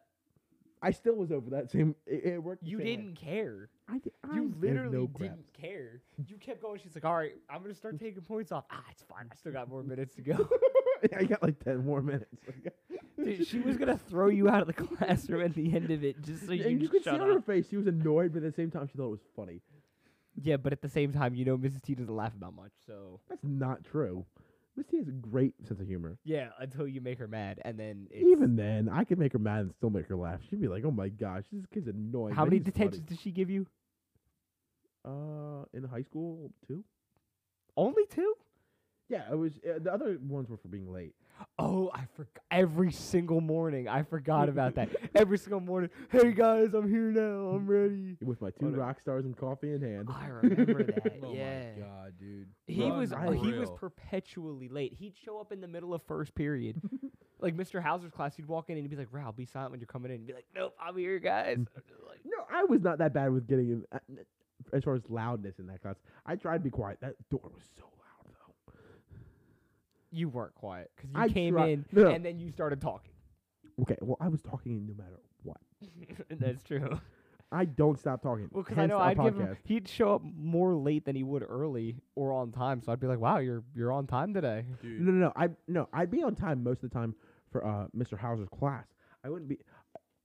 [SPEAKER 2] I still was over that same. It, it worked. the
[SPEAKER 3] You
[SPEAKER 2] same way.
[SPEAKER 3] didn't care.
[SPEAKER 2] I did, I
[SPEAKER 3] You
[SPEAKER 2] have
[SPEAKER 3] literally
[SPEAKER 2] no crap.
[SPEAKER 3] didn't care. You kept going. She's like, "All right, I'm gonna start taking points off." Ah, it's fine. I still got more minutes to go.
[SPEAKER 2] [laughs] I got like ten more minutes.
[SPEAKER 3] [laughs]
[SPEAKER 2] [laughs]
[SPEAKER 3] Dude, she was gonna throw you out of the classroom at the end of it just so you
[SPEAKER 2] and you
[SPEAKER 3] could
[SPEAKER 2] could see
[SPEAKER 3] shut
[SPEAKER 2] on her
[SPEAKER 3] up.
[SPEAKER 2] face she was annoyed, but at the same time she thought it was funny.
[SPEAKER 3] Yeah, but at the same time, you know, Mrs. T doesn't laugh about much. So
[SPEAKER 2] That's not true. Miss T has a great sense of humor.
[SPEAKER 3] yeah, until you make her mad, and then it's,
[SPEAKER 2] Even then, I could make her mad and still make her laugh. She'd be like, "Oh my gosh, this kid's annoying."
[SPEAKER 3] how
[SPEAKER 2] but
[SPEAKER 3] many
[SPEAKER 2] he's funny."
[SPEAKER 3] detentions did she give you?
[SPEAKER 2] Uh, in high school too.
[SPEAKER 3] Only two.
[SPEAKER 2] Yeah, it was. Uh, the other ones were for being late.
[SPEAKER 3] Oh, I forgot. Every single morning, I forgot about [laughs] that. Every single morning, hey guys, I'm here now. I'm ready.
[SPEAKER 2] With my two
[SPEAKER 3] Whatever.
[SPEAKER 2] rock stars and coffee in hand.
[SPEAKER 3] I remember [laughs] that.
[SPEAKER 1] oh
[SPEAKER 3] yeah.
[SPEAKER 1] my god, dude.
[SPEAKER 3] He was he was
[SPEAKER 1] Unreal.
[SPEAKER 3] perpetually late. He'd show up in the middle of first [laughs] period. like Mr. Hauser's class, he'd walk in and he'd be like, Rao, be silent when you're coming in. And be like, Nope, I'm here, [laughs] guys. I'm just like,
[SPEAKER 2] No, I was not that bad with getting in. uh, n- As far as loudness in that class, I tried to be quiet. That door was so loud though.
[SPEAKER 3] you weren't quiet because you
[SPEAKER 2] I
[SPEAKER 3] came
[SPEAKER 2] try-
[SPEAKER 3] in
[SPEAKER 2] No.
[SPEAKER 3] and then you started talking. [laughs]
[SPEAKER 2] Okay, well, I was talking no matter what.
[SPEAKER 3] That's true.
[SPEAKER 2] I don't stop talking.
[SPEAKER 3] Well, because I
[SPEAKER 2] hence
[SPEAKER 3] know
[SPEAKER 2] our
[SPEAKER 3] I'd give him,
[SPEAKER 2] podcast.
[SPEAKER 3] he'd show up more late than he would early or on time. So I'd be like, Wow, you're you're on time today.
[SPEAKER 1] Dude,
[SPEAKER 2] No, no, no. I no. I'd be on time most of the time for uh, Mr. Hauser's class. I wouldn't be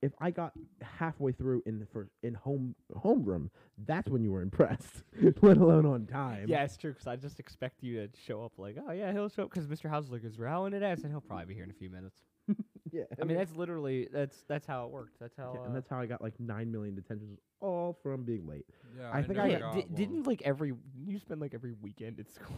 [SPEAKER 2] if I got halfway through in the first in home homeroom. That's when you were impressed, [laughs] let alone on time.
[SPEAKER 3] Yeah, it's true because I just expect you to show up like, oh yeah, he'll show up because Mr. Hauser like, is Rao in it ass and he'll probably be here in a few minutes.
[SPEAKER 2] yeah.
[SPEAKER 3] I mean, that's literally that's that's how it worked. That's how.
[SPEAKER 2] yeah,
[SPEAKER 3] uh,
[SPEAKER 2] and that's how I got like nine million detentions, all from being late.
[SPEAKER 1] Yeah,
[SPEAKER 2] I think
[SPEAKER 1] never
[SPEAKER 2] I-
[SPEAKER 3] yeah,
[SPEAKER 1] got
[SPEAKER 3] di-
[SPEAKER 1] one.
[SPEAKER 3] didn't like every you spend like every weekend at school.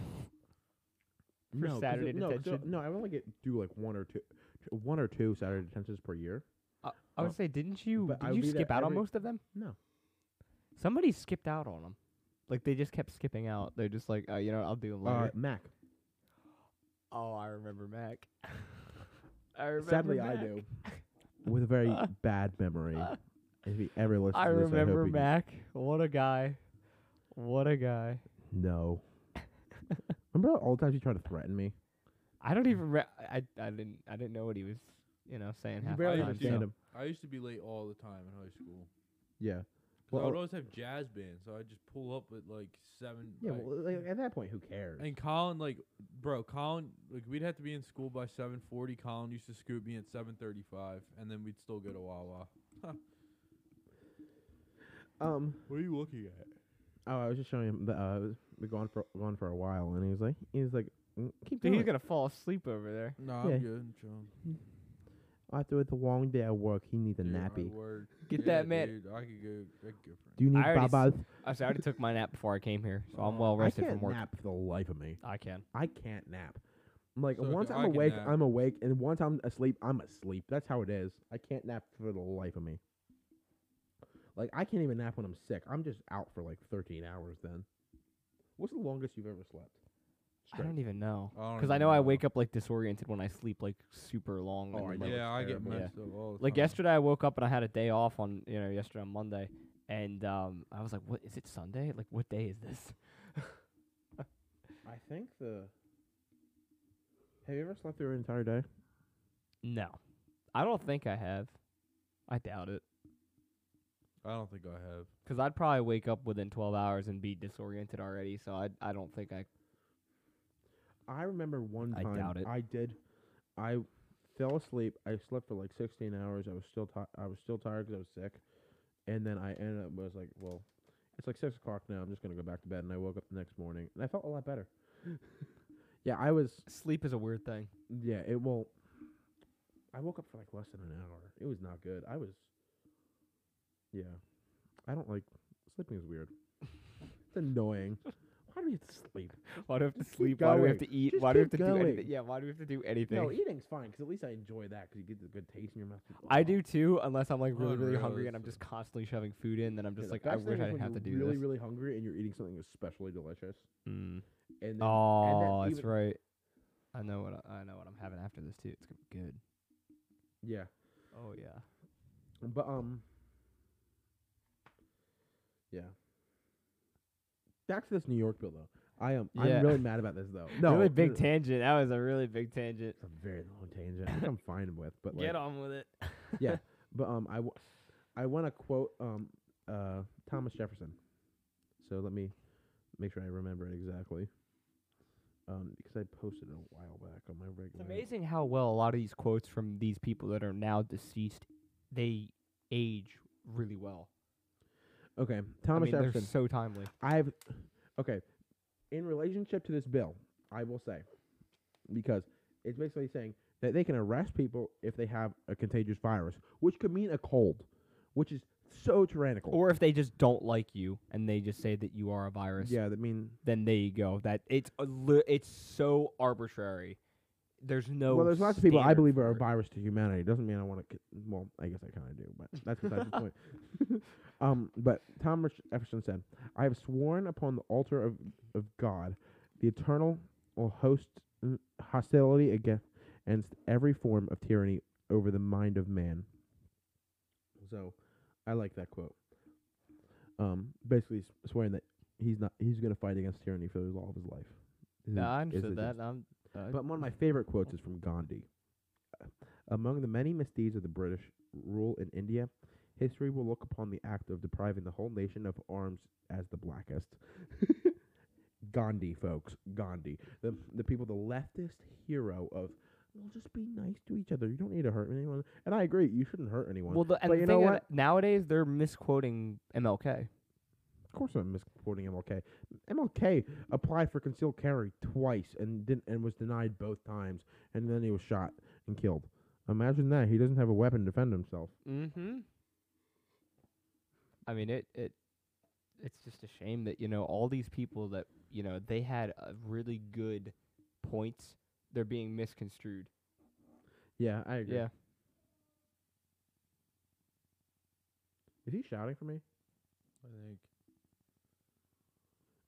[SPEAKER 3] For
[SPEAKER 2] no, 'cause
[SPEAKER 3] Saturday
[SPEAKER 2] it- no, 'cause
[SPEAKER 3] detention?
[SPEAKER 2] it- No, I only get do like one or two, one or two Saturday detentions per year.
[SPEAKER 3] I, I
[SPEAKER 2] [laughs] Oh.
[SPEAKER 3] would say, didn't you?
[SPEAKER 2] But I would
[SPEAKER 3] Did you
[SPEAKER 2] be there
[SPEAKER 3] skip out on
[SPEAKER 2] every-
[SPEAKER 3] most of them?
[SPEAKER 2] No.
[SPEAKER 3] Somebody skipped out on them. Like they just kept skipping out. They're just like, oh, you know, what, I'll do them
[SPEAKER 2] Uh,
[SPEAKER 3] later.
[SPEAKER 2] Mac.
[SPEAKER 3] oh, I remember Mac. [laughs] I remember.
[SPEAKER 2] Sadly,
[SPEAKER 3] Mac.
[SPEAKER 2] I do. With a
[SPEAKER 3] [laughs]
[SPEAKER 2] very
[SPEAKER 3] Uh,
[SPEAKER 2] bad memory.
[SPEAKER 3] uh,
[SPEAKER 2] if he ever listens
[SPEAKER 3] I
[SPEAKER 2] to this, I
[SPEAKER 3] remember
[SPEAKER 2] hope he-
[SPEAKER 3] Mac. What a guy. What a guy. [laughs]
[SPEAKER 2] No. remember all the times you tried to threaten me?
[SPEAKER 3] I don't even. Re- I I didn't I didn't know what he was you know saying
[SPEAKER 2] You
[SPEAKER 3] half
[SPEAKER 2] barely
[SPEAKER 3] the time.
[SPEAKER 2] understand
[SPEAKER 3] so-
[SPEAKER 2] him.
[SPEAKER 1] I used to be late all the time in high school. 'Cause
[SPEAKER 2] Yeah.
[SPEAKER 1] I
[SPEAKER 2] Well,
[SPEAKER 1] would always have jazz bands, so I'd just pull up at like seven.
[SPEAKER 2] yeah.
[SPEAKER 1] like-
[SPEAKER 2] Well, uh, like, at that point, who cares?
[SPEAKER 1] and Colin, like, bro, Colin, like, we'd have to be in school by seven forty. Colin used to scoop me at seven thirty-five, and then we'd still go to Wawa.
[SPEAKER 2] Um.
[SPEAKER 1] What are you looking at?
[SPEAKER 2] Oh, I was just showing him that uh, we're gone for gone for a while, and he was like, he was like, "Mm, keep
[SPEAKER 3] Dude,
[SPEAKER 2] doing.
[SPEAKER 3] he's
[SPEAKER 2] it.
[SPEAKER 3] gonna fall asleep over there.
[SPEAKER 1] No,
[SPEAKER 2] Yeah.
[SPEAKER 1] I'm good. I'm chilling.
[SPEAKER 2] After the long day at work, he needs a
[SPEAKER 1] Dude, I
[SPEAKER 2] nappy.
[SPEAKER 1] work-
[SPEAKER 3] Get
[SPEAKER 1] yeah,
[SPEAKER 3] that man-
[SPEAKER 1] Dude, I could go. I could go for
[SPEAKER 2] Do you need
[SPEAKER 3] I already s-
[SPEAKER 2] babas?
[SPEAKER 3] I I already took my nap before I came here, so I'm
[SPEAKER 1] Oh,
[SPEAKER 3] well
[SPEAKER 2] I
[SPEAKER 3] rested
[SPEAKER 2] can't
[SPEAKER 3] from work.
[SPEAKER 2] nap for the life of me.
[SPEAKER 3] I can.
[SPEAKER 2] I can't nap. I'm like
[SPEAKER 1] So
[SPEAKER 2] once
[SPEAKER 1] do
[SPEAKER 2] I'm
[SPEAKER 1] I can
[SPEAKER 2] awake,
[SPEAKER 1] nap.
[SPEAKER 2] I'm awake, and once I'm asleep, I'm asleep. That's how it is. I can't nap for the life of me. Like I can't even nap when I'm sick. I'm just out for like 13 hours. Then, what's the longest you've ever slept?
[SPEAKER 3] I don't even know
[SPEAKER 1] I don't
[SPEAKER 3] because I
[SPEAKER 1] even
[SPEAKER 3] know I
[SPEAKER 1] know.
[SPEAKER 3] wake up like disoriented when I sleep like super long.
[SPEAKER 2] Oh,
[SPEAKER 3] and,
[SPEAKER 2] I
[SPEAKER 3] like,
[SPEAKER 2] know.
[SPEAKER 1] Yeah, I get
[SPEAKER 2] terrible. Yeah.
[SPEAKER 1] messed up all the
[SPEAKER 3] Like
[SPEAKER 1] time.
[SPEAKER 3] yesterday, I woke up and I had a day off on you know yesterday on Monday, and um, I was like, "What is it Sunday? Like, what day is this?"
[SPEAKER 2] e, I think the. Have you ever slept through an entire day?
[SPEAKER 3] No, I don't think I have. I doubt it
[SPEAKER 1] I don't think I have.
[SPEAKER 3] because I'd probably wake up within 12 hours and be disoriented already. So I I don't think I.
[SPEAKER 2] I remember one
[SPEAKER 3] I
[SPEAKER 2] time.
[SPEAKER 3] doubt it.
[SPEAKER 2] I did. I fell asleep. I slept for like 16 hours. I was still ti I was still tired because I was sick, and then I ended up was like, well, it's like six o'clock now. I'm just gonna go back to bed. And I woke up the next morning, and I felt a lot better. [laughs] yeah, I was.
[SPEAKER 3] Sleep is a weird thing.
[SPEAKER 2] Yeah, it won't. I woke up for like less than an hour. It was not good. I was. [laughs] Yeah, I don't like sleeping. Is weird. it's annoying. Why do we have to sleep?
[SPEAKER 3] Why do we have to
[SPEAKER 2] Just keep
[SPEAKER 3] sleep? Why do we have
[SPEAKER 2] going.
[SPEAKER 3] to eat?
[SPEAKER 2] Just
[SPEAKER 3] why do we have
[SPEAKER 2] keep
[SPEAKER 3] to do
[SPEAKER 2] going.
[SPEAKER 3] anything? Yeah, why do we have to do anything?
[SPEAKER 2] No, eating's fine because at least I enjoy that because you get the good taste in your mouth.
[SPEAKER 3] I do too, unless I'm like really,
[SPEAKER 1] Unreal,
[SPEAKER 3] really hungry and
[SPEAKER 1] it's
[SPEAKER 3] I'm just
[SPEAKER 1] a-
[SPEAKER 3] constantly shoving food in. Then I'm
[SPEAKER 2] Yeah,
[SPEAKER 3] just
[SPEAKER 2] the
[SPEAKER 3] like, I
[SPEAKER 2] best
[SPEAKER 3] wish
[SPEAKER 2] thing
[SPEAKER 3] I
[SPEAKER 2] is
[SPEAKER 3] didn't
[SPEAKER 2] when
[SPEAKER 3] have to
[SPEAKER 2] you're
[SPEAKER 3] do
[SPEAKER 2] really,
[SPEAKER 3] this.
[SPEAKER 2] really hungry and you're eating something especially delicious.
[SPEAKER 3] Mm.
[SPEAKER 2] And then
[SPEAKER 3] Oh, that's
[SPEAKER 2] even-
[SPEAKER 3] right. I know what I, I know what I'm having after this too. It's gonna be good.
[SPEAKER 2] yeah,
[SPEAKER 3] Oh yeah.
[SPEAKER 2] but um, yeah. Back to this New York bill though. I am.
[SPEAKER 3] Yeah.
[SPEAKER 2] I'm really mad about this
[SPEAKER 3] [laughs]
[SPEAKER 2] though. No,
[SPEAKER 3] really big
[SPEAKER 2] tangent.
[SPEAKER 3] tangent. That was a really big tangent.
[SPEAKER 2] It's a very long tangent. which I'm fine with, but like,
[SPEAKER 3] Get on with it.
[SPEAKER 2] yeah. But um, I, w- I want to quote um, uh, Thomas Jefferson. So let me make sure I remember it exactly. Um, because I posted it a while back on my
[SPEAKER 3] It's
[SPEAKER 2] regular.
[SPEAKER 3] amazing how well a lot of these quotes from these people that are now deceased, they age really well.
[SPEAKER 2] Okay,
[SPEAKER 3] I
[SPEAKER 2] Thomas
[SPEAKER 3] mean, they're
[SPEAKER 2] Jefferson.
[SPEAKER 3] so timely.
[SPEAKER 2] I've okay. In relationship to this bill, I will say because it's basically saying that they can arrest people if they have a contagious virus, which could mean a cold, which is so tyrannical.
[SPEAKER 3] Or if they just don't like you and they just say that you are a virus,
[SPEAKER 2] yeah, that mean
[SPEAKER 3] then there you go. That it's a li- it's so arbitrary. There's no
[SPEAKER 2] well, there's lots of people I
[SPEAKER 3] standard
[SPEAKER 2] believe are
[SPEAKER 3] for
[SPEAKER 2] a
[SPEAKER 3] it.
[SPEAKER 2] virus to humanity. Doesn't mean I want to. Well, I guess I kind of do, but that's besides the point.
[SPEAKER 3] [laughs]
[SPEAKER 2] Um, but Thomas Jefferson said, "I have sworn upon the altar of of God, the eternal will host mm, hostility against against every form of tyranny over the mind of man." So, I like that quote. Um, basically s- swearing that he's not he's going to fight against tyranny for all of his life. Is
[SPEAKER 3] No,
[SPEAKER 2] it-
[SPEAKER 3] I
[SPEAKER 2] is
[SPEAKER 3] understood
[SPEAKER 2] it
[SPEAKER 3] that.
[SPEAKER 2] just-
[SPEAKER 3] I'm, uh, oh.
[SPEAKER 2] but one of my favorite quotes is from Gandhi. Among the many misdeeds of the British rule in India, history will look upon the act of depriving the whole nation of arms as the blackest. [laughs] Gandhi, folks, Gandhi, the the people, the leftist hero of. Well, just be nice to each other. You don't need to hurt anyone. And I agree, you shouldn't hurt anyone.
[SPEAKER 3] well, the, and
[SPEAKER 2] but
[SPEAKER 3] the
[SPEAKER 2] you
[SPEAKER 3] thing
[SPEAKER 2] know
[SPEAKER 3] is,
[SPEAKER 2] what?
[SPEAKER 3] nowadays they're misquoting MLK.
[SPEAKER 2] Of course, I'm misquoting MLK. MLK applied for concealed carry twice and didn't and was denied both times, and then he was shot and killed. Imagine that he doesn't have a weapon to defend himself.
[SPEAKER 3] Mm-hmm. I mean, it it it's just a shame that you know all these people that you know they had uh really good points. They're being misconstrued.
[SPEAKER 2] Yeah, I agree.
[SPEAKER 3] Yeah.
[SPEAKER 2] Is he shouting for me?
[SPEAKER 1] I think.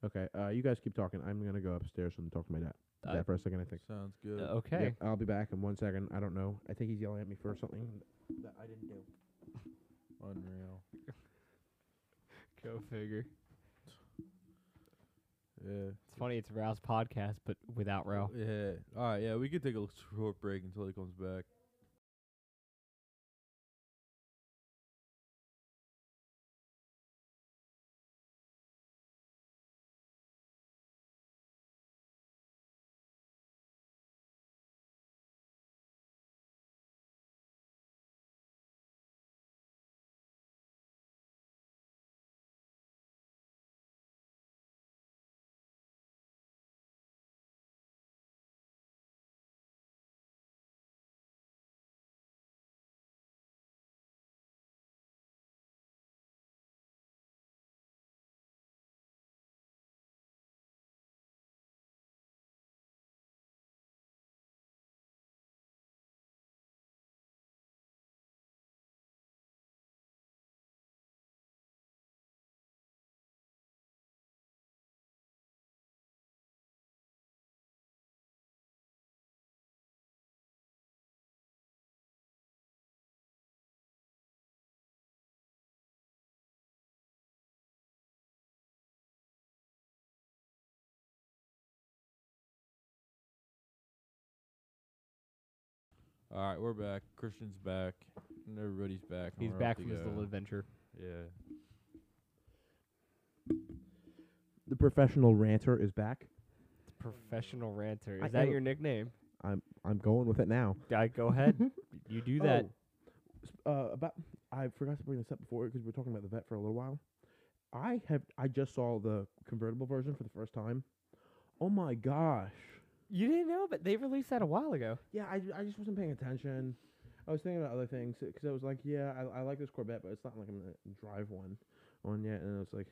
[SPEAKER 2] Okay. Uh, you guys keep talking. I'm gonna go upstairs and talk to my dad.
[SPEAKER 3] Uh,
[SPEAKER 2] dad for a second, I think.
[SPEAKER 1] Sounds
[SPEAKER 3] Uh,
[SPEAKER 1] good.
[SPEAKER 2] Yep,
[SPEAKER 3] Okay.
[SPEAKER 2] I'll be back in one second. I don't know. I think he's yelling at me for something that I didn't do.
[SPEAKER 1] Unreal.
[SPEAKER 3] Go figure.
[SPEAKER 1] Yeah.
[SPEAKER 3] It's funny. It's Rouse podcast, but without Rao.
[SPEAKER 1] Yeah. All right. Yeah, we could take a short break until he comes back. All right, we're back. Christian's back, and everybody's back. and
[SPEAKER 3] He's
[SPEAKER 1] we're up
[SPEAKER 3] back
[SPEAKER 1] to
[SPEAKER 3] from his
[SPEAKER 1] go.
[SPEAKER 3] little adventure.
[SPEAKER 1] Yeah.
[SPEAKER 2] The professional ranter is back.
[SPEAKER 3] Professional ranter. Is
[SPEAKER 2] I
[SPEAKER 3] that
[SPEAKER 2] am-
[SPEAKER 3] your [laughs] nickname?
[SPEAKER 2] I'm going with it now.
[SPEAKER 3] Yeah, go [laughs] ahead. you do that.
[SPEAKER 2] Oh, s- uh, about I forgot to bring this up before because we were talking about the vet for a little while. I have I just saw the convertible version for the first time. Oh my gosh!
[SPEAKER 3] You didn't know, but they released that a while ago.
[SPEAKER 2] Yeah, I, I just wasn't paying attention. I was thinking about other things because I was like, yeah, I, I like this Corvette, but it's not like I'm gonna drive one on yet. And I was like,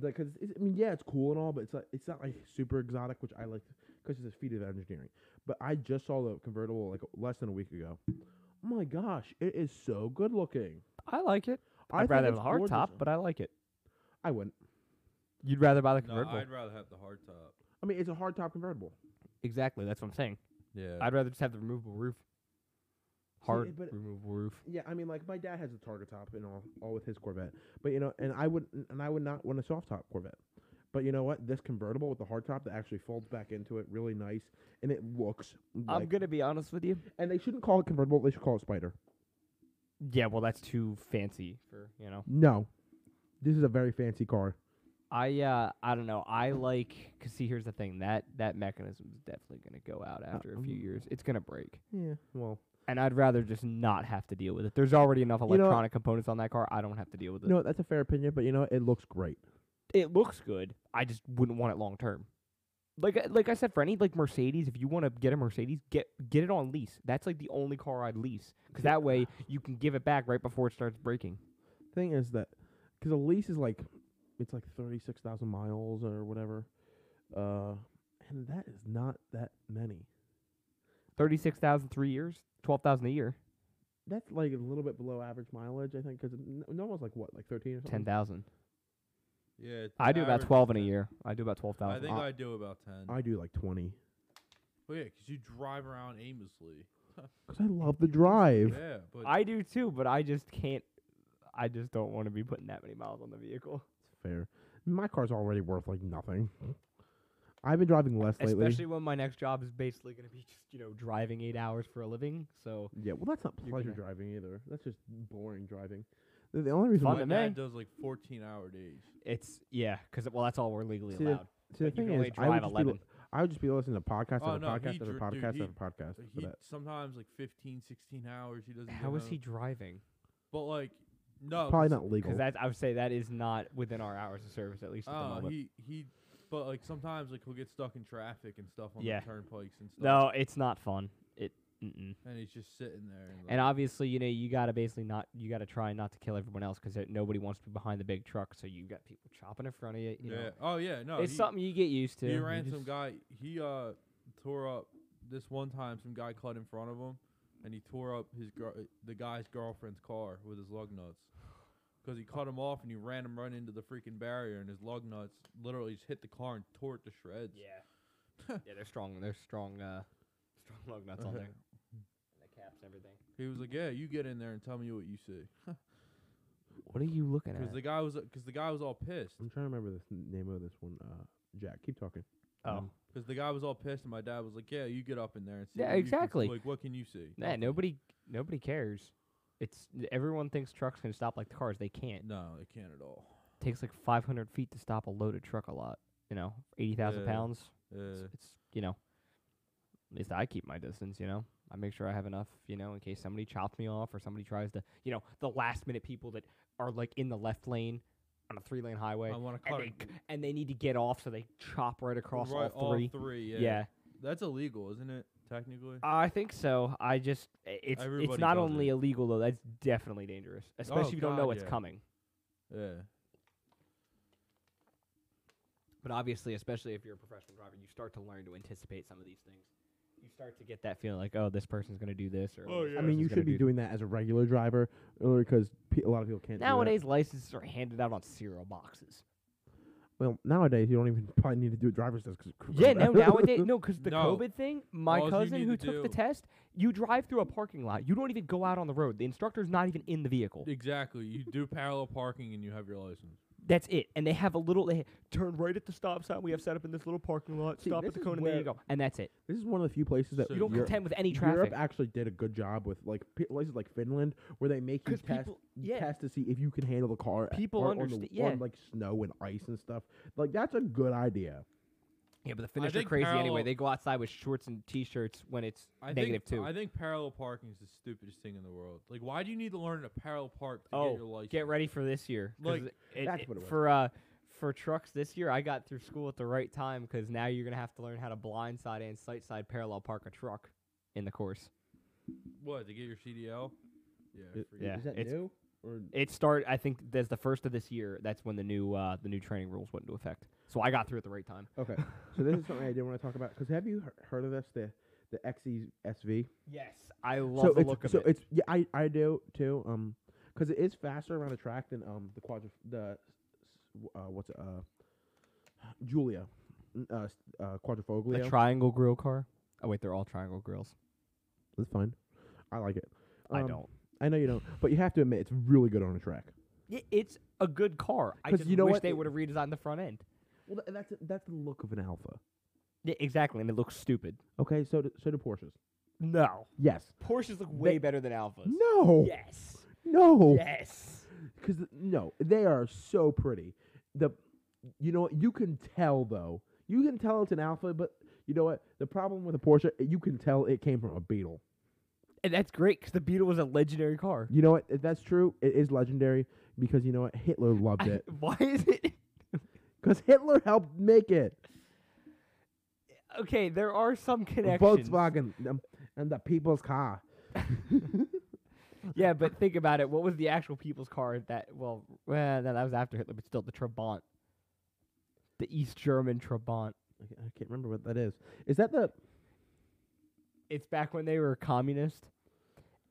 [SPEAKER 2] because I mean, yeah, it's cool and all, but it's like it's not like super exotic, which I like because it's a feat of engineering. But I just saw the convertible like less than a week ago. Oh my gosh, it is so good looking.
[SPEAKER 3] I like it.
[SPEAKER 2] I
[SPEAKER 3] I'd
[SPEAKER 2] think
[SPEAKER 3] rather have
[SPEAKER 2] it's
[SPEAKER 3] a hard top,
[SPEAKER 2] gorgeous.
[SPEAKER 3] but I like it.
[SPEAKER 2] I wouldn't.
[SPEAKER 3] You'd rather buy the
[SPEAKER 1] No,
[SPEAKER 3] convertible.
[SPEAKER 1] I'd rather have the hard top.
[SPEAKER 2] I mean, it's a hard top convertible.
[SPEAKER 3] exactly. That's what I'm saying.
[SPEAKER 1] Yeah.
[SPEAKER 3] I'd rather just have the removable roof. Hard
[SPEAKER 2] but-
[SPEAKER 3] removable roof.
[SPEAKER 2] Yeah, I mean, like my dad has a target top and all, all with his Corvette. But you know, and I would, and I would not want a soft top Corvette. But you know what? This convertible with the hard top that actually folds back into it, really nice, and it looks. Like,
[SPEAKER 3] I'm gonna be honest with you.
[SPEAKER 2] And they shouldn't call it convertible. They should call it Spider.
[SPEAKER 3] Yeah, well, that's too fancy for you know.
[SPEAKER 2] No, this is a very fancy car.
[SPEAKER 3] I uh, I don't know. I like because see, here's the thing that that mechanism is definitely gonna go out after a few
[SPEAKER 2] um,
[SPEAKER 3] years. It's gonna break,
[SPEAKER 2] Yeah. Well,
[SPEAKER 3] and I'd rather just not have to deal with it. There's already enough
[SPEAKER 2] know-
[SPEAKER 3] electronic components on that car. I don't have to deal with it.
[SPEAKER 2] no, that's a fair opinion, but you know, it looks great.
[SPEAKER 3] it looks good. I just wouldn't want it long term. Like I- like I said, for any like Mercedes, if you want to get a Mercedes, get get it on lease. That's like the only car I'd lease because
[SPEAKER 2] [laughs]
[SPEAKER 3] that way you can give it back right before it starts breaking.
[SPEAKER 2] Thing is that because a lease is like it's like thirty six thousand miles or whatever, uh, and that is not that many.
[SPEAKER 3] Thirty six thousand three years, twelve thousand a year,
[SPEAKER 2] That's like a little bit below average mileage, I think, because no one's like what, like thirteen or something.
[SPEAKER 3] ten thousand.
[SPEAKER 1] yeah.
[SPEAKER 3] I do about
[SPEAKER 1] average-
[SPEAKER 3] twelve in a year. I do about twelve
[SPEAKER 1] I
[SPEAKER 3] thousand.
[SPEAKER 1] think
[SPEAKER 2] Uh,
[SPEAKER 1] I do about ten.
[SPEAKER 2] I do like twenty
[SPEAKER 1] Oh yeah, 'cause you drive around aimlessly.
[SPEAKER 2] because I love the drive.
[SPEAKER 1] Yeah, but
[SPEAKER 3] I do too, but I just can't. I just don't want to be putting that many miles on the vehicle,
[SPEAKER 2] Fair. My car's already worth like nothing. I've been driving less lately.
[SPEAKER 3] especially when my next job is basically going to be just you know driving eight hours for a living. So
[SPEAKER 2] yeah, well, that's not
[SPEAKER 3] You're
[SPEAKER 2] pleasure
[SPEAKER 3] gonna-
[SPEAKER 2] driving either. That's just boring driving. The, the only reason
[SPEAKER 3] Fun
[SPEAKER 1] my
[SPEAKER 2] why
[SPEAKER 3] to
[SPEAKER 1] dad
[SPEAKER 3] me.
[SPEAKER 1] does like fourteen hour days.
[SPEAKER 3] it's yeah, because well, that's all we're legally
[SPEAKER 2] See, the
[SPEAKER 3] allowed.
[SPEAKER 2] See, the
[SPEAKER 3] But you
[SPEAKER 2] thing
[SPEAKER 3] can only
[SPEAKER 2] is, I would,
[SPEAKER 3] drive
[SPEAKER 2] just be, li-
[SPEAKER 3] 11.
[SPEAKER 2] I would just be listening to podcasts
[SPEAKER 1] Oh,
[SPEAKER 2] after
[SPEAKER 1] no,
[SPEAKER 2] podcast
[SPEAKER 1] he
[SPEAKER 2] after
[SPEAKER 1] dr- dude,
[SPEAKER 2] podcast after
[SPEAKER 1] he-
[SPEAKER 2] podcast.
[SPEAKER 1] But
[SPEAKER 2] for
[SPEAKER 1] He
[SPEAKER 2] that.
[SPEAKER 1] sometimes like 15, 16 hours. He doesn't.
[SPEAKER 3] How
[SPEAKER 1] get
[SPEAKER 3] is he
[SPEAKER 1] home.
[SPEAKER 3] driving?
[SPEAKER 1] But like, no,
[SPEAKER 2] Probably
[SPEAKER 1] 'cause-
[SPEAKER 2] not legal.
[SPEAKER 3] Because I would say that is not within our hours of service, at least at the
[SPEAKER 1] Oh,
[SPEAKER 3] moment.
[SPEAKER 1] he he. But like sometimes like he'll get stuck in traffic and stuff on
[SPEAKER 3] Yeah.
[SPEAKER 1] the turnpikes and stuff.
[SPEAKER 3] No, it's not fun. It. Mm-mm.
[SPEAKER 1] And he's just sitting there. And, like,
[SPEAKER 3] And obviously, you know, you gotta basically not, you gotta try not to kill everyone else because nobody wants to be behind the big truck. So you got people chopping in front of you. you
[SPEAKER 1] yeah.
[SPEAKER 3] know.
[SPEAKER 1] Oh yeah. No.
[SPEAKER 3] it's
[SPEAKER 1] he,
[SPEAKER 3] something you get used to.
[SPEAKER 1] He
[SPEAKER 3] You
[SPEAKER 1] ran some
[SPEAKER 3] just-
[SPEAKER 1] guy. He uh tore up this one time. Some guy cut in front of him, and he tore up his gir- the guy's girlfriend's car with his lug nuts. Because he cut him off and he ran him right into the freaking barrier, and his lug nuts literally just hit the car and tore it to shreds.
[SPEAKER 3] [laughs] Yeah. yeah, they're strong. They're strong. Uh, strong lug nuts
[SPEAKER 1] [laughs]
[SPEAKER 3] on there. And the caps, and everything.
[SPEAKER 1] He was like, "Yeah, you get in there and tell me what you see."
[SPEAKER 3] What are you looking
[SPEAKER 1] Because the guy was because the guy was all pissed.
[SPEAKER 3] Mm.
[SPEAKER 2] I'm trying to remember the name of this one. Uh, Jack, keep talking.
[SPEAKER 3] oh,
[SPEAKER 1] Because the guy was all pissed, and my dad was like, "Yeah, you get up in there and see."
[SPEAKER 3] Yeah,
[SPEAKER 1] what you can s-
[SPEAKER 3] exactly.
[SPEAKER 1] like, what can you see?
[SPEAKER 3] nah, nobody, nobody cares. It's everyone thinks trucks can stop like the cars. They can't.
[SPEAKER 1] No, it can't at all.
[SPEAKER 3] takes like 500 feet to stop a loaded truck. A lot, you know, eighty thousand
[SPEAKER 1] Yeah.
[SPEAKER 3] pounds. It's,
[SPEAKER 1] Uh,
[SPEAKER 3] it's you know, at least I keep my distance. You know, I make sure I have enough. You know, in case somebody chops me off or somebody tries to, you know, the last minute people that are like in the left lane on a three lane highway.
[SPEAKER 1] I want to
[SPEAKER 3] and
[SPEAKER 1] cut
[SPEAKER 3] they,
[SPEAKER 1] it
[SPEAKER 3] c- and they need to get off, so they chop right across
[SPEAKER 1] right,
[SPEAKER 3] all three.
[SPEAKER 1] yeah.
[SPEAKER 3] yeah, Uh,
[SPEAKER 1] that's illegal, isn't it? Technically,
[SPEAKER 3] I think so. I just i- it's it's
[SPEAKER 1] Everybody
[SPEAKER 3] not
[SPEAKER 1] does
[SPEAKER 3] only
[SPEAKER 1] it. Oh,
[SPEAKER 3] illegal though. That's definitely dangerous, especially if you don't know
[SPEAKER 1] God,
[SPEAKER 3] what's
[SPEAKER 1] yeah.
[SPEAKER 3] coming.
[SPEAKER 1] yeah.
[SPEAKER 3] But obviously, especially if you're a professional driver, you start to learn to anticipate some of these things. You start to get that feeling like, oh, this person's going to do this, or
[SPEAKER 1] Oh,
[SPEAKER 3] this
[SPEAKER 1] yeah. This
[SPEAKER 2] I mean,
[SPEAKER 3] person's
[SPEAKER 2] you
[SPEAKER 3] gonna
[SPEAKER 2] should be
[SPEAKER 3] do
[SPEAKER 2] doing that as a regular driver, because pe- a lot of people can't.
[SPEAKER 3] th-"
[SPEAKER 2] do that.
[SPEAKER 3] Nowadays, licenses are handed out on cereal boxes.
[SPEAKER 2] well, nowadays you don't even [laughs] probably need to do a driver's test. 'cause of
[SPEAKER 3] Yeah, no,
[SPEAKER 2] coronavirus.
[SPEAKER 1] [laughs]
[SPEAKER 3] nowadays, no, because the
[SPEAKER 1] No.
[SPEAKER 3] COVID thing. My
[SPEAKER 1] Alls you
[SPEAKER 3] cousin
[SPEAKER 1] need
[SPEAKER 3] who
[SPEAKER 1] to
[SPEAKER 3] took the
[SPEAKER 1] do-
[SPEAKER 3] test, you drive through a parking lot. You don't even go out on the road. The instructor's not even in the vehicle.
[SPEAKER 1] Exactly. You do parallel parking and you have your license.
[SPEAKER 3] That's it. And they have a little. They turn right at the stop sign. We have set up in this little parking lot.
[SPEAKER 2] See,
[SPEAKER 3] stop
[SPEAKER 2] this
[SPEAKER 3] at the
[SPEAKER 2] is
[SPEAKER 3] cone, and there you
[SPEAKER 2] where-
[SPEAKER 3] go. And that's it.
[SPEAKER 2] [laughs] this is one of the few places that
[SPEAKER 1] So
[SPEAKER 3] You don't
[SPEAKER 2] Europe,
[SPEAKER 3] contend with any
[SPEAKER 2] Europe
[SPEAKER 3] traffic.
[SPEAKER 2] actually did a good job with, like pe- places like Finland, where they make you
[SPEAKER 3] 'Cause
[SPEAKER 2] test,
[SPEAKER 3] people- yeah.
[SPEAKER 2] test to see if you can handle the car. at-
[SPEAKER 3] People
[SPEAKER 2] or on, the,
[SPEAKER 3] understa-
[SPEAKER 2] on
[SPEAKER 3] yeah.
[SPEAKER 2] like snow and ice and stuff. Like that's a good idea.
[SPEAKER 3] Yeah, but the Finnish are
[SPEAKER 1] think
[SPEAKER 3] crazy anyway.
[SPEAKER 1] parallel-
[SPEAKER 3] They go outside with shorts and t-shirts when it's
[SPEAKER 1] I
[SPEAKER 3] negative
[SPEAKER 1] think,
[SPEAKER 3] two.
[SPEAKER 1] I think parallel parking is the stupidest thing in the world. Like, why do you need to learn to parallel park to get your
[SPEAKER 3] oh,
[SPEAKER 1] license?
[SPEAKER 3] get, ready for this year. 'cause
[SPEAKER 1] Like,
[SPEAKER 3] it-
[SPEAKER 2] that's
[SPEAKER 3] it-
[SPEAKER 2] what it was.
[SPEAKER 3] for uh for trucks this year. I got through school at the right time because now you're gonna have to learn how to blind side and sight side parallel park a truck in the course.
[SPEAKER 1] what to get your CDL? Yeah. I
[SPEAKER 2] I-
[SPEAKER 1] forget.
[SPEAKER 3] Uh, yeah.
[SPEAKER 2] is that
[SPEAKER 3] it's-
[SPEAKER 2] new?
[SPEAKER 1] Or
[SPEAKER 3] It started. I think that's the first of this year. That's when the new uh, the new training rules went into effect. So I got through at the right time.
[SPEAKER 2] Okay, so this is something I did want to talk about because have you he- heard of this the the E XESV?
[SPEAKER 3] Yes, I love
[SPEAKER 2] so
[SPEAKER 3] the
[SPEAKER 2] it's,
[SPEAKER 3] look of
[SPEAKER 2] so
[SPEAKER 3] it.
[SPEAKER 2] it's yeah I, I do too um because it is faster around the track than um the quadra the s- uh, what's it, uh Julia n- uh, s- uh quadrifoglio
[SPEAKER 3] the triangle grill car. Oh wait, they're all triangle grills.
[SPEAKER 2] that's fine I like it
[SPEAKER 3] I
[SPEAKER 2] Um,
[SPEAKER 3] don't.
[SPEAKER 2] I know you don't but you have to admit it's really good on the track
[SPEAKER 3] Y- It's a good car. I
[SPEAKER 2] 'Cause
[SPEAKER 3] just
[SPEAKER 2] you know
[SPEAKER 3] wish
[SPEAKER 2] what?
[SPEAKER 3] they would have redesigned the front end.
[SPEAKER 2] well tha- that's that's the look of an alpha
[SPEAKER 3] Yeah, exactly, and it looks stupid.
[SPEAKER 2] okay so do, so do Porsches
[SPEAKER 3] No,
[SPEAKER 2] yes
[SPEAKER 3] Porsches look
[SPEAKER 2] way
[SPEAKER 3] way better than Alphas.
[SPEAKER 2] no
[SPEAKER 3] Yes.
[SPEAKER 2] no
[SPEAKER 3] Yes.
[SPEAKER 2] because no they are so pretty the you know what you can tell though you can tell it's an alpha but you know what the problem with a porsche you can tell it came from a beetle
[SPEAKER 3] And that's great because the Beetle was a legendary car. [laughs]
[SPEAKER 2] you know what if that's true it is legendary because you know what hitler loved it
[SPEAKER 3] [laughs] why is it?
[SPEAKER 2] because hitler helped make it
[SPEAKER 3] Okay, there are some connections.
[SPEAKER 2] volkswagen um, and the people's car
[SPEAKER 3] Yeah, but think about it. What was the actual people's car that? Well, well, no, that was after Hitler, but still the Trabant, the East German Trabant.
[SPEAKER 2] i ca- I can't remember what that is is that the
[SPEAKER 3] It's back when they were communist,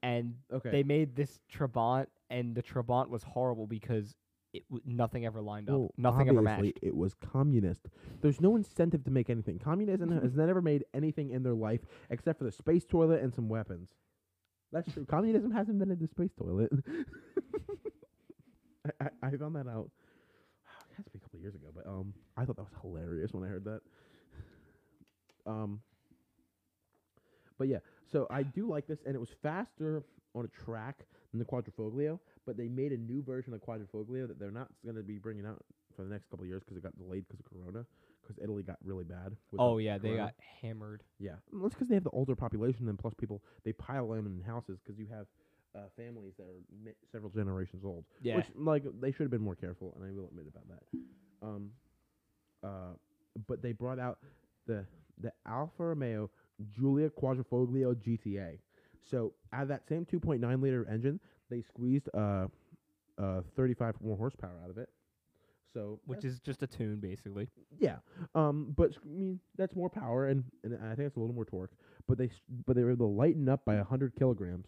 [SPEAKER 3] and
[SPEAKER 2] okay
[SPEAKER 3] they made this Trabant, and the Trabant was horrible because it w- nothing ever lined up,
[SPEAKER 2] Well,
[SPEAKER 3] nothing ever
[SPEAKER 2] obviously,
[SPEAKER 3] matched.
[SPEAKER 2] It was communist. There's no incentive to make anything. Communism has never made anything in their life except for the space toilet and some weapons. That's true. communism hasn't invented the space
[SPEAKER 3] [laughs]
[SPEAKER 2] toilet. I, I, I found that out. It has to be a couple years ago, but um, I thought that was hilarious when I heard that. Um, but yeah, so I do like this, and it was faster on a track than the Quadrifoglio, but they made a new version of Quadrifoglio that they're not going to be bringing out for the next couple of years because it got delayed because of Corona, because Italy got really bad. With the
[SPEAKER 3] Oh yeah, they
[SPEAKER 2] corona.
[SPEAKER 3] got hammered.
[SPEAKER 2] Yeah, well, that's because they have the older population, and plus people they pile them in houses because you have uh, families that are mi- several generations old.
[SPEAKER 3] Yeah,
[SPEAKER 2] Which like they should have been more careful, and I will admit about that. Um, uh, but they brought out the the Alfa Romeo Giulia Quadrifoglio GTA. So out of that same 2.9 liter engine, they squeezed uh, uh 35 more horsepower out of it. So
[SPEAKER 3] which is just a tune basically.
[SPEAKER 2] yeah, um, but s- I mean that's more power, and, and I think it's a little more torque. But they s- but they were able to lighten up by 100 kilograms,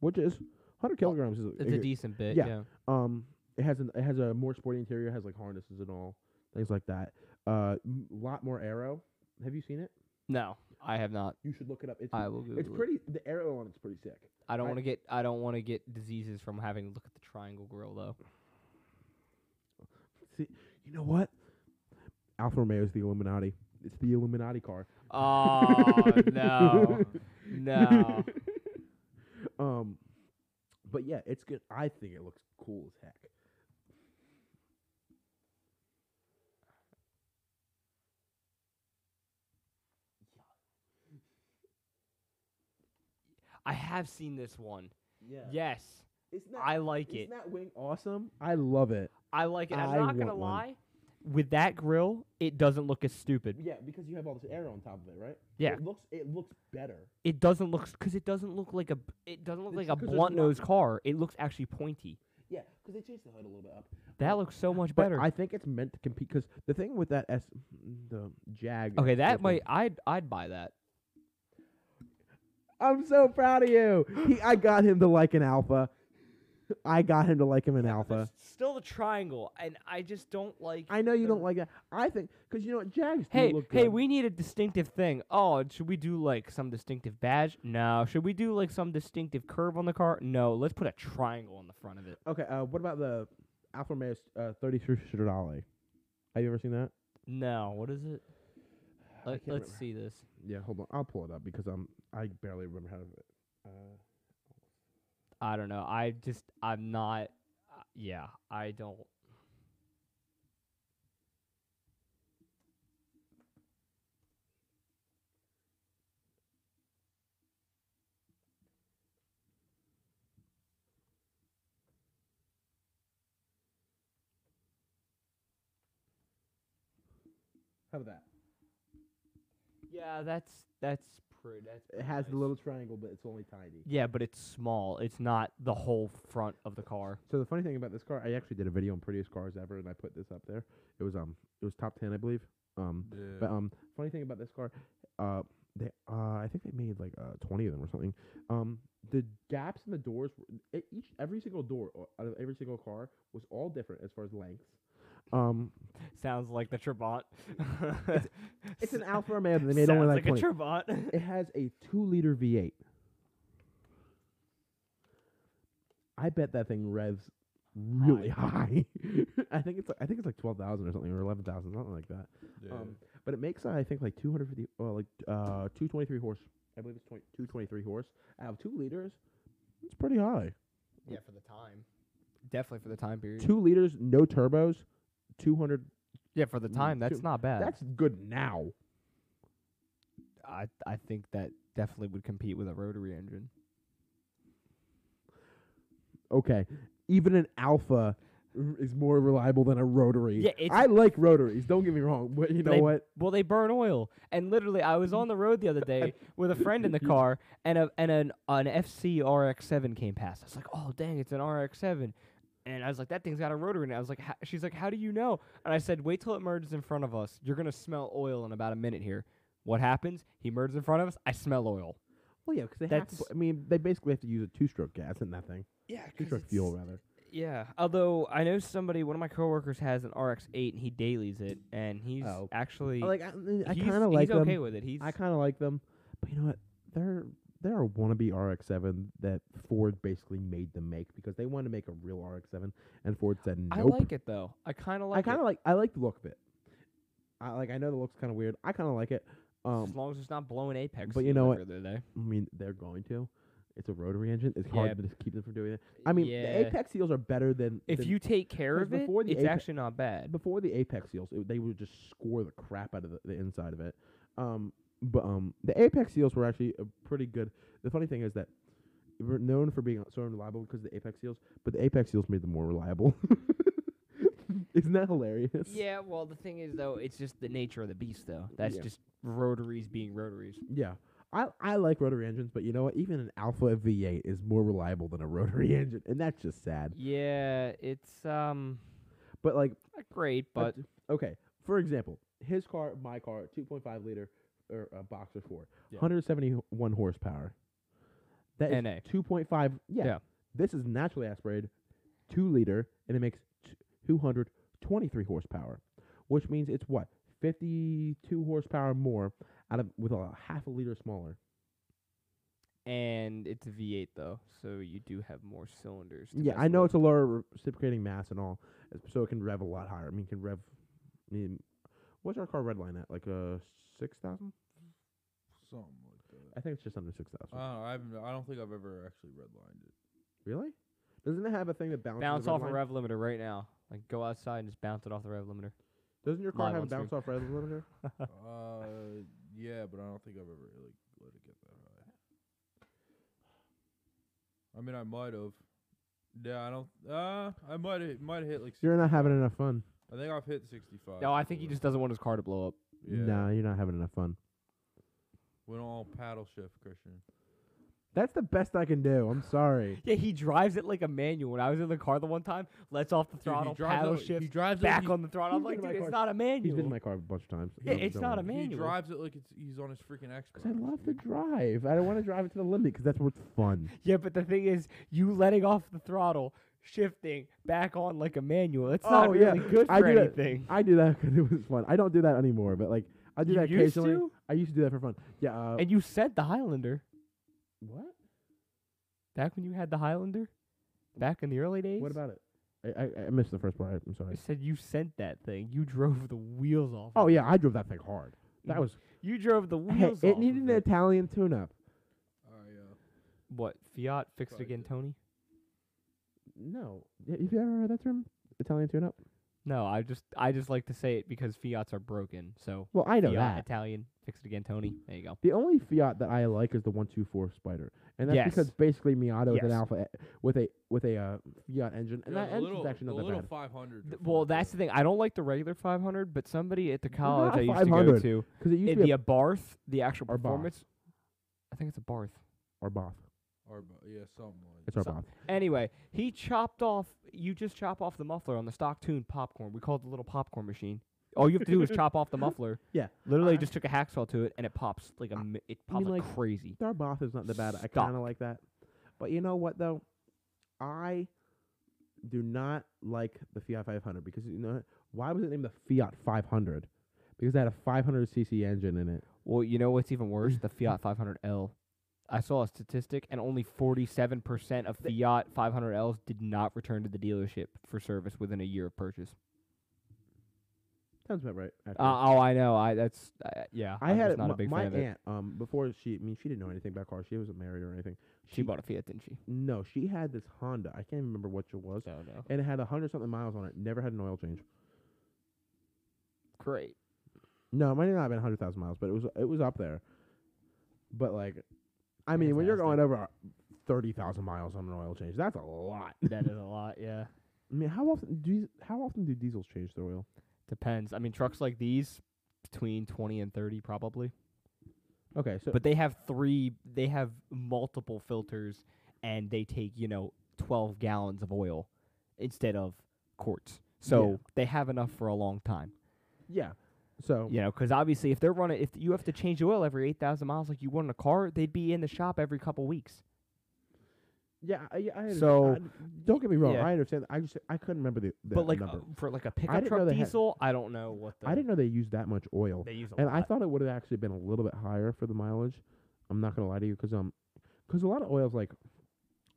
[SPEAKER 2] which is 100 kilograms is
[SPEAKER 3] Oh, It's a decent bit.
[SPEAKER 2] yeah.
[SPEAKER 3] yeah.
[SPEAKER 2] um, it has an it has a more sporty interior. It has like harnesses and all things like that. Uh, m- lot more aero. Have you seen it?
[SPEAKER 3] No, I have not.
[SPEAKER 2] You should look it up. It's
[SPEAKER 3] I will Google
[SPEAKER 2] it's
[SPEAKER 3] it.
[SPEAKER 2] pretty. The aero on it's pretty sick.
[SPEAKER 3] I don't
[SPEAKER 2] I-
[SPEAKER 3] want to get I don't want to get diseases from having to look at the triangle grill [laughs] though.
[SPEAKER 2] See, you know what? Alfa Romeo is the Illuminati. It's the Illuminati car.
[SPEAKER 3] Oh no, [laughs] no.
[SPEAKER 2] [laughs] Um, but yeah, it's good. I think it looks cool as heck.
[SPEAKER 3] I have seen this one.
[SPEAKER 2] Yeah.
[SPEAKER 3] Yes,
[SPEAKER 2] It's not.
[SPEAKER 3] I like
[SPEAKER 2] isn't
[SPEAKER 3] it.
[SPEAKER 2] that wing awesome? I love it.
[SPEAKER 3] I like it. I'm
[SPEAKER 2] I
[SPEAKER 3] not gonna
[SPEAKER 2] want one.
[SPEAKER 3] lie. With that grill, it doesn't look as stupid.
[SPEAKER 2] Yeah, because you have all this aero on top of it, right?
[SPEAKER 3] Yeah.
[SPEAKER 2] It looks. It looks better.
[SPEAKER 3] It doesn't look because it doesn't look like a b- it doesn't look
[SPEAKER 2] It's
[SPEAKER 3] like a
[SPEAKER 2] 'cause there's
[SPEAKER 3] blunt
[SPEAKER 2] a lot-
[SPEAKER 3] nose car. It looks actually pointy.
[SPEAKER 2] Yeah, because they changed the hood a little bit up.
[SPEAKER 3] That looks so much
[SPEAKER 2] But
[SPEAKER 3] better.
[SPEAKER 2] I think it's meant to compete because the thing with that S, the Jag.
[SPEAKER 3] okay, that
[SPEAKER 2] Volkswagen-
[SPEAKER 3] might I'd I'd buy that.
[SPEAKER 2] I'm so proud of you. He, I got him to like an alpha. I got him to like him an alpha.
[SPEAKER 3] Still the triangle, and I just don't like.
[SPEAKER 2] I know you don't like that. I think because you know what Jags. do
[SPEAKER 3] Hey,
[SPEAKER 2] look
[SPEAKER 3] hey,
[SPEAKER 2] good.
[SPEAKER 3] we need a distinctive thing. Oh, and should we do like some distinctive badge? No. Should we do like some distinctive curve on the car? No. Let's put a triangle on the front of it.
[SPEAKER 2] Okay, uh, what about the Alfa Romeo uh, 33 Stradale? Have you ever seen that?
[SPEAKER 3] No. What is it?
[SPEAKER 2] I
[SPEAKER 3] Let,
[SPEAKER 2] can't remember.
[SPEAKER 3] let's see this.
[SPEAKER 2] Yeah, hold on. I'll pull it up because I'm I barely remember how to. Uh,
[SPEAKER 3] I don't know. I just I'm not. uh, yeah. I don't.
[SPEAKER 2] how about that?
[SPEAKER 3] Yeah. That's that's pretty. That's
[SPEAKER 2] It has the little triangle, but it's only tiny.
[SPEAKER 3] Yeah, but it's small. It's not the whole front of the car. [laughs]
[SPEAKER 2] So the funny thing about this car, I actually did a video on prettiest cars ever, and I put this up there. It was um, it was top ten, I believe. Um,
[SPEAKER 1] Yeah.
[SPEAKER 2] But um, funny thing about this car, uh, they uh, I think they made like uh twenty of them or something. Um, the gaps in the doors, were- e- each every single door o- out of every single car was all different as far as lengths. Um,
[SPEAKER 3] Sounds like the Trabant.
[SPEAKER 2] it's
[SPEAKER 3] [laughs]
[SPEAKER 2] an [laughs] Alfa Romeo. and They made only
[SPEAKER 3] Sounds
[SPEAKER 2] like,
[SPEAKER 3] a
[SPEAKER 2] twenty.
[SPEAKER 3] [laughs] Trabant.
[SPEAKER 2] it has a two-liter V8. I bet that thing revs really high. [laughs] I think it's like, I think it's like twelve thousand or something or eleven thousand something like that.
[SPEAKER 1] yeah.
[SPEAKER 2] Um, but it makes uh, I think like 250, well, like uh, 223 horse. I believe it's 20, 223 horse out of two liters. It's pretty high.
[SPEAKER 3] yeah, for the time. Definitely for the time period.
[SPEAKER 2] Two liters, no turbos, 200.
[SPEAKER 3] Yeah, for the
[SPEAKER 2] Mm,
[SPEAKER 3] time, that's
[SPEAKER 2] two.
[SPEAKER 3] not bad.
[SPEAKER 2] That's good now.
[SPEAKER 3] I I think that definitely would compete with a rotary engine.
[SPEAKER 2] Okay, even an alpha r- is more reliable than a rotary.
[SPEAKER 3] Yeah, it's-
[SPEAKER 2] I like rotaries. Don't get me wrong, but you know
[SPEAKER 3] They-
[SPEAKER 2] what?
[SPEAKER 3] Well, they burn oil, and literally, I was on the road the other [laughs] day with a friend in the car, and a and an an FC RX7 came past. I was like, oh dang, it's an RX7, and I was like, that thing's got a rotor in it. I was like, "How-" she's like, how do you know? And I said, wait till it merges in front of us. You're gonna smell oil in about a minute here. What happens? He merges in front of us. I smell oil.
[SPEAKER 2] Well, yeah, because they
[SPEAKER 3] have to
[SPEAKER 2] have.
[SPEAKER 3] put-
[SPEAKER 2] I mean, they basically have to use a two-stroke gas in that thing.
[SPEAKER 3] Yeah,
[SPEAKER 2] Two-stroke fuel, rather.
[SPEAKER 3] Yeah. Although I know somebody, one of my coworkers has an RX8 and he dailies it, and he's
[SPEAKER 2] Oh.
[SPEAKER 3] actually
[SPEAKER 2] Like I, I
[SPEAKER 3] he's-
[SPEAKER 2] kind of like
[SPEAKER 3] he's
[SPEAKER 2] them.
[SPEAKER 3] okay with it. He's
[SPEAKER 2] I kind of like them, but you know what? They're they're a wannabe RX-7 that Ford basically made them make because they wanted to make a real RX-7, and Ford said nope.
[SPEAKER 3] I like it though. I kind of like.
[SPEAKER 2] I kind
[SPEAKER 3] it.
[SPEAKER 2] of like I like the look of it. I like. I know the look's kind of weird. I kind of like it.
[SPEAKER 3] as
[SPEAKER 2] Um,
[SPEAKER 3] long as it's not blowing apex.
[SPEAKER 2] but you know what?
[SPEAKER 3] They're there.
[SPEAKER 2] I mean, they're going to. It's a rotary engine. It's
[SPEAKER 3] Yeah,
[SPEAKER 2] hard to just keep them from doing it. I mean, the apex seals are better than
[SPEAKER 3] If
[SPEAKER 2] than-
[SPEAKER 3] you take care
[SPEAKER 2] 'cause
[SPEAKER 3] of it,
[SPEAKER 2] before the
[SPEAKER 3] it's
[SPEAKER 2] apex-
[SPEAKER 3] actually not bad.
[SPEAKER 2] before the apex seals, it, they would just score the crap out of the, the inside of it. Um, but um, the apex seals were actually uh pretty good. The funny thing is that we're known for being so unreliable because of the apex seals, but the apex seals made them more reliable. [laughs] Isn't that hilarious?
[SPEAKER 3] Yeah. Well, the thing is though, it's just the nature of the beast though. That's
[SPEAKER 2] Yeah.
[SPEAKER 3] just rotaries being rotaries.
[SPEAKER 2] Yeah. I, I like rotary engines, but you know what? Even an Alpha V8 is more reliable than a rotary [laughs] engine, and that's just sad.
[SPEAKER 3] Yeah. It's um
[SPEAKER 2] But like,
[SPEAKER 3] not great,
[SPEAKER 2] But-
[SPEAKER 3] but
[SPEAKER 2] okay, for example, his car, my car, 2.5 liter or uh, boxer four,
[SPEAKER 1] Yeah.
[SPEAKER 2] 171 horsepower. That is
[SPEAKER 3] NA.
[SPEAKER 2] 2.5. Yeah,
[SPEAKER 3] Yeah.
[SPEAKER 2] This is naturally aspirated, two liter, and it makes t- 223 horsepower, which means it's what 52 horsepower more out of with a half a liter smaller.
[SPEAKER 3] and it's a V8 though, so you do have more cylinders. to
[SPEAKER 2] Yeah,
[SPEAKER 3] mess
[SPEAKER 2] I know
[SPEAKER 3] with.
[SPEAKER 2] it's a lower reciprocating mass and all, uh, so it can rev a lot higher. I mean, can rev. I mean, what's our car redline at? Like uh six thousand?
[SPEAKER 1] Something like that.
[SPEAKER 2] I think it's just under six thousand.
[SPEAKER 1] I don't, know, I, haven't, I don't think Uh, I've ever actually redlined
[SPEAKER 2] [laughs]
[SPEAKER 1] it.
[SPEAKER 2] Really? Doesn't it have a thing that bounces?
[SPEAKER 3] bounce
[SPEAKER 2] the red
[SPEAKER 3] off a
[SPEAKER 2] line?
[SPEAKER 3] rev limiter right now. Like go outside and just bounce it off the rev limiter.
[SPEAKER 2] Doesn't your car
[SPEAKER 3] Live
[SPEAKER 2] have a
[SPEAKER 3] on
[SPEAKER 2] bounce
[SPEAKER 3] stream.
[SPEAKER 2] off red limiter?
[SPEAKER 1] uh, yeah, but I don't think I've ever like let it get that high. I mean, I might have. Yeah, I don't. Uh, I might have might have hit like.
[SPEAKER 2] [laughs] You're not having enough fun.
[SPEAKER 1] I think I've hit sixty-five.
[SPEAKER 3] No, Oh, I think he
[SPEAKER 1] before.
[SPEAKER 3] just doesn't want his car to blow up.
[SPEAKER 1] Yeah.
[SPEAKER 2] No, you're not having enough fun.
[SPEAKER 1] We don't all paddle shift, Christian.
[SPEAKER 2] That's the best I can do. I'm sorry.
[SPEAKER 3] Yeah, he drives it like a manual. When I was in the car the one time, lets off the
[SPEAKER 1] Dude,
[SPEAKER 3] throttle,
[SPEAKER 1] he drives
[SPEAKER 3] paddle
[SPEAKER 1] it,
[SPEAKER 3] shift,
[SPEAKER 1] He drives
[SPEAKER 3] [laughs] back
[SPEAKER 1] it, like
[SPEAKER 3] on the throttle. I'm
[SPEAKER 2] he's
[SPEAKER 3] like,
[SPEAKER 2] been in
[SPEAKER 3] dude,
[SPEAKER 2] my
[SPEAKER 3] it's
[SPEAKER 2] car-
[SPEAKER 3] not a manual.
[SPEAKER 2] He's been in my car a bunch of times.
[SPEAKER 3] yeah, it's not a
[SPEAKER 1] he,
[SPEAKER 3] manual.
[SPEAKER 1] He drives it like it's he's on his freaking Xbox.
[SPEAKER 2] Because I love to
[SPEAKER 1] dude.
[SPEAKER 2] drive. I don't want to drive it to the limit because that's what's fun.
[SPEAKER 3] yeah, but the thing is, you letting off the throttle, shifting back on like a manual. It's not
[SPEAKER 2] Oh, yeah.
[SPEAKER 3] really good for
[SPEAKER 2] I do that-
[SPEAKER 3] anything.
[SPEAKER 2] I do that [laughs] because it was fun. I don't do that anymore, but like I do
[SPEAKER 3] You
[SPEAKER 2] that
[SPEAKER 3] used
[SPEAKER 2] occasionally.
[SPEAKER 3] to?
[SPEAKER 2] I used to do that for fun. Yeah. Uh,
[SPEAKER 3] And you sent the Highlander
[SPEAKER 2] what?
[SPEAKER 3] back when you had the Highlander, back in the early days.
[SPEAKER 2] What about it? I, I, I missed the first part. I'm
[SPEAKER 3] I
[SPEAKER 2] sorry.
[SPEAKER 3] said you sent that thing. You drove the wheels off.
[SPEAKER 2] Oh
[SPEAKER 3] of it.
[SPEAKER 2] yeah, I drove that thing hard. That
[SPEAKER 3] Mm.
[SPEAKER 2] was
[SPEAKER 3] you drove the
[SPEAKER 2] hey,
[SPEAKER 3] wheels.
[SPEAKER 2] it
[SPEAKER 3] off
[SPEAKER 2] needed
[SPEAKER 3] of
[SPEAKER 2] an Italian tune-up.
[SPEAKER 1] All right, Oh, yeah.
[SPEAKER 3] what? Fiat fixed it
[SPEAKER 1] Probably
[SPEAKER 3] again,
[SPEAKER 1] did.
[SPEAKER 3] Tony.
[SPEAKER 2] No, Y- have you ever heard that term, Italian tune-up?
[SPEAKER 3] No, I just I just like to say it because Fiats are broken. So
[SPEAKER 2] Well, I know
[SPEAKER 3] Fiat,
[SPEAKER 2] that.
[SPEAKER 3] Italian, fix it again, Tony. There you go.
[SPEAKER 2] The only Fiat that I like is the one two four Spider, and that's
[SPEAKER 3] Yes.
[SPEAKER 2] because basically Miata with an
[SPEAKER 3] Yes.
[SPEAKER 2] Alpha e- with a with a uh, Fiat engine, and
[SPEAKER 1] yeah,
[SPEAKER 2] that
[SPEAKER 1] the
[SPEAKER 2] engine's
[SPEAKER 1] little,
[SPEAKER 2] actually
[SPEAKER 1] the
[SPEAKER 2] not that
[SPEAKER 1] little
[SPEAKER 2] bad.
[SPEAKER 1] 500. are
[SPEAKER 3] well,
[SPEAKER 1] fun,
[SPEAKER 3] that's
[SPEAKER 1] though.
[SPEAKER 3] the thing. I don't like the regular 500, but somebody at the
[SPEAKER 2] not
[SPEAKER 3] college I used to go
[SPEAKER 2] 500.
[SPEAKER 3] to,
[SPEAKER 2] Because it used
[SPEAKER 3] it,
[SPEAKER 2] to be
[SPEAKER 3] the
[SPEAKER 2] a,
[SPEAKER 3] Abarth, the actual
[SPEAKER 2] Abarth.
[SPEAKER 3] performance, think it's a Barth.
[SPEAKER 2] Or Both.
[SPEAKER 1] Or bu- yeah, something like.
[SPEAKER 2] It's our
[SPEAKER 3] So-
[SPEAKER 2] Both.
[SPEAKER 3] Anyway, he chopped off. You just chop off the muffler on the stock tune popcorn. We call it the little popcorn machine. All you have to do is chop off the muffler.
[SPEAKER 2] [laughs] Yeah.
[SPEAKER 3] Literally,
[SPEAKER 2] I-
[SPEAKER 3] just took a hacksaw to it, and it pops like a.
[SPEAKER 2] I-
[SPEAKER 3] mi- It
[SPEAKER 2] I mean,
[SPEAKER 3] pops like
[SPEAKER 2] like,
[SPEAKER 3] crazy.
[SPEAKER 2] Our Both is not that bad. I kind
[SPEAKER 3] Stop.
[SPEAKER 2] of like that. But you know what though, I do not like the Fiat 500 because you know why was it named the Fiat 500? Because it had a 500 cc engine in it.
[SPEAKER 3] Well, you know what's even worse? The Fiat 500L. I saw a statistic, and only 47% of Fiat 500Ls did not return to the dealership for service within a year of purchase.
[SPEAKER 2] Sounds about right. actually.
[SPEAKER 3] Uh, oh, I know. I that's uh, yeah.
[SPEAKER 2] I
[SPEAKER 3] I'm
[SPEAKER 2] had
[SPEAKER 3] just
[SPEAKER 2] it-
[SPEAKER 3] not
[SPEAKER 2] my,
[SPEAKER 3] a big
[SPEAKER 2] my
[SPEAKER 3] fan of it.
[SPEAKER 2] aunt um before she I mean she didn't know anything about cars she wasn't married or anything
[SPEAKER 3] She bought a Fiat, didn't she?
[SPEAKER 2] no she had this Honda I can't even remember what it was
[SPEAKER 3] No, no.
[SPEAKER 2] and it had a hundred something miles on it never had an oil change
[SPEAKER 3] Great.
[SPEAKER 2] no it might not have been hundred thousand miles but it was it was up there but like I mean when you're going over thirty thousand miles on an oil change that's a lot
[SPEAKER 3] That is a lot. Yeah.
[SPEAKER 2] I mean how often do you, how often do diesels change their oil
[SPEAKER 3] Depends. I mean, trucks like these, between 20 and 30 probably.
[SPEAKER 2] okay so
[SPEAKER 3] But they have three. They have multiple filters, and they take you know 12 gallons of oil instead of quarts. So
[SPEAKER 2] Yeah.
[SPEAKER 3] they have enough for a long time.
[SPEAKER 2] yeah so
[SPEAKER 3] You know, because obviously, if they're running, if you have to change the oil every 8,000 miles like you would in a car, they'd be in the shop every couple weeks.
[SPEAKER 2] yeah I, I under-
[SPEAKER 3] So-
[SPEAKER 2] I- don't get me wrong
[SPEAKER 3] Yeah.
[SPEAKER 2] I understand I just I couldn't remember the, the
[SPEAKER 3] but like
[SPEAKER 2] number.
[SPEAKER 3] uh, for like a pickup
[SPEAKER 2] didn't know
[SPEAKER 3] truck
[SPEAKER 2] they had-
[SPEAKER 3] diesel, I don't know what. The,
[SPEAKER 2] I didn't know they used that much oil.
[SPEAKER 3] They use a
[SPEAKER 2] And
[SPEAKER 3] lot.
[SPEAKER 2] I thought it would have actually been a little bit higher for the mileage. I'm not gonna lie to you, cause um, cause a lot of oils like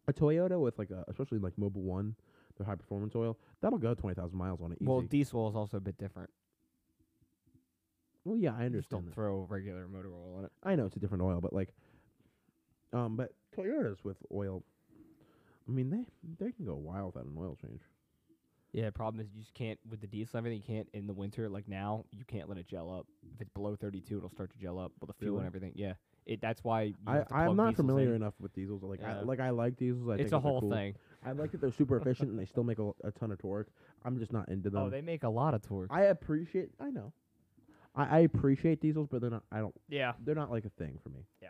[SPEAKER 2] a Toyota with like a, especially like Mobile One, their high performance oil that'll go twenty thousand miles on it. Easy.
[SPEAKER 3] well, diesel is also a bit different.
[SPEAKER 2] Well, yeah, I
[SPEAKER 3] You
[SPEAKER 2] understand.
[SPEAKER 3] just don't
[SPEAKER 2] that.
[SPEAKER 3] throw regular motor oil on it.
[SPEAKER 2] I know it's a different oil, but like, um, but Toyotas with oil, I mean they they can go wild without an oil change.
[SPEAKER 3] Yeah, the problem is you just can't with the diesel and everything. You can't in the winter like now. You can't let it gel up. If it's below thirty two, it'll start to gel up with the fuel
[SPEAKER 2] Really?
[SPEAKER 3] and everything. Yeah, it. That's why you
[SPEAKER 2] I
[SPEAKER 3] have to
[SPEAKER 2] I'm
[SPEAKER 3] plug
[SPEAKER 2] not
[SPEAKER 3] diesels
[SPEAKER 2] familiar
[SPEAKER 3] in.
[SPEAKER 2] enough with diesels. Like
[SPEAKER 3] Yeah.
[SPEAKER 2] I like I like diesels. I think
[SPEAKER 3] It's a
[SPEAKER 2] that they're
[SPEAKER 3] whole
[SPEAKER 2] cool.
[SPEAKER 3] thing.
[SPEAKER 2] I like that they're super efficient and they still make a, a ton of torque. I'm just not into them.
[SPEAKER 3] Oh, they make a lot of torque.
[SPEAKER 2] I appreciate. I know. I, I appreciate diesels, but they're not. I don't. [laughs]
[SPEAKER 3] yeah,
[SPEAKER 2] They're not like a thing for me.
[SPEAKER 3] Yeah.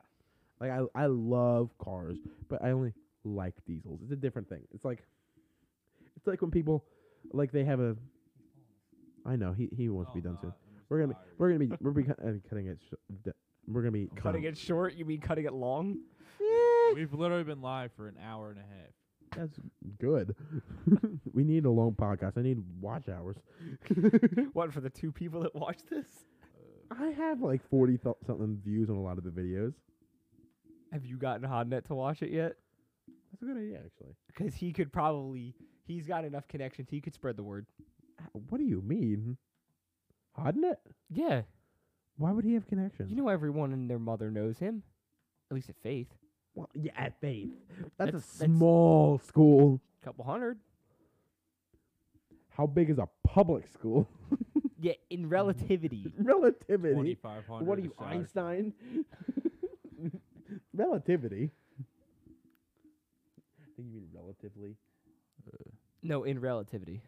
[SPEAKER 2] Like I I love cars, but I only like diesels. It's a different thing. It's like, it's like when people, like they have a. I know he he wants to be done soon.
[SPEAKER 3] Oh,
[SPEAKER 2] We're gonna be, we're gonna be we're be cut- uh, cutting it. Sh- d- we're gonna be
[SPEAKER 3] cutting it short. You mean cutting it long?
[SPEAKER 2] [laughs]
[SPEAKER 1] We've literally been live for an hour and a half.
[SPEAKER 2] That's good. [laughs] we need a long podcast. I need watch hours.
[SPEAKER 3] What for the two people that watch this?
[SPEAKER 2] I have like forty th- something views on a lot of the videos.
[SPEAKER 3] Have you gotten Hodnet to watch it yet?
[SPEAKER 2] That's a good idea, actually.
[SPEAKER 3] Because he could probably. He's got enough connections. He could spread the word.
[SPEAKER 2] Uh, What do you mean? Hodnett?
[SPEAKER 3] Yeah,
[SPEAKER 2] Why would he have connections?
[SPEAKER 3] you know everyone and their mother knows him. At least at Faith,
[SPEAKER 2] well, yeah, at Faith. That's,
[SPEAKER 3] That's-
[SPEAKER 2] a
[SPEAKER 3] that's-
[SPEAKER 2] small school.
[SPEAKER 3] couple hundred.
[SPEAKER 2] How big is a public school? [laughs]
[SPEAKER 3] Yeah, in relativity.
[SPEAKER 2] Relativity.
[SPEAKER 1] Twenty five hundred.
[SPEAKER 2] What are you, Einstein? [laughs] Relativity. I think you mean relatively.
[SPEAKER 3] No, in relativity.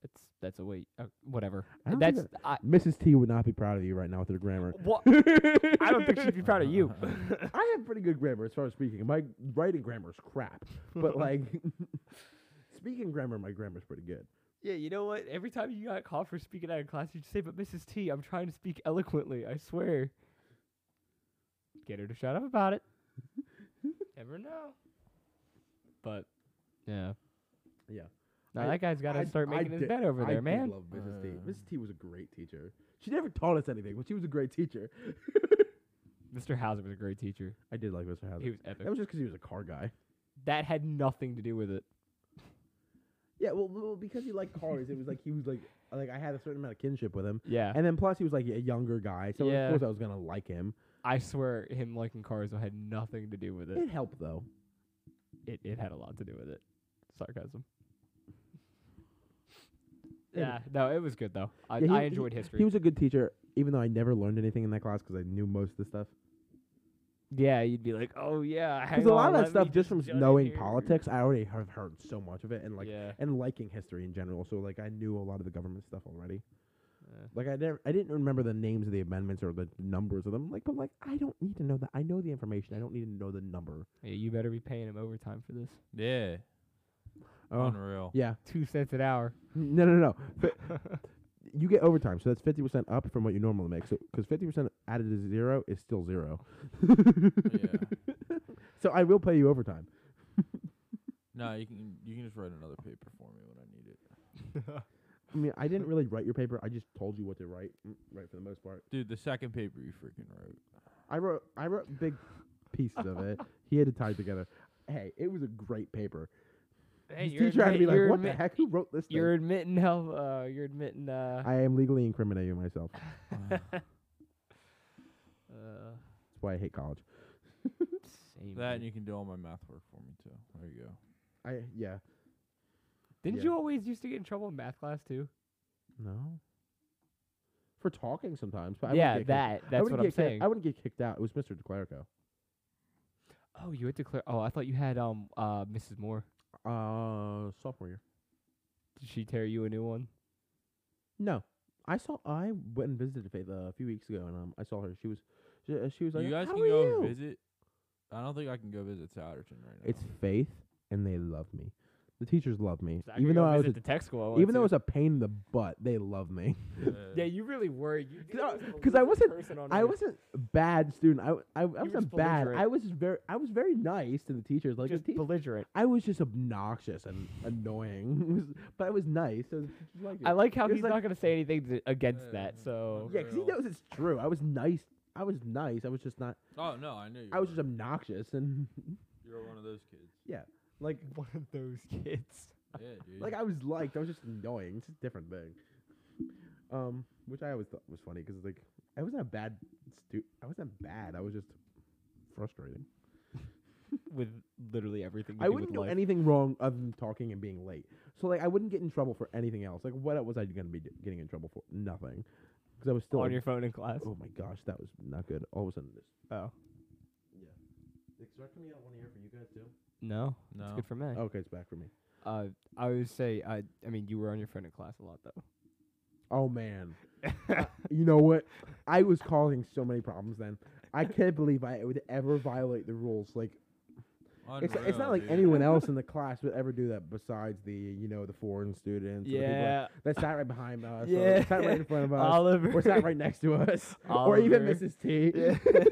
[SPEAKER 3] That's that's a wait. Uh, whatever.
[SPEAKER 2] I don't think
[SPEAKER 3] That's [laughs] I.
[SPEAKER 2] Mrs. T would not be proud of you right now with her grammar.
[SPEAKER 3] What? I don't think she'd be proud of [laughs] you.
[SPEAKER 2] I have pretty good grammar as far as speaking. My writing grammar is crap, [laughs] but like speaking grammar, my grammar's pretty good.
[SPEAKER 3] yeah, you know what? Every time you got called for speaking out of class, you'd say, "But Mrs. T, I'm trying to speak eloquently. I swear." Get her to shut up about [laughs] it. Never know. But yeah,
[SPEAKER 2] Yeah.
[SPEAKER 3] now
[SPEAKER 2] I-
[SPEAKER 3] that guy's got
[SPEAKER 2] I-
[SPEAKER 3] to start
[SPEAKER 2] I
[SPEAKER 3] making his
[SPEAKER 2] did-
[SPEAKER 3] bed over
[SPEAKER 2] I
[SPEAKER 3] there,
[SPEAKER 2] did
[SPEAKER 3] man.
[SPEAKER 2] love Mrs. T.
[SPEAKER 1] Uh.
[SPEAKER 2] Mrs. T was a great teacher. She never taught us anything, but she was a great teacher.
[SPEAKER 3] Mr. Hauser was a great teacher.
[SPEAKER 2] I did like Mr. Hazard.
[SPEAKER 3] He was epic.
[SPEAKER 2] that was just because he was a car guy.
[SPEAKER 3] that had nothing to do with it.
[SPEAKER 2] Yeah, well, well, because he liked cars, it was like he was [laughs] like like I had a certain amount of kinship with him,
[SPEAKER 3] Yeah.
[SPEAKER 2] and then plus he was like a younger guy, so
[SPEAKER 3] Yeah.
[SPEAKER 2] of course I was gonna like him.
[SPEAKER 3] I swear, him liking cars had nothing to do with it.
[SPEAKER 2] It helped though.
[SPEAKER 3] It it had a lot to do with it. Sarcasm.
[SPEAKER 2] It-
[SPEAKER 3] Yeah, no, it was good though. I,
[SPEAKER 2] Yeah, he-
[SPEAKER 3] I enjoyed history.
[SPEAKER 2] He was a good teacher, even though I never learned anything in that class because I knew most of the stuff.
[SPEAKER 3] yeah, you'd be like, oh yeah,
[SPEAKER 2] Because
[SPEAKER 3] hang
[SPEAKER 2] a lot
[SPEAKER 3] on,
[SPEAKER 2] of
[SPEAKER 3] let
[SPEAKER 2] that stuff,
[SPEAKER 3] me
[SPEAKER 2] just from
[SPEAKER 3] jot it
[SPEAKER 2] knowing
[SPEAKER 3] here."
[SPEAKER 2] politics, I already have heard so much of it, and like
[SPEAKER 3] yeah,
[SPEAKER 2] and liking history in general. So like I knew a lot of the government stuff already.
[SPEAKER 3] Uh,
[SPEAKER 2] Like I never, I didn't remember the names of the amendments or the numbers of them. Like, but like I don't need to know that. I know the information. I don't need to know the number.
[SPEAKER 3] yeah, you better be paying him overtime for this.
[SPEAKER 1] Yeah.
[SPEAKER 2] [laughs]
[SPEAKER 1] Unreal.
[SPEAKER 2] Oh, yeah.
[SPEAKER 3] Two cents an hour.
[SPEAKER 2] No, no, no. Fi- [laughs] you get overtime, so that's fifty percent up from what you normally make. So because fifty percent added to zero is still zero.
[SPEAKER 1] yeah.
[SPEAKER 2] So I will pay you overtime.
[SPEAKER 1] No, you can you can just write another paper for me when I need it.
[SPEAKER 2] I mean, I didn't really write your paper. I just told you what to write. mm, Right for the most part.
[SPEAKER 1] Dude, the second paper you freaking wrote.
[SPEAKER 2] I wrote I wrote big pieces of it. He had to tie it together. Hey, it was a great paper.
[SPEAKER 3] Hey,
[SPEAKER 2] His
[SPEAKER 3] you're
[SPEAKER 2] teacher had to be
[SPEAKER 3] admit-
[SPEAKER 2] like,
[SPEAKER 3] you're
[SPEAKER 2] "What the
[SPEAKER 3] admit-
[SPEAKER 2] heck? Who wrote this?" thing?"
[SPEAKER 3] You're admitting how uh, you're admitting uh,
[SPEAKER 2] I am legally incriminating myself.
[SPEAKER 3] uh
[SPEAKER 2] That's why I hate college.
[SPEAKER 3] same
[SPEAKER 1] [laughs] That and
[SPEAKER 3] dude.
[SPEAKER 1] you can do all my math work for me too. There you go.
[SPEAKER 2] I yeah.
[SPEAKER 3] Didn't
[SPEAKER 2] yeah.
[SPEAKER 3] you always used to get in trouble in math class too?
[SPEAKER 2] No. For talking sometimes, but I
[SPEAKER 3] yeah,
[SPEAKER 2] wouldn't get kicked-
[SPEAKER 3] that. That's
[SPEAKER 2] I wouldn't
[SPEAKER 3] what
[SPEAKER 2] get
[SPEAKER 3] I'm
[SPEAKER 2] kicked-
[SPEAKER 3] saying.
[SPEAKER 2] I wouldn't get kicked out. It was Mr. DeClerico.
[SPEAKER 3] oh, you had to clear. Oh, I thought you had um uh Mrs. Moore.
[SPEAKER 2] Uh, sophomore year.
[SPEAKER 3] Did she tear you a new one?
[SPEAKER 2] No, I saw. I went and visited Faith uh, a few weeks ago, and um, I saw her. She was, she, uh, she was like,
[SPEAKER 1] you guys
[SPEAKER 2] "How
[SPEAKER 1] can
[SPEAKER 2] are
[SPEAKER 1] go
[SPEAKER 2] you?"
[SPEAKER 1] visit. I don't think I can go visit Satterton right now.
[SPEAKER 2] It's Faith, and they love me. The teachers love me,
[SPEAKER 3] I
[SPEAKER 2] even
[SPEAKER 3] could
[SPEAKER 2] though
[SPEAKER 3] go
[SPEAKER 2] I was,
[SPEAKER 3] visit
[SPEAKER 2] a,
[SPEAKER 3] the tech school. I wanted
[SPEAKER 2] even though
[SPEAKER 3] to.
[SPEAKER 2] it was a pain in the butt. They love me [laughs]
[SPEAKER 3] yeah, you really were. You
[SPEAKER 2] No, 'cause I wasn't- I wasn't a bad student. I, w- I, I
[SPEAKER 3] were
[SPEAKER 2] wasn't
[SPEAKER 3] just
[SPEAKER 2] bad.
[SPEAKER 3] belligerent.
[SPEAKER 2] I was very, I was very nice to the teachers. Like
[SPEAKER 3] just
[SPEAKER 2] the te-
[SPEAKER 3] belligerent.
[SPEAKER 2] I was just obnoxious and annoying, [laughs] but I was nice. So the teachers liked it.
[SPEAKER 3] I like Uh, how
[SPEAKER 2] It was
[SPEAKER 3] he's
[SPEAKER 2] like-
[SPEAKER 3] not going to say anything to, against
[SPEAKER 1] Yeah,
[SPEAKER 3] that.
[SPEAKER 1] yeah.
[SPEAKER 3] [laughs] So
[SPEAKER 2] yeah, because he
[SPEAKER 1] Real.
[SPEAKER 2] knows it's true. I was nice. I was nice. I was just not.
[SPEAKER 1] oh no, I knew you.
[SPEAKER 2] I was
[SPEAKER 1] were.
[SPEAKER 2] just obnoxious and [laughs]
[SPEAKER 1] You're one of those kids.
[SPEAKER 2] yeah, like
[SPEAKER 3] one of those kids.
[SPEAKER 1] Yeah, dude.
[SPEAKER 2] like I was liked. I was just annoying. It's a different thing. Um, which I always thought was funny because like I wasn't a bad stu- I wasn't bad. I was just frustrating.
[SPEAKER 3] With literally everything. to
[SPEAKER 2] I
[SPEAKER 3] do
[SPEAKER 2] wouldn't
[SPEAKER 3] with
[SPEAKER 2] do
[SPEAKER 3] life.
[SPEAKER 2] anything wrong other than talking and being late. So like I wouldn't get in trouble for anything else. Like what was I gonna be do- getting in trouble for? Nothing. Because I was still
[SPEAKER 3] on
[SPEAKER 2] a-
[SPEAKER 3] your phone in class.
[SPEAKER 2] Oh my gosh, that was not good. All of a sudden, this.
[SPEAKER 3] Oh
[SPEAKER 2] Yeah. Is that coming out one ear for you guys too?
[SPEAKER 3] no,
[SPEAKER 1] no.
[SPEAKER 3] it's good for me.
[SPEAKER 2] Okay, it's back for me.
[SPEAKER 3] Uh, I would say I. I mean, you were on your phone in class a lot
[SPEAKER 2] [laughs]
[SPEAKER 3] though.
[SPEAKER 2] Oh man, you know what? I was causing so many problems then. I can't believe I would ever violate the rules. Like it's, it's not
[SPEAKER 1] Unreal,
[SPEAKER 2] like
[SPEAKER 1] dude.
[SPEAKER 2] anyone
[SPEAKER 3] [laughs]
[SPEAKER 2] else in the class would ever do that besides the you know the foreign students. or the people
[SPEAKER 3] yeah,
[SPEAKER 2] that sat right behind us.
[SPEAKER 3] [laughs] Yeah.
[SPEAKER 2] or sat right in front of us.
[SPEAKER 3] [laughs] Oliver.
[SPEAKER 2] or sat right next to
[SPEAKER 3] [laughs]
[SPEAKER 2] us, or even
[SPEAKER 3] Oliver.
[SPEAKER 2] Mrs. T. [laughs]
[SPEAKER 3] Yeah.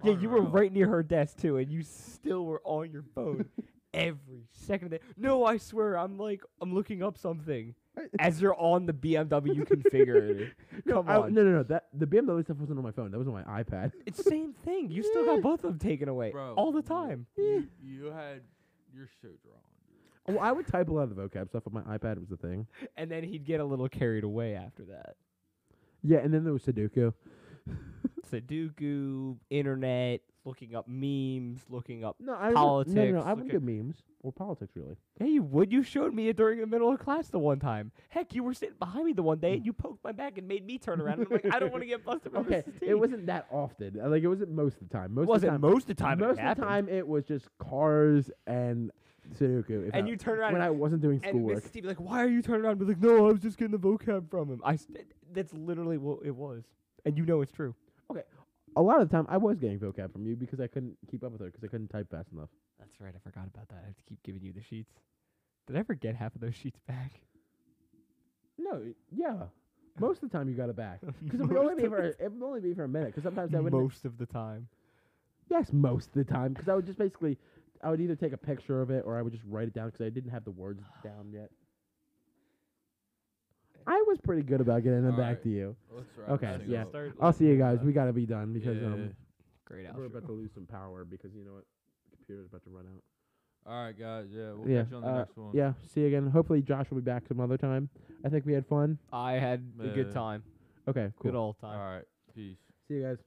[SPEAKER 3] [laughs] yeah, you were
[SPEAKER 1] Unreal.
[SPEAKER 3] right near her desk too, and you still were on your
[SPEAKER 2] [laughs]
[SPEAKER 3] phone every second of the No, I swear, I'm like I'm looking up something
[SPEAKER 2] [laughs]
[SPEAKER 3] as you're on the BMW configurator. Come
[SPEAKER 2] I- [laughs]
[SPEAKER 3] on,
[SPEAKER 2] no, no, no. That the BMW stuff wasn't on my phone. That was on my [laughs] iPad.
[SPEAKER 3] it's same thing. You still got both of them taken away
[SPEAKER 1] Bro,
[SPEAKER 3] all the
[SPEAKER 1] you-
[SPEAKER 3] time.
[SPEAKER 1] You, you had you're so drawn. dude.
[SPEAKER 2] Well, I would type a lot of the vocab stuff on my iPad was the thing.
[SPEAKER 3] And then he'd get a little carried away after that.
[SPEAKER 2] Yeah, and then there was Sudoku.
[SPEAKER 3] Sudoku, internet, looking up memes, looking up.
[SPEAKER 2] No, I
[SPEAKER 3] Politics,
[SPEAKER 2] No, no, no I wouldn't do
[SPEAKER 3] okay.
[SPEAKER 2] memes or politics [laughs] really.
[SPEAKER 3] Hey, you would you showed me it during the middle of class the one time? Heck, you were sitting behind me the one day and you poked my back and made me turn around. And I'm like, I don't want to get busted. by
[SPEAKER 2] Okay,
[SPEAKER 3] Mrs. T.
[SPEAKER 2] it wasn't that often. Uh, Like it wasn't most of the time. Most
[SPEAKER 3] [laughs] It wasn't
[SPEAKER 2] of the time.
[SPEAKER 3] most of the time. it
[SPEAKER 2] most of the
[SPEAKER 3] happened.
[SPEAKER 2] time it was just cars and Sudoku. if
[SPEAKER 3] And
[SPEAKER 2] I-
[SPEAKER 3] you turn around
[SPEAKER 2] when
[SPEAKER 3] and-
[SPEAKER 2] I wasn't doing
[SPEAKER 3] And
[SPEAKER 2] schoolwork.
[SPEAKER 3] Miss Steve like, why are you turning around? And be like, no, I was just getting the vocab from him. I. s- That's literally what it was, and you know it's true.
[SPEAKER 2] Okay, a lot of the time I was getting vocab from you because I couldn't keep up with her because I couldn't type fast enough.
[SPEAKER 3] That's right. I forgot about that. I have to keep giving you the sheets. Did I ever get half of those sheets back?
[SPEAKER 2] No, y- yeah. Most of the time you got it [laughs] back because it would
[SPEAKER 3] Most
[SPEAKER 2] only be
[SPEAKER 3] of
[SPEAKER 2] for it would only be for a minute because sometimes I would
[SPEAKER 3] Most of the time.
[SPEAKER 2] Yes, most of the time, because I would just basically, I would either take a picture of it or I would just write it down because I didn't have the words down yet. I was pretty good about getting them
[SPEAKER 1] All
[SPEAKER 2] back
[SPEAKER 1] right.
[SPEAKER 2] to you.
[SPEAKER 1] Let's wrap
[SPEAKER 2] Okay,
[SPEAKER 1] this thing
[SPEAKER 2] yeah.
[SPEAKER 1] up.
[SPEAKER 2] I'll see you guys. We gotta be done because
[SPEAKER 1] Yeah.
[SPEAKER 2] um,
[SPEAKER 3] Great
[SPEAKER 2] we're about to lose some power because you know what, the computer's about to run out.
[SPEAKER 1] All right, guys. Yeah, we'll
[SPEAKER 2] yeah,
[SPEAKER 1] catch you on the
[SPEAKER 2] uh,
[SPEAKER 1] next one.
[SPEAKER 2] yeah. See you again. Hopefully Josh will be back some other time. I think we had fun.
[SPEAKER 3] I had a good
[SPEAKER 1] Uh,
[SPEAKER 3] time.
[SPEAKER 2] Okay, cool.
[SPEAKER 3] Good old time.
[SPEAKER 1] All right. Peace.
[SPEAKER 2] see you guys.